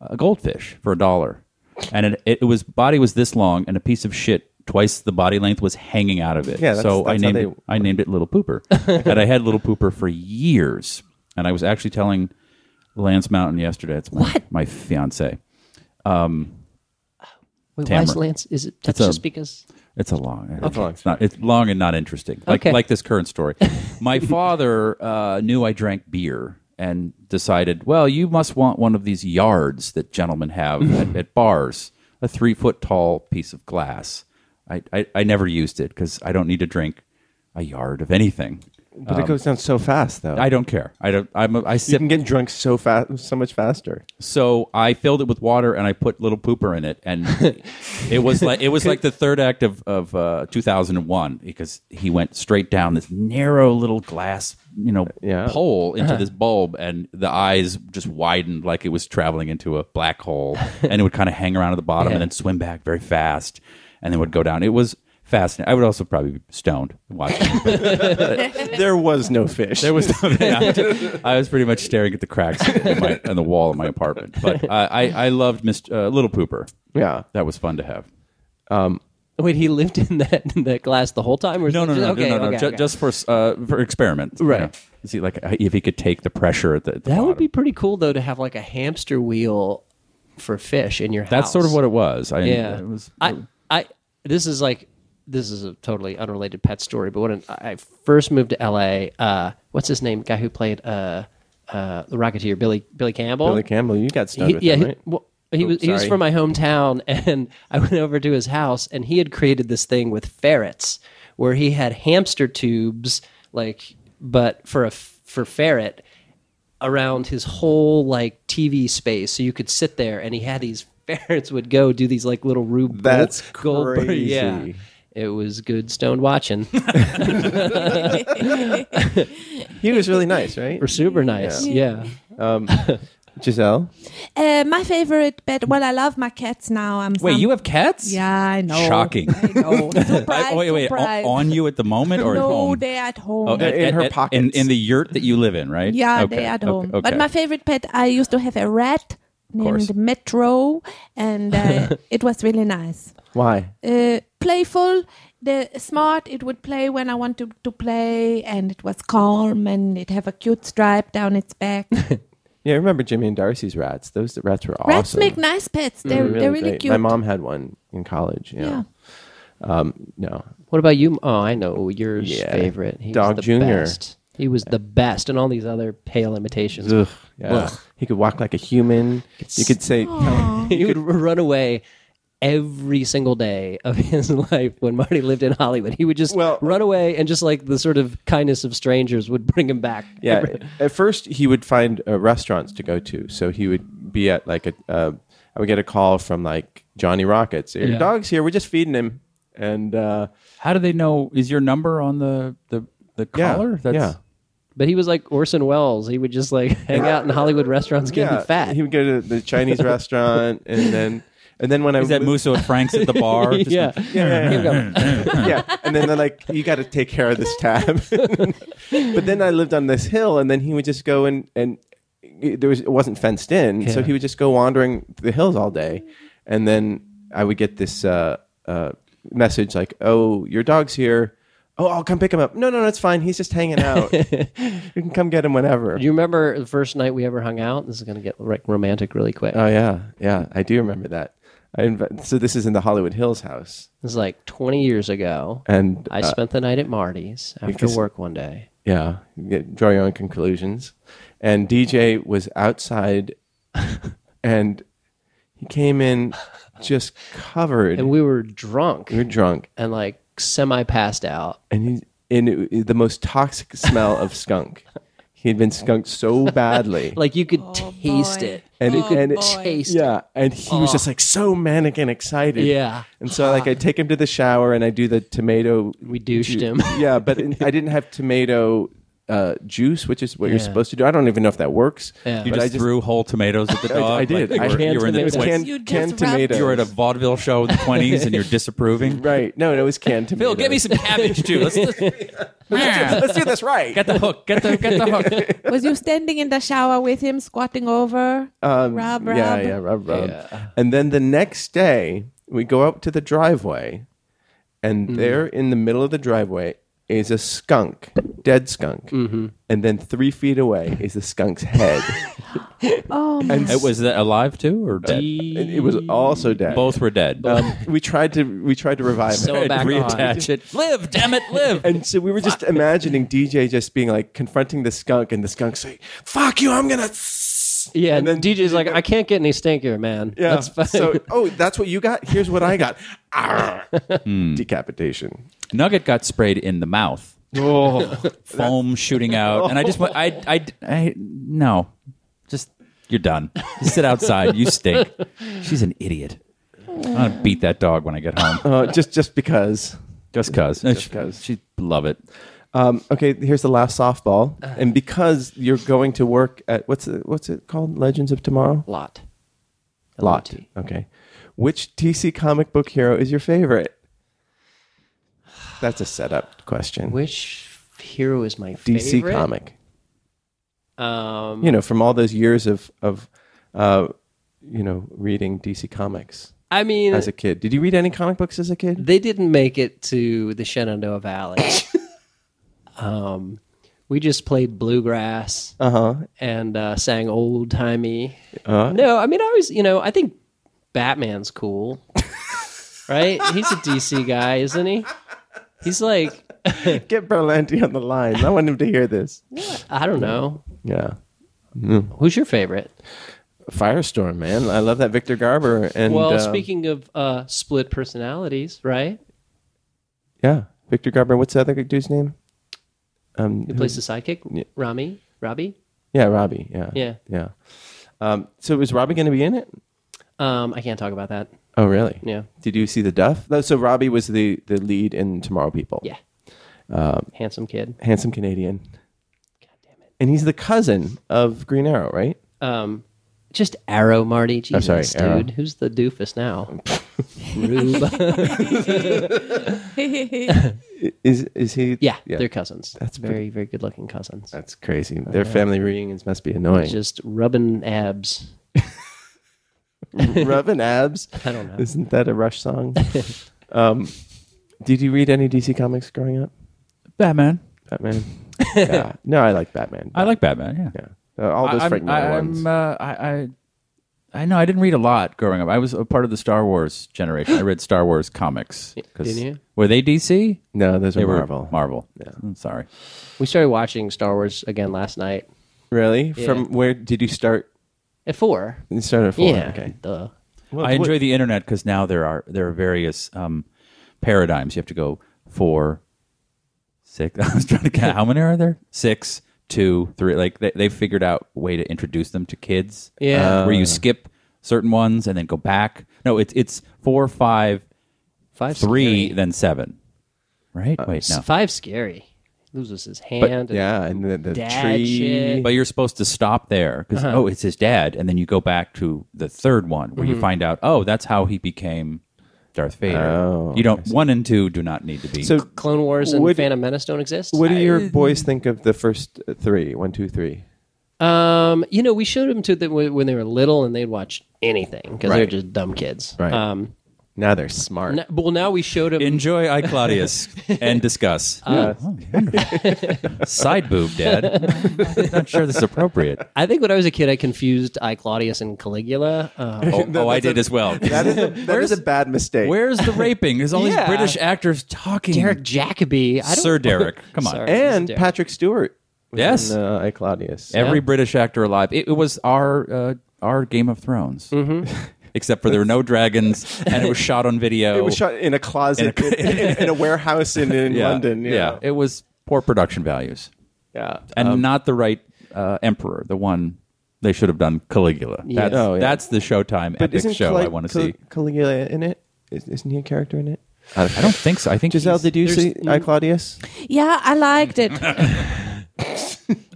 Speaker 5: a goldfish for a dollar, and it, it was body was this long, and a piece of shit twice the body length was hanging out of it.
Speaker 3: Yeah, that's-
Speaker 5: so I
Speaker 3: that's how
Speaker 5: named
Speaker 3: they-
Speaker 5: it, I named it Little Pooper, and I had Little Pooper for years. And I was actually telling Lance Mountain yesterday. It's my my fiance.
Speaker 8: Wait, why is
Speaker 5: Tamara.
Speaker 8: Lance? Is it that's
Speaker 5: a-
Speaker 8: just because
Speaker 5: It's a long. It's,
Speaker 3: long
Speaker 5: it's not. It's long and not interesting. Like
Speaker 8: Okay.
Speaker 5: like this current story. My father uh, knew I drank beer and decided, well, you must want one of these yards that gentlemen have at, at bars. a three foot tall piece of glass. I, I, I never used it because I don't need to drink a yard of anything.
Speaker 3: But it goes down so fast, though.
Speaker 5: I don't care. I don't. I'm. A, I
Speaker 3: You
Speaker 5: sip
Speaker 3: can get drunk so fast, so much faster.
Speaker 5: so I filled it with water and I put little pooper in it, and it was like it was like the third act of of uh, 2001 because he went straight down this narrow little glass you know
Speaker 3: Yeah.
Speaker 5: pole into this bulb, and the eyes just widened like it was traveling into a black hole, and it would kind of hang around at the bottom and then swim back very fast, and then would go down. It was fascinating. I would also probably be stoned watching. it, but
Speaker 3: There was no fish.
Speaker 5: there was no, yeah. I was pretty much staring at the cracks in, my, in the wall of my apartment. But I, I, I loved Mr. Uh, Little Pooper.
Speaker 3: yeah.
Speaker 5: That was fun to have.
Speaker 8: Wait, he lived in that in that glass the whole time, or is
Speaker 5: No,
Speaker 8: it
Speaker 5: no, no,
Speaker 8: just-
Speaker 5: no,
Speaker 8: okay,
Speaker 5: no, no,
Speaker 8: okay,
Speaker 5: ju-
Speaker 8: okay.
Speaker 5: Just for uh, for experiment,
Speaker 8: Right.
Speaker 5: See, like if he could take the pressure at the, at the
Speaker 8: that would
Speaker 5: bottom.
Speaker 8: be pretty cool though to have like a hamster wheel for fish in your house.
Speaker 5: That's sort of what it was. I,
Speaker 8: Yeah,
Speaker 5: it was.
Speaker 8: I, I, this is like this is a totally unrelated pet story, but when I first moved to LA, uh, what's his name? Guy who played uh, uh, the Rocketeer, Billy Billy Campbell.
Speaker 3: Billy Campbell, you got stoned
Speaker 8: He-
Speaker 3: with
Speaker 8: yeah,
Speaker 3: him,
Speaker 8: he-
Speaker 3: right?
Speaker 8: well, he
Speaker 3: Oh,
Speaker 8: was he was
Speaker 3: sorry.
Speaker 8: from my hometown, and I went over to his house, and he had created this thing with ferrets, where he had hamster tubes, like, but for a f- for ferret around his whole like TV space, so you could sit there, and he had these ferrets would go do these like little rube.
Speaker 3: That's crazy.
Speaker 8: Yeah, it was good stoned watching.
Speaker 3: He was really nice, right?
Speaker 8: Were super nice. Yeah.
Speaker 3: Giselle,
Speaker 2: Uh, my favorite pet. Well, I love my cats now. I'm
Speaker 5: wait,
Speaker 2: some-
Speaker 5: you have cats?
Speaker 2: Yeah, I know.
Speaker 5: Shocking.
Speaker 2: I know. Surprise,
Speaker 5: I- wait, wait, on,
Speaker 2: surprise.
Speaker 5: on you at the moment or at
Speaker 2: no,
Speaker 5: home? Oh,
Speaker 2: they're at home.
Speaker 5: at-
Speaker 3: in
Speaker 5: at-
Speaker 3: her
Speaker 5: at- In,
Speaker 3: pockets.
Speaker 5: in the yurt that you live in, right?
Speaker 2: Yeah,
Speaker 5: Okay,
Speaker 2: they at
Speaker 5: okay,
Speaker 2: home.
Speaker 5: Okay.
Speaker 2: But my favorite pet, I used to have a rat
Speaker 5: course.
Speaker 2: named Metro, and uh, it was really nice.
Speaker 3: why?
Speaker 2: Uh, playful, the smart. It would play when I want to, to play, and it was calm, and it have a cute stripe down its back.
Speaker 3: Yeah, I remember Jimmy and Darcy's rats. Those rats were awesome.
Speaker 2: Rats make nice pets. They're, they're really
Speaker 3: Mm, great.
Speaker 2: cute.
Speaker 3: My mom had one in college. Yeah. Um,
Speaker 2: Yeah.
Speaker 3: No.
Speaker 8: What about you? Oh, I know your
Speaker 3: Yeah.
Speaker 8: favorite. He
Speaker 3: Dog
Speaker 8: was the
Speaker 3: Junior.
Speaker 8: Best. He was the best, and all these other pale imitations.
Speaker 3: Ugh, yeah. He could walk like a human. You could say,
Speaker 8: he would run away every single day of his life when Marty lived in Hollywood. He would just
Speaker 3: Well-
Speaker 8: run away, and just like the sort of kindness of strangers would bring him back.
Speaker 3: yeah. At first, he would find uh, restaurants to go to. So he would be at like a, uh, I would get a call from like Johnny Rockets. Your
Speaker 8: Yeah.
Speaker 3: dog's here. We're just feeding him. And uh,
Speaker 5: How do they know? Is your number on the the the
Speaker 3: yeah.
Speaker 5: collar?
Speaker 3: yeah.
Speaker 8: But he was like Orson Welles. He would just like hang out in Hollywood restaurants getting
Speaker 3: yeah.
Speaker 8: fat.
Speaker 3: He would go to the Chinese restaurant. And then, and then when I
Speaker 5: Is that
Speaker 3: moved-
Speaker 5: Musso at Frank's at the bar? Just
Speaker 8: yeah.
Speaker 3: yeah, yeah,
Speaker 8: Here we go.
Speaker 3: yeah. And then they're like, you got to take care of this tab. but then I lived on this hill, and then he would just go and and there was it wasn't fenced in, so
Speaker 8: Yeah.
Speaker 3: he would just go wandering the hills all day, and then I would get this uh, uh, message like, "Oh, your dog's here." Oh, I'll come pick him up. No, no, no, it's fine. He's just hanging out. you can come get him whenever.
Speaker 8: Do you remember the first night we ever hung out? This is going to get like romantic really quick.
Speaker 3: oh yeah, yeah, I do remember that. I inv- so this is in the Hollywood Hills house,
Speaker 8: It was like 20 years ago.
Speaker 3: and uh,
Speaker 8: I spent the night at Marty's after
Speaker 3: because-
Speaker 8: work one day.
Speaker 3: Yeah, you get- draw your own conclusions. And DJ was outside, and he came in just covered.
Speaker 8: And we were drunk
Speaker 3: we were drunk,
Speaker 8: and like semi passed out.
Speaker 3: and he in the most toxic smell of skunk. He had been skunked so badly,
Speaker 8: Like you could taste
Speaker 2: boy.
Speaker 8: it.
Speaker 3: and
Speaker 8: you could
Speaker 3: and
Speaker 8: taste it.
Speaker 3: yeah, and he was just like so manic and excited.
Speaker 8: Oh. Yeah.
Speaker 3: and so like I take him to the shower and I do the tomato.
Speaker 8: We douched him.
Speaker 3: yeah, but in, I didn't have tomato. Uh, juice, which is what you're
Speaker 8: Yeah.
Speaker 3: supposed to do. I don't even know if that works.
Speaker 8: Yeah.
Speaker 5: You
Speaker 3: but
Speaker 5: just,
Speaker 3: I
Speaker 5: threw whole tomatoes at the dog.
Speaker 3: I did.
Speaker 5: Like
Speaker 3: I
Speaker 5: you, were,
Speaker 8: canned
Speaker 5: you were in the
Speaker 3: It was
Speaker 8: tomatoes.
Speaker 3: canned,
Speaker 2: You just
Speaker 3: canned
Speaker 2: rubbed-
Speaker 3: tomatoes.
Speaker 5: You were at a vaudeville show in the twenties, and you're disapproving.
Speaker 3: right. No, no, it was canned tomatoes.
Speaker 5: Bill, get me some cabbage too. Let's, let's,
Speaker 3: Let's do this right.
Speaker 5: get the hook. Get the get the hook.
Speaker 2: Was you standing in the shower with him, squatting over?
Speaker 3: Um,
Speaker 2: rub, rub.
Speaker 3: Yeah, yeah, rub, rub. And then the next day, we go up to the driveway, and
Speaker 5: Mm-hmm.
Speaker 3: there in the middle of the driveway is a skunk, dead skunk.
Speaker 5: Mm-hmm.
Speaker 3: And then three feet away is the skunk's head.
Speaker 2: Oh, my
Speaker 5: It was that alive too, or dead?
Speaker 3: and it was also dead.
Speaker 5: Both were dead.
Speaker 3: Um, we tried to we tried to revive it.
Speaker 8: So back on.
Speaker 5: Reattach it. Live, damn it, live.
Speaker 3: And so we were just imagining DJ just being like confronting the skunk, and the skunk's like, "Fuck you, I'm gonna." s- stinks.
Speaker 8: Yeah,
Speaker 3: and then
Speaker 8: DJ's like, I can't get any stinkier, man.
Speaker 3: yeah.
Speaker 8: That's fine.
Speaker 3: So oh, that's what you got. Here's what I got. Arr.
Speaker 8: Hmm.
Speaker 3: Decapitation.
Speaker 5: Nugget got sprayed in the mouth,
Speaker 3: Oh,
Speaker 5: foam shooting out, and I just went, I, I, I, no, just you're done. You sit outside. You stink. She's an idiot. I'm gonna beat that dog when I get home,
Speaker 3: uh, just just because.
Speaker 5: just cause. Just
Speaker 3: 'cause.
Speaker 5: she'd love it.
Speaker 3: Um, okay, here's the last softball,
Speaker 8: Uh-huh.
Speaker 3: and because you're going to work at what's it, what's it called? Legends of Tomorrow.
Speaker 8: lot.
Speaker 3: Lot. Okay. Which DC comic book hero is your favorite? That's a setup question.
Speaker 8: Which hero is my
Speaker 3: DC
Speaker 8: favorite?
Speaker 3: comic.
Speaker 8: Um,
Speaker 3: You know, from all those years of of uh, you know reading DC comics
Speaker 8: I mean,
Speaker 3: as a kid. Did you read any comic books as a kid?
Speaker 8: they didn't make it to the Shenandoah Valley. um, we just played bluegrass
Speaker 3: Uh huh.
Speaker 8: and uh, sang old timey.
Speaker 3: Uh-huh.
Speaker 8: no, I mean, I always, you know, I think Batman's cool, right? He's a DC guy, isn't he? He's like,
Speaker 3: Get Berlanti on the line. I want him to hear this.
Speaker 8: I don't know.
Speaker 3: Yeah.
Speaker 8: Who's your favorite?
Speaker 3: Firestorm, man. I love that Victor Garber. And
Speaker 8: well,
Speaker 3: um,
Speaker 8: speaking of uh, split personalities, right?
Speaker 3: yeah, Victor Garber. What's the other dude's name? Um,
Speaker 8: He
Speaker 3: who-
Speaker 8: plays the sidekick, Rami, Robbie.
Speaker 3: yeah, Robbie. Yeah,
Speaker 8: Yeah.
Speaker 3: yeah. Um, so is Robbie going to be in it?
Speaker 8: Um, I can't talk about that.
Speaker 3: Oh, really?
Speaker 8: Yeah.
Speaker 3: Did you see the Duff? No, So Robbie was the the lead in Tomorrow People.
Speaker 8: Yeah.
Speaker 3: Um,
Speaker 8: Handsome kid.
Speaker 3: handsome Canadian. God damn it! And he's the cousin of Green Arrow, right?
Speaker 8: Um, just Arrow, Marty. Jesus,
Speaker 3: sorry,
Speaker 8: dude.
Speaker 3: Arrow.
Speaker 8: Who's the doofus now? Rube.
Speaker 3: Is is he?
Speaker 8: yeah, they're cousins.
Speaker 3: That's
Speaker 8: That's very, very good looking cousins.
Speaker 3: That's crazy. Their family reunions must be annoying.
Speaker 8: Just rubbing abs.
Speaker 3: Rubbing abs.
Speaker 8: I don't know.
Speaker 3: Isn't that a Rush song? um, did you read any DC comics growing up?
Speaker 5: Batman.
Speaker 3: Batman. yeah. No, I like Batman.
Speaker 5: I like Batman. Yeah.
Speaker 3: yeah. Uh, all those
Speaker 5: I'm-
Speaker 3: Frank Miller
Speaker 5: I'm,
Speaker 3: ones.
Speaker 5: Uh, I, I, I know I didn't read a lot growing up. I was a part of the Star Wars generation. I read Star Wars comics. 'cause-
Speaker 8: Didn't you?
Speaker 5: Were they DC?
Speaker 3: no, those
Speaker 5: They
Speaker 3: are
Speaker 5: were
Speaker 3: Marvel.
Speaker 5: Marvel. I'm sorry.
Speaker 8: We started watching Star Wars again last night
Speaker 3: really? From where did you start?
Speaker 8: at four.
Speaker 3: You started at four.
Speaker 8: Yeah.
Speaker 3: Okay.
Speaker 8: Duh.
Speaker 5: I enjoy the internet because now there are there are various um, paradigms. You have to go four, six. I was trying to count how many are there? Six, two, three. Like they they figured out a way to introduce them to kids.
Speaker 8: Yeah.
Speaker 5: where you skip certain ones and then go back. No, it's it's four, five,
Speaker 8: Five.
Speaker 5: three,
Speaker 8: Scary. Uh,
Speaker 5: then seven. Right? Wait, no.
Speaker 8: Five scary. Loses his hand. and-
Speaker 3: Yeah, and the, the
Speaker 8: Dad
Speaker 3: tree.
Speaker 8: shit.
Speaker 5: But you're supposed to stop there because
Speaker 8: Uh-huh.
Speaker 5: oh, it's his dad, and then you go back to the third one where
Speaker 8: Mm-hmm.
Speaker 5: you find out oh, that's how he became Darth Vader.
Speaker 3: Oh,
Speaker 5: you don't one and two do not need to be.
Speaker 3: So,
Speaker 8: Clone Wars and
Speaker 3: Would-
Speaker 8: Phantom Menace don't exist.
Speaker 3: what do your boys think of the first uh, three? One, two, three.
Speaker 8: Um, you know, we showed them to them when when they were little, and they'd watch anything because they're
Speaker 3: Right.
Speaker 8: just dumb kids.
Speaker 3: Right.
Speaker 8: Um,
Speaker 3: Now they're smart.
Speaker 8: n- well, now we showed them.
Speaker 5: enjoy I Claudius and discuss.
Speaker 8: Uh,
Speaker 5: Oh, wonderful. Side boob, Dad. I'm not sure this is appropriate.
Speaker 8: I think when I was a kid, I confused I Claudius and Caligula. Um,
Speaker 5: Oh, oh, I did as well.
Speaker 3: That is a, that is a bad mistake.
Speaker 5: Where's the raping? There's all
Speaker 8: Yeah.
Speaker 5: these British actors talking.
Speaker 8: Derek Jacobi. I don't,
Speaker 5: Sir Derek, come on.
Speaker 8: Sorry.
Speaker 3: and
Speaker 8: This is
Speaker 3: Patrick Stewart. was
Speaker 5: Yes.
Speaker 3: in, uh, I Claudius.
Speaker 5: Every British actor alive. It, it was our uh, our Game of Thrones,
Speaker 3: Mm-hmm.
Speaker 5: except for there were no dragons, and it was shot on video.
Speaker 3: It was shot in a closet in in- in a, warehouse in, in London. Yeah, yeah,
Speaker 5: it was poor production values, and
Speaker 3: Um,
Speaker 5: not the right uh, emperor. The one they should have done Caligula. That's,
Speaker 3: Oh, yeah.
Speaker 5: that's the Showtime
Speaker 3: But
Speaker 5: epic
Speaker 3: isn't
Speaker 5: show
Speaker 3: Cali-
Speaker 5: I want to
Speaker 3: Cal-
Speaker 5: see.
Speaker 3: Caligula in it? Is, isn't he a character in it?
Speaker 5: I, I don't think so. I think
Speaker 3: Giselle,
Speaker 5: he's-
Speaker 3: did you see I Claudius?
Speaker 2: yeah, I liked it.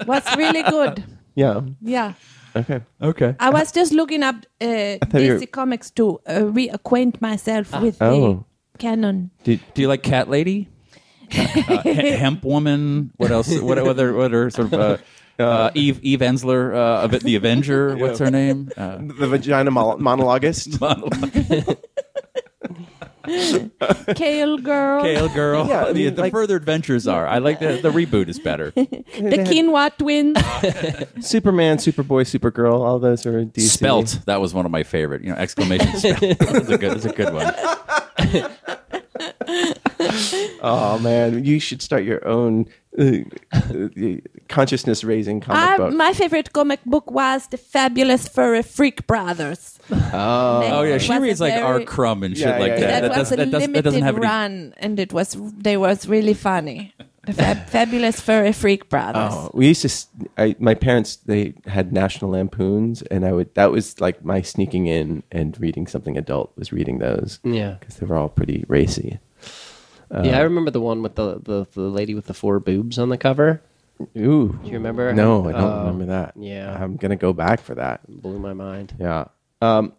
Speaker 2: was really good.
Speaker 3: Yeah.
Speaker 2: Yeah.
Speaker 3: Okay. Okay.
Speaker 2: I was just looking up uh,
Speaker 3: thought you
Speaker 2: DC Comics to uh, reacquaint myself with
Speaker 3: Oh.
Speaker 2: the canon.
Speaker 5: Do you like Cat Lady? uh, He- Hemp Woman. What else? What, what, are, what are sort of uh, uh, Eve Eve Ensler uh, of it- the Avenger? What's her name? Uh,
Speaker 3: The vagina mon- monologuist.
Speaker 2: Kale Girl,
Speaker 5: Kale Girl.
Speaker 3: Yeah, I
Speaker 5: the,
Speaker 3: mean,
Speaker 5: the
Speaker 3: like-
Speaker 5: further adventures are. I like the the reboot is better.
Speaker 2: the Quinoa Twins.
Speaker 3: Superman, Superboy, Supergirl. All those are DC.
Speaker 5: Spelt. That was one of my favorite. You know, exclamation spelt. that's, a good, that's a good one.
Speaker 3: Oh man, you should start your own consciousness raising comic
Speaker 2: I,
Speaker 3: book.
Speaker 2: my favorite comic book was the fabulous furry freak brothers. Oh,
Speaker 5: Oh yeah, she reads like R. Crumb and shit
Speaker 3: Yeah,
Speaker 5: like
Speaker 3: yeah,
Speaker 5: that.
Speaker 3: yeah.
Speaker 2: That, was
Speaker 5: doesn't-
Speaker 2: a
Speaker 5: doesn't-
Speaker 2: limited run, and it was they was really funny. The fab- fabulous furry freak brothers.
Speaker 3: Oh, we used to. s- I, my parents they had National Lampoons, and I would. That was like my sneaking in and reading something adult was reading those.
Speaker 8: Yeah.
Speaker 3: because they were all pretty racy.
Speaker 8: yeah,
Speaker 3: Uh.
Speaker 8: I remember the one with the, the the lady with the four boobs on the cover.
Speaker 3: Ooh,
Speaker 8: Do you remember?
Speaker 3: no, I don't
Speaker 8: Oh,
Speaker 3: remember that.
Speaker 8: yeah.
Speaker 3: I'm gonna go back for that.
Speaker 8: Blew my mind.
Speaker 3: Yeah. Um.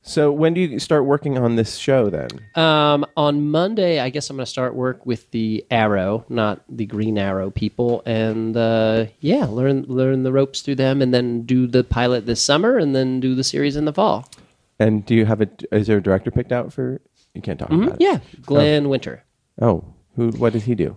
Speaker 3: So when do you start working on this show then?
Speaker 8: Um, on Monday, I guess I'm going to start work with the Arrow, not the Green Arrow people, and uh, yeah, learn learn the ropes through them, and then do the pilot this summer, and then do the series in the fall.
Speaker 3: And do you have a? Is there a director picked out for? You can't talk about it.
Speaker 8: Mm-hmm. Yeah, Glenn Winter.
Speaker 3: Oh, who? What did he do?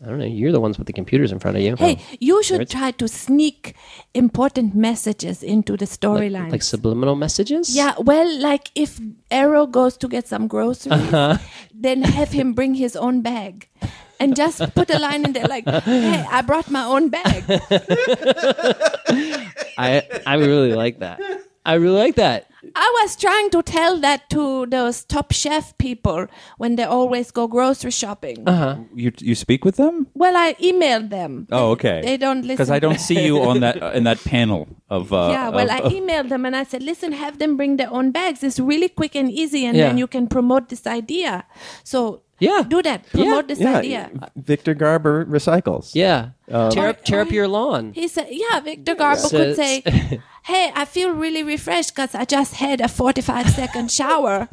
Speaker 8: I don't know. You're the ones with the computers in front of you.
Speaker 2: Hey, you should try to sneak important messages into the storyline.
Speaker 8: like subliminal messages.
Speaker 2: yeah, well, like if Arrow goes to get some groceries, then have him bring his own bag. And just put a line in there like, hey, I brought my own bag.
Speaker 8: I I really like that. I really like that.
Speaker 2: I was trying to tell that to those top chef people when they always go grocery shopping.
Speaker 5: You you speak with them?
Speaker 2: Well, I emailed them.
Speaker 5: Oh, okay.
Speaker 2: They don't listen.
Speaker 5: because I don't see you on that in that panel of. Uh,
Speaker 2: Yeah, well,
Speaker 5: of-
Speaker 2: I
Speaker 5: of-
Speaker 2: emailed them and I said, listen, have them bring their own bags. It's really quick and easy, and then
Speaker 8: Yeah.
Speaker 2: you can promote this idea. So
Speaker 8: Yeah.
Speaker 2: do that.
Speaker 8: Yeah.
Speaker 2: Promote this
Speaker 3: Yeah,
Speaker 2: idea.
Speaker 3: Victor Garber recycles.
Speaker 8: Yeah,
Speaker 5: Um,
Speaker 8: tear up tear
Speaker 2: Or-
Speaker 8: up your lawn.
Speaker 2: He said, yeah, Victor Garbo
Speaker 8: So-
Speaker 2: could say, hey, I feel really refreshed because I just had a 45 second shower.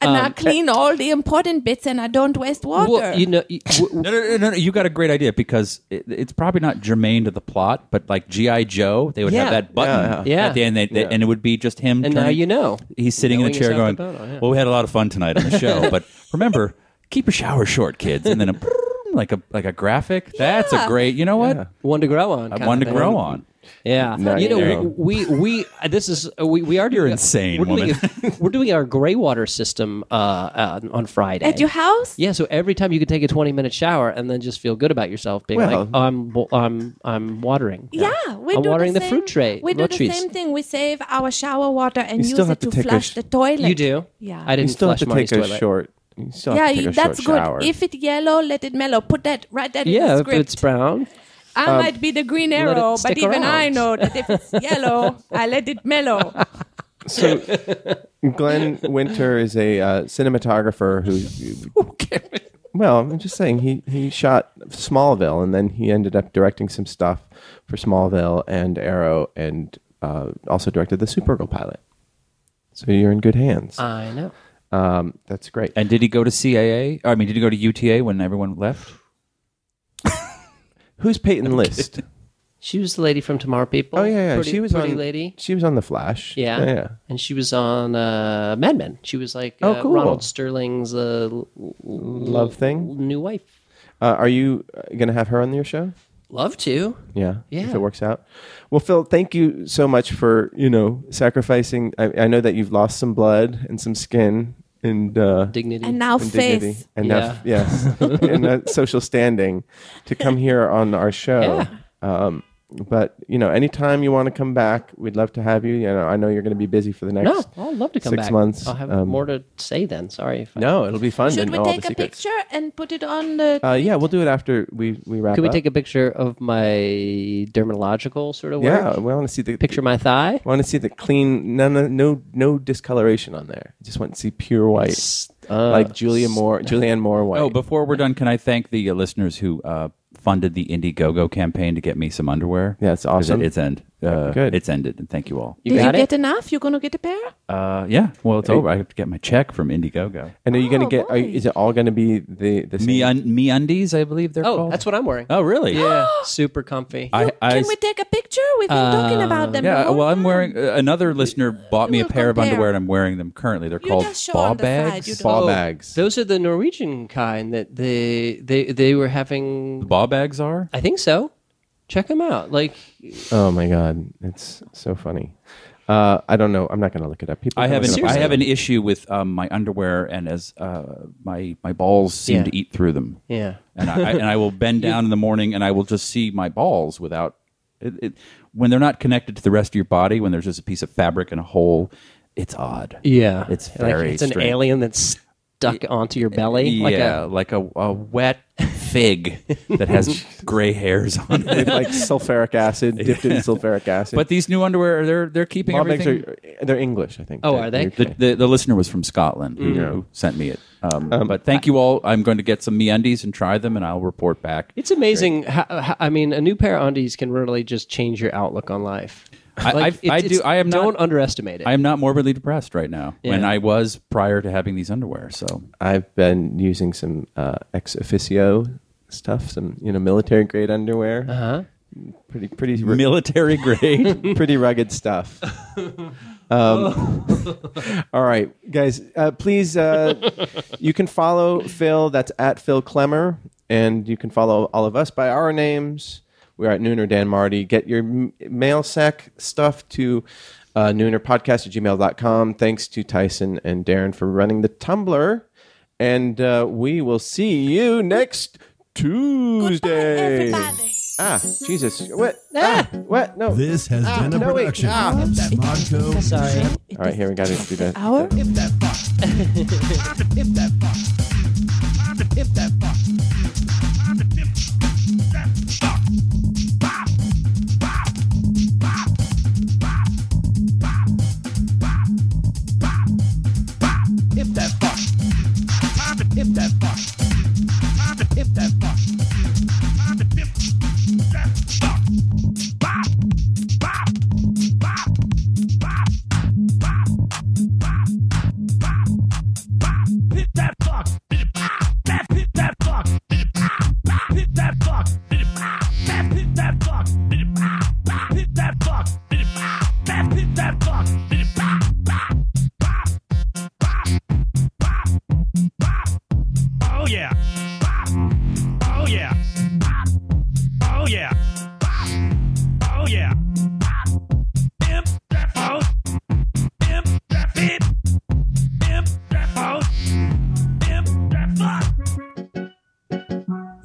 Speaker 2: And I clean all the important bits and I don't waste water.
Speaker 8: Well, you know, you- w- w-
Speaker 5: no, no, no, no, no, You got a great idea because it, it's probably not germane to the plot, but like GI Joe, they would
Speaker 8: Yeah.
Speaker 5: have that button
Speaker 8: Yeah, yeah.
Speaker 5: at the end, they, they- and it would be just him.
Speaker 8: And now
Speaker 5: turning-
Speaker 8: you know.
Speaker 5: he's sitting in a
Speaker 8: Knowing
Speaker 5: chair going,
Speaker 8: yourself about it, yeah.
Speaker 5: "Well, we had a lot of fun tonight on the show, but remember, keep your shower short, kids." And then a like a like a graphic. That's a
Speaker 2: Yeah.
Speaker 5: great. You know what?
Speaker 8: one to grow on.
Speaker 5: I
Speaker 8: kinda
Speaker 5: wanted to
Speaker 8: thing.
Speaker 5: grow on.
Speaker 8: Yeah,
Speaker 3: Now
Speaker 8: you
Speaker 3: you
Speaker 8: know,
Speaker 3: know.
Speaker 8: we we uh, this is uh, we we are doing
Speaker 5: insane,
Speaker 8: we're doing,
Speaker 5: woman.
Speaker 8: a- we're doing our gray water system uh, uh, on Friday
Speaker 2: At your house?
Speaker 8: Yeah, so every time you can take a twenty minute shower and then just feel good about yourself, being like,
Speaker 3: Well-
Speaker 8: oh, I'm wa- I'm I'm watering.
Speaker 2: Yeah, we
Speaker 8: I'm
Speaker 2: do
Speaker 8: watering the,
Speaker 2: the, same,
Speaker 8: fruit tray.
Speaker 2: We do
Speaker 8: fruit
Speaker 2: the
Speaker 8: trees.
Speaker 2: same thing. We save our shower water and
Speaker 3: You
Speaker 2: use
Speaker 3: still have
Speaker 2: it
Speaker 3: to
Speaker 2: to,
Speaker 3: take a
Speaker 2: flush
Speaker 3: sh-
Speaker 2: the toilet.
Speaker 8: You do.
Speaker 2: Yeah.
Speaker 8: I didn't
Speaker 3: You still have to
Speaker 8: flush Marty's
Speaker 3: take a
Speaker 8: toilet.
Speaker 3: short. You still
Speaker 2: yeah,
Speaker 3: have to take
Speaker 2: you-
Speaker 3: a
Speaker 2: that's
Speaker 3: short
Speaker 2: good.
Speaker 3: shower.
Speaker 2: If it yellow, let it mellow. Put that right that in
Speaker 8: Yeah,
Speaker 2: the
Speaker 8: if
Speaker 2: script.
Speaker 8: it's brown,
Speaker 2: I
Speaker 8: uh,
Speaker 2: might be the green
Speaker 8: let it
Speaker 2: arrow, but
Speaker 8: stick
Speaker 2: even I
Speaker 8: around.
Speaker 2: know that if it's yellow, I let it mellow.
Speaker 3: So, Glenn Winter is a uh, cinematographer who. well, I'm just saying he he shot Smallville, and then he ended up directing some stuff for Smallville and Arrow, and uh, also directed the Supergirl pilot. So you're in good hands.
Speaker 8: I know.
Speaker 3: um, that's great.
Speaker 5: And did he go to CAA? I mean, did he go to UTA when everyone left?
Speaker 3: Who's Peyton List?
Speaker 8: She was the lady from Tomorrow People.
Speaker 3: Oh yeah, yeah.
Speaker 8: Pretty-
Speaker 3: she was
Speaker 8: pretty
Speaker 3: on.
Speaker 8: lady.
Speaker 3: She was on The Flash.
Speaker 8: Yeah.
Speaker 3: yeah.
Speaker 8: And she was on uh, Mad Men. She was like
Speaker 3: Oh,
Speaker 8: uh,
Speaker 3: cool.
Speaker 8: Ronald Sterling's uh, l- l-
Speaker 3: Love thing.
Speaker 8: new wife.
Speaker 3: Uh, are you going to have her on your show?
Speaker 8: Love to.
Speaker 3: Yeah,
Speaker 8: Yeah.
Speaker 3: If it works out. Well, Phil, thank you so much for you know sacrificing. I, I know that you've lost some blood and some skin and uh,
Speaker 8: Dignity.
Speaker 2: And now
Speaker 3: and
Speaker 2: face.
Speaker 3: dignity and
Speaker 8: Yeah.
Speaker 3: now, yes, and uh, social standing to come here on our show.
Speaker 8: Yeah.
Speaker 3: Um, but you know, anytime you want to come back, we'd love to have you. You know, I know you're going to be busy for the
Speaker 8: no,
Speaker 3: next.
Speaker 8: I'll love to come
Speaker 3: six
Speaker 8: back.
Speaker 3: months.
Speaker 8: I'll have
Speaker 3: Um,
Speaker 8: more to say then. Sorry. If I-
Speaker 3: No, it'll be fun. to
Speaker 2: Should we
Speaker 3: know all
Speaker 2: take
Speaker 3: the
Speaker 2: a
Speaker 3: secrets.
Speaker 2: picture and put it on the?
Speaker 3: Uh, yeah, we'll do it after we we wrap.
Speaker 8: Could we
Speaker 3: up.
Speaker 8: take a picture of my dermatological sort of work?
Speaker 3: Yeah, we want to see the
Speaker 8: Picture my thigh.
Speaker 3: want to see the clean, no, no, no, no discoloration on there. I just want to see pure white,
Speaker 8: Uh,
Speaker 3: like Julia Moore, Julianne Moore white.
Speaker 5: Oh, before we're done, can I thank the uh, listeners who uh, funded the Indiegogo campaign to get me some underwear?
Speaker 3: Yeah, it's
Speaker 5: 'Cause
Speaker 3: awesome.
Speaker 5: It's end. Uh,
Speaker 3: Good.
Speaker 5: It's ended, and thank you all.
Speaker 8: you
Speaker 2: Did you
Speaker 8: got it.
Speaker 2: get enough? You're gonna get a pair?
Speaker 5: Uh, yeah. Well, it's over. I have to get my check from Indiegogo.
Speaker 3: and are you gonna
Speaker 2: Oh,
Speaker 3: get? Are, you-
Speaker 2: right.
Speaker 3: is it all gonna be the the
Speaker 5: Me,
Speaker 3: same?
Speaker 5: un- me undies, I believe they're
Speaker 8: Oh,
Speaker 5: called.
Speaker 8: that's what I'm wearing.
Speaker 5: Oh, really?
Speaker 8: Yeah, super comfy.
Speaker 5: I,
Speaker 2: You-
Speaker 5: I,
Speaker 2: Can we take a picture? We've been talking
Speaker 8: Uh,
Speaker 2: about them. the
Speaker 5: yeah.
Speaker 2: whole
Speaker 5: Well, I'm
Speaker 2: time.
Speaker 5: wearing. Uh, another listener bought me a
Speaker 2: will
Speaker 5: pair of
Speaker 2: compare.
Speaker 5: underwear, and I'm wearing them currently. They're
Speaker 2: You
Speaker 5: called
Speaker 2: just show
Speaker 5: ball
Speaker 2: on the side, you
Speaker 5: bags.
Speaker 2: don't-
Speaker 3: ball
Speaker 8: Oh,
Speaker 3: bags?
Speaker 8: Those are the Norwegian kind that they they they were having.
Speaker 5: Ball bags are.
Speaker 8: I think so. Check them out. Like
Speaker 3: oh my god, it's so funny. Uh, I don't know. I'm not going to look it up. People
Speaker 5: I
Speaker 3: can
Speaker 5: have
Speaker 3: look
Speaker 5: an,
Speaker 3: it up
Speaker 5: I
Speaker 3: on
Speaker 5: have
Speaker 3: their
Speaker 5: an issue with um, my underwear, and as uh, my my balls seem
Speaker 8: Yeah.
Speaker 5: to eat through them.
Speaker 8: Yeah.
Speaker 5: and I, I and I will bend down in the morning, and I will just see my balls without it, it, when they're not connected to the rest of your body. When there's just a piece of fabric and a hole, it's odd.
Speaker 8: Yeah,
Speaker 5: it's
Speaker 8: Like,
Speaker 5: very
Speaker 8: it's an
Speaker 5: strange.
Speaker 8: alien that's stuck onto your belly. like a-
Speaker 5: yeah, like a, a wet fig that has gray hairs on it.
Speaker 3: with, like sulfuric acid dipped in sulfuric acid.
Speaker 5: But these new underwear, they're they're keeping
Speaker 3: Mom eggs
Speaker 5: everything.
Speaker 3: are they're English, I think.
Speaker 8: Oh,
Speaker 3: They're-
Speaker 8: are they?
Speaker 3: they're-
Speaker 5: The, the, the listener was from Scotland who, who sent me it. Mm-hmm. Um, but thank you all. I'm going to get some MeUndies and try them, and I'll report back.
Speaker 8: It's amazing. How, how, I mean, a new pair of undies can really just change your outlook on life.
Speaker 5: I- I've- I do-
Speaker 8: it's-
Speaker 5: I am not-
Speaker 8: Don't underestimate it.
Speaker 5: I am not morbidly depressed right now, and
Speaker 8: Yeah.
Speaker 5: I was prior to having these underwear. So
Speaker 3: I've been using some uh, ex officio stuff, some you know military grade underwear. Uh-huh. Pretty pretty ru-
Speaker 5: military grade.
Speaker 3: pretty rugged stuff. Um, all right, guys, uh, please. Uh, you can follow Phil. That's at Phil Clemmer, and you can follow all of us by our names. We're at Nooner Dan Marty. Get your m- mail sack stuff to uh, noonerpodcast at gmail.com. Thanks to Tyson and Darren for running the Tumblr. And uh, we will see you next Tuesday.
Speaker 2: everybody.
Speaker 3: Ah, Jesus. What? Ah, what? No.
Speaker 1: This has
Speaker 3: Ah,
Speaker 1: been a
Speaker 3: no, wait.
Speaker 1: production
Speaker 3: Ah.
Speaker 1: of Smodco.
Speaker 8: Sorry.
Speaker 3: All right, here we got to do that.
Speaker 2: Our
Speaker 9: Hit that fuck. That hit that fuck. Hit that fuck. That hit that fuck. That hit that fuck. That hit that fuck. Oh yeah. Oh yeah. Oh yeah. Oh yeah. Imp that phone. Imp that fit. Imp that phone. Imp that fuck.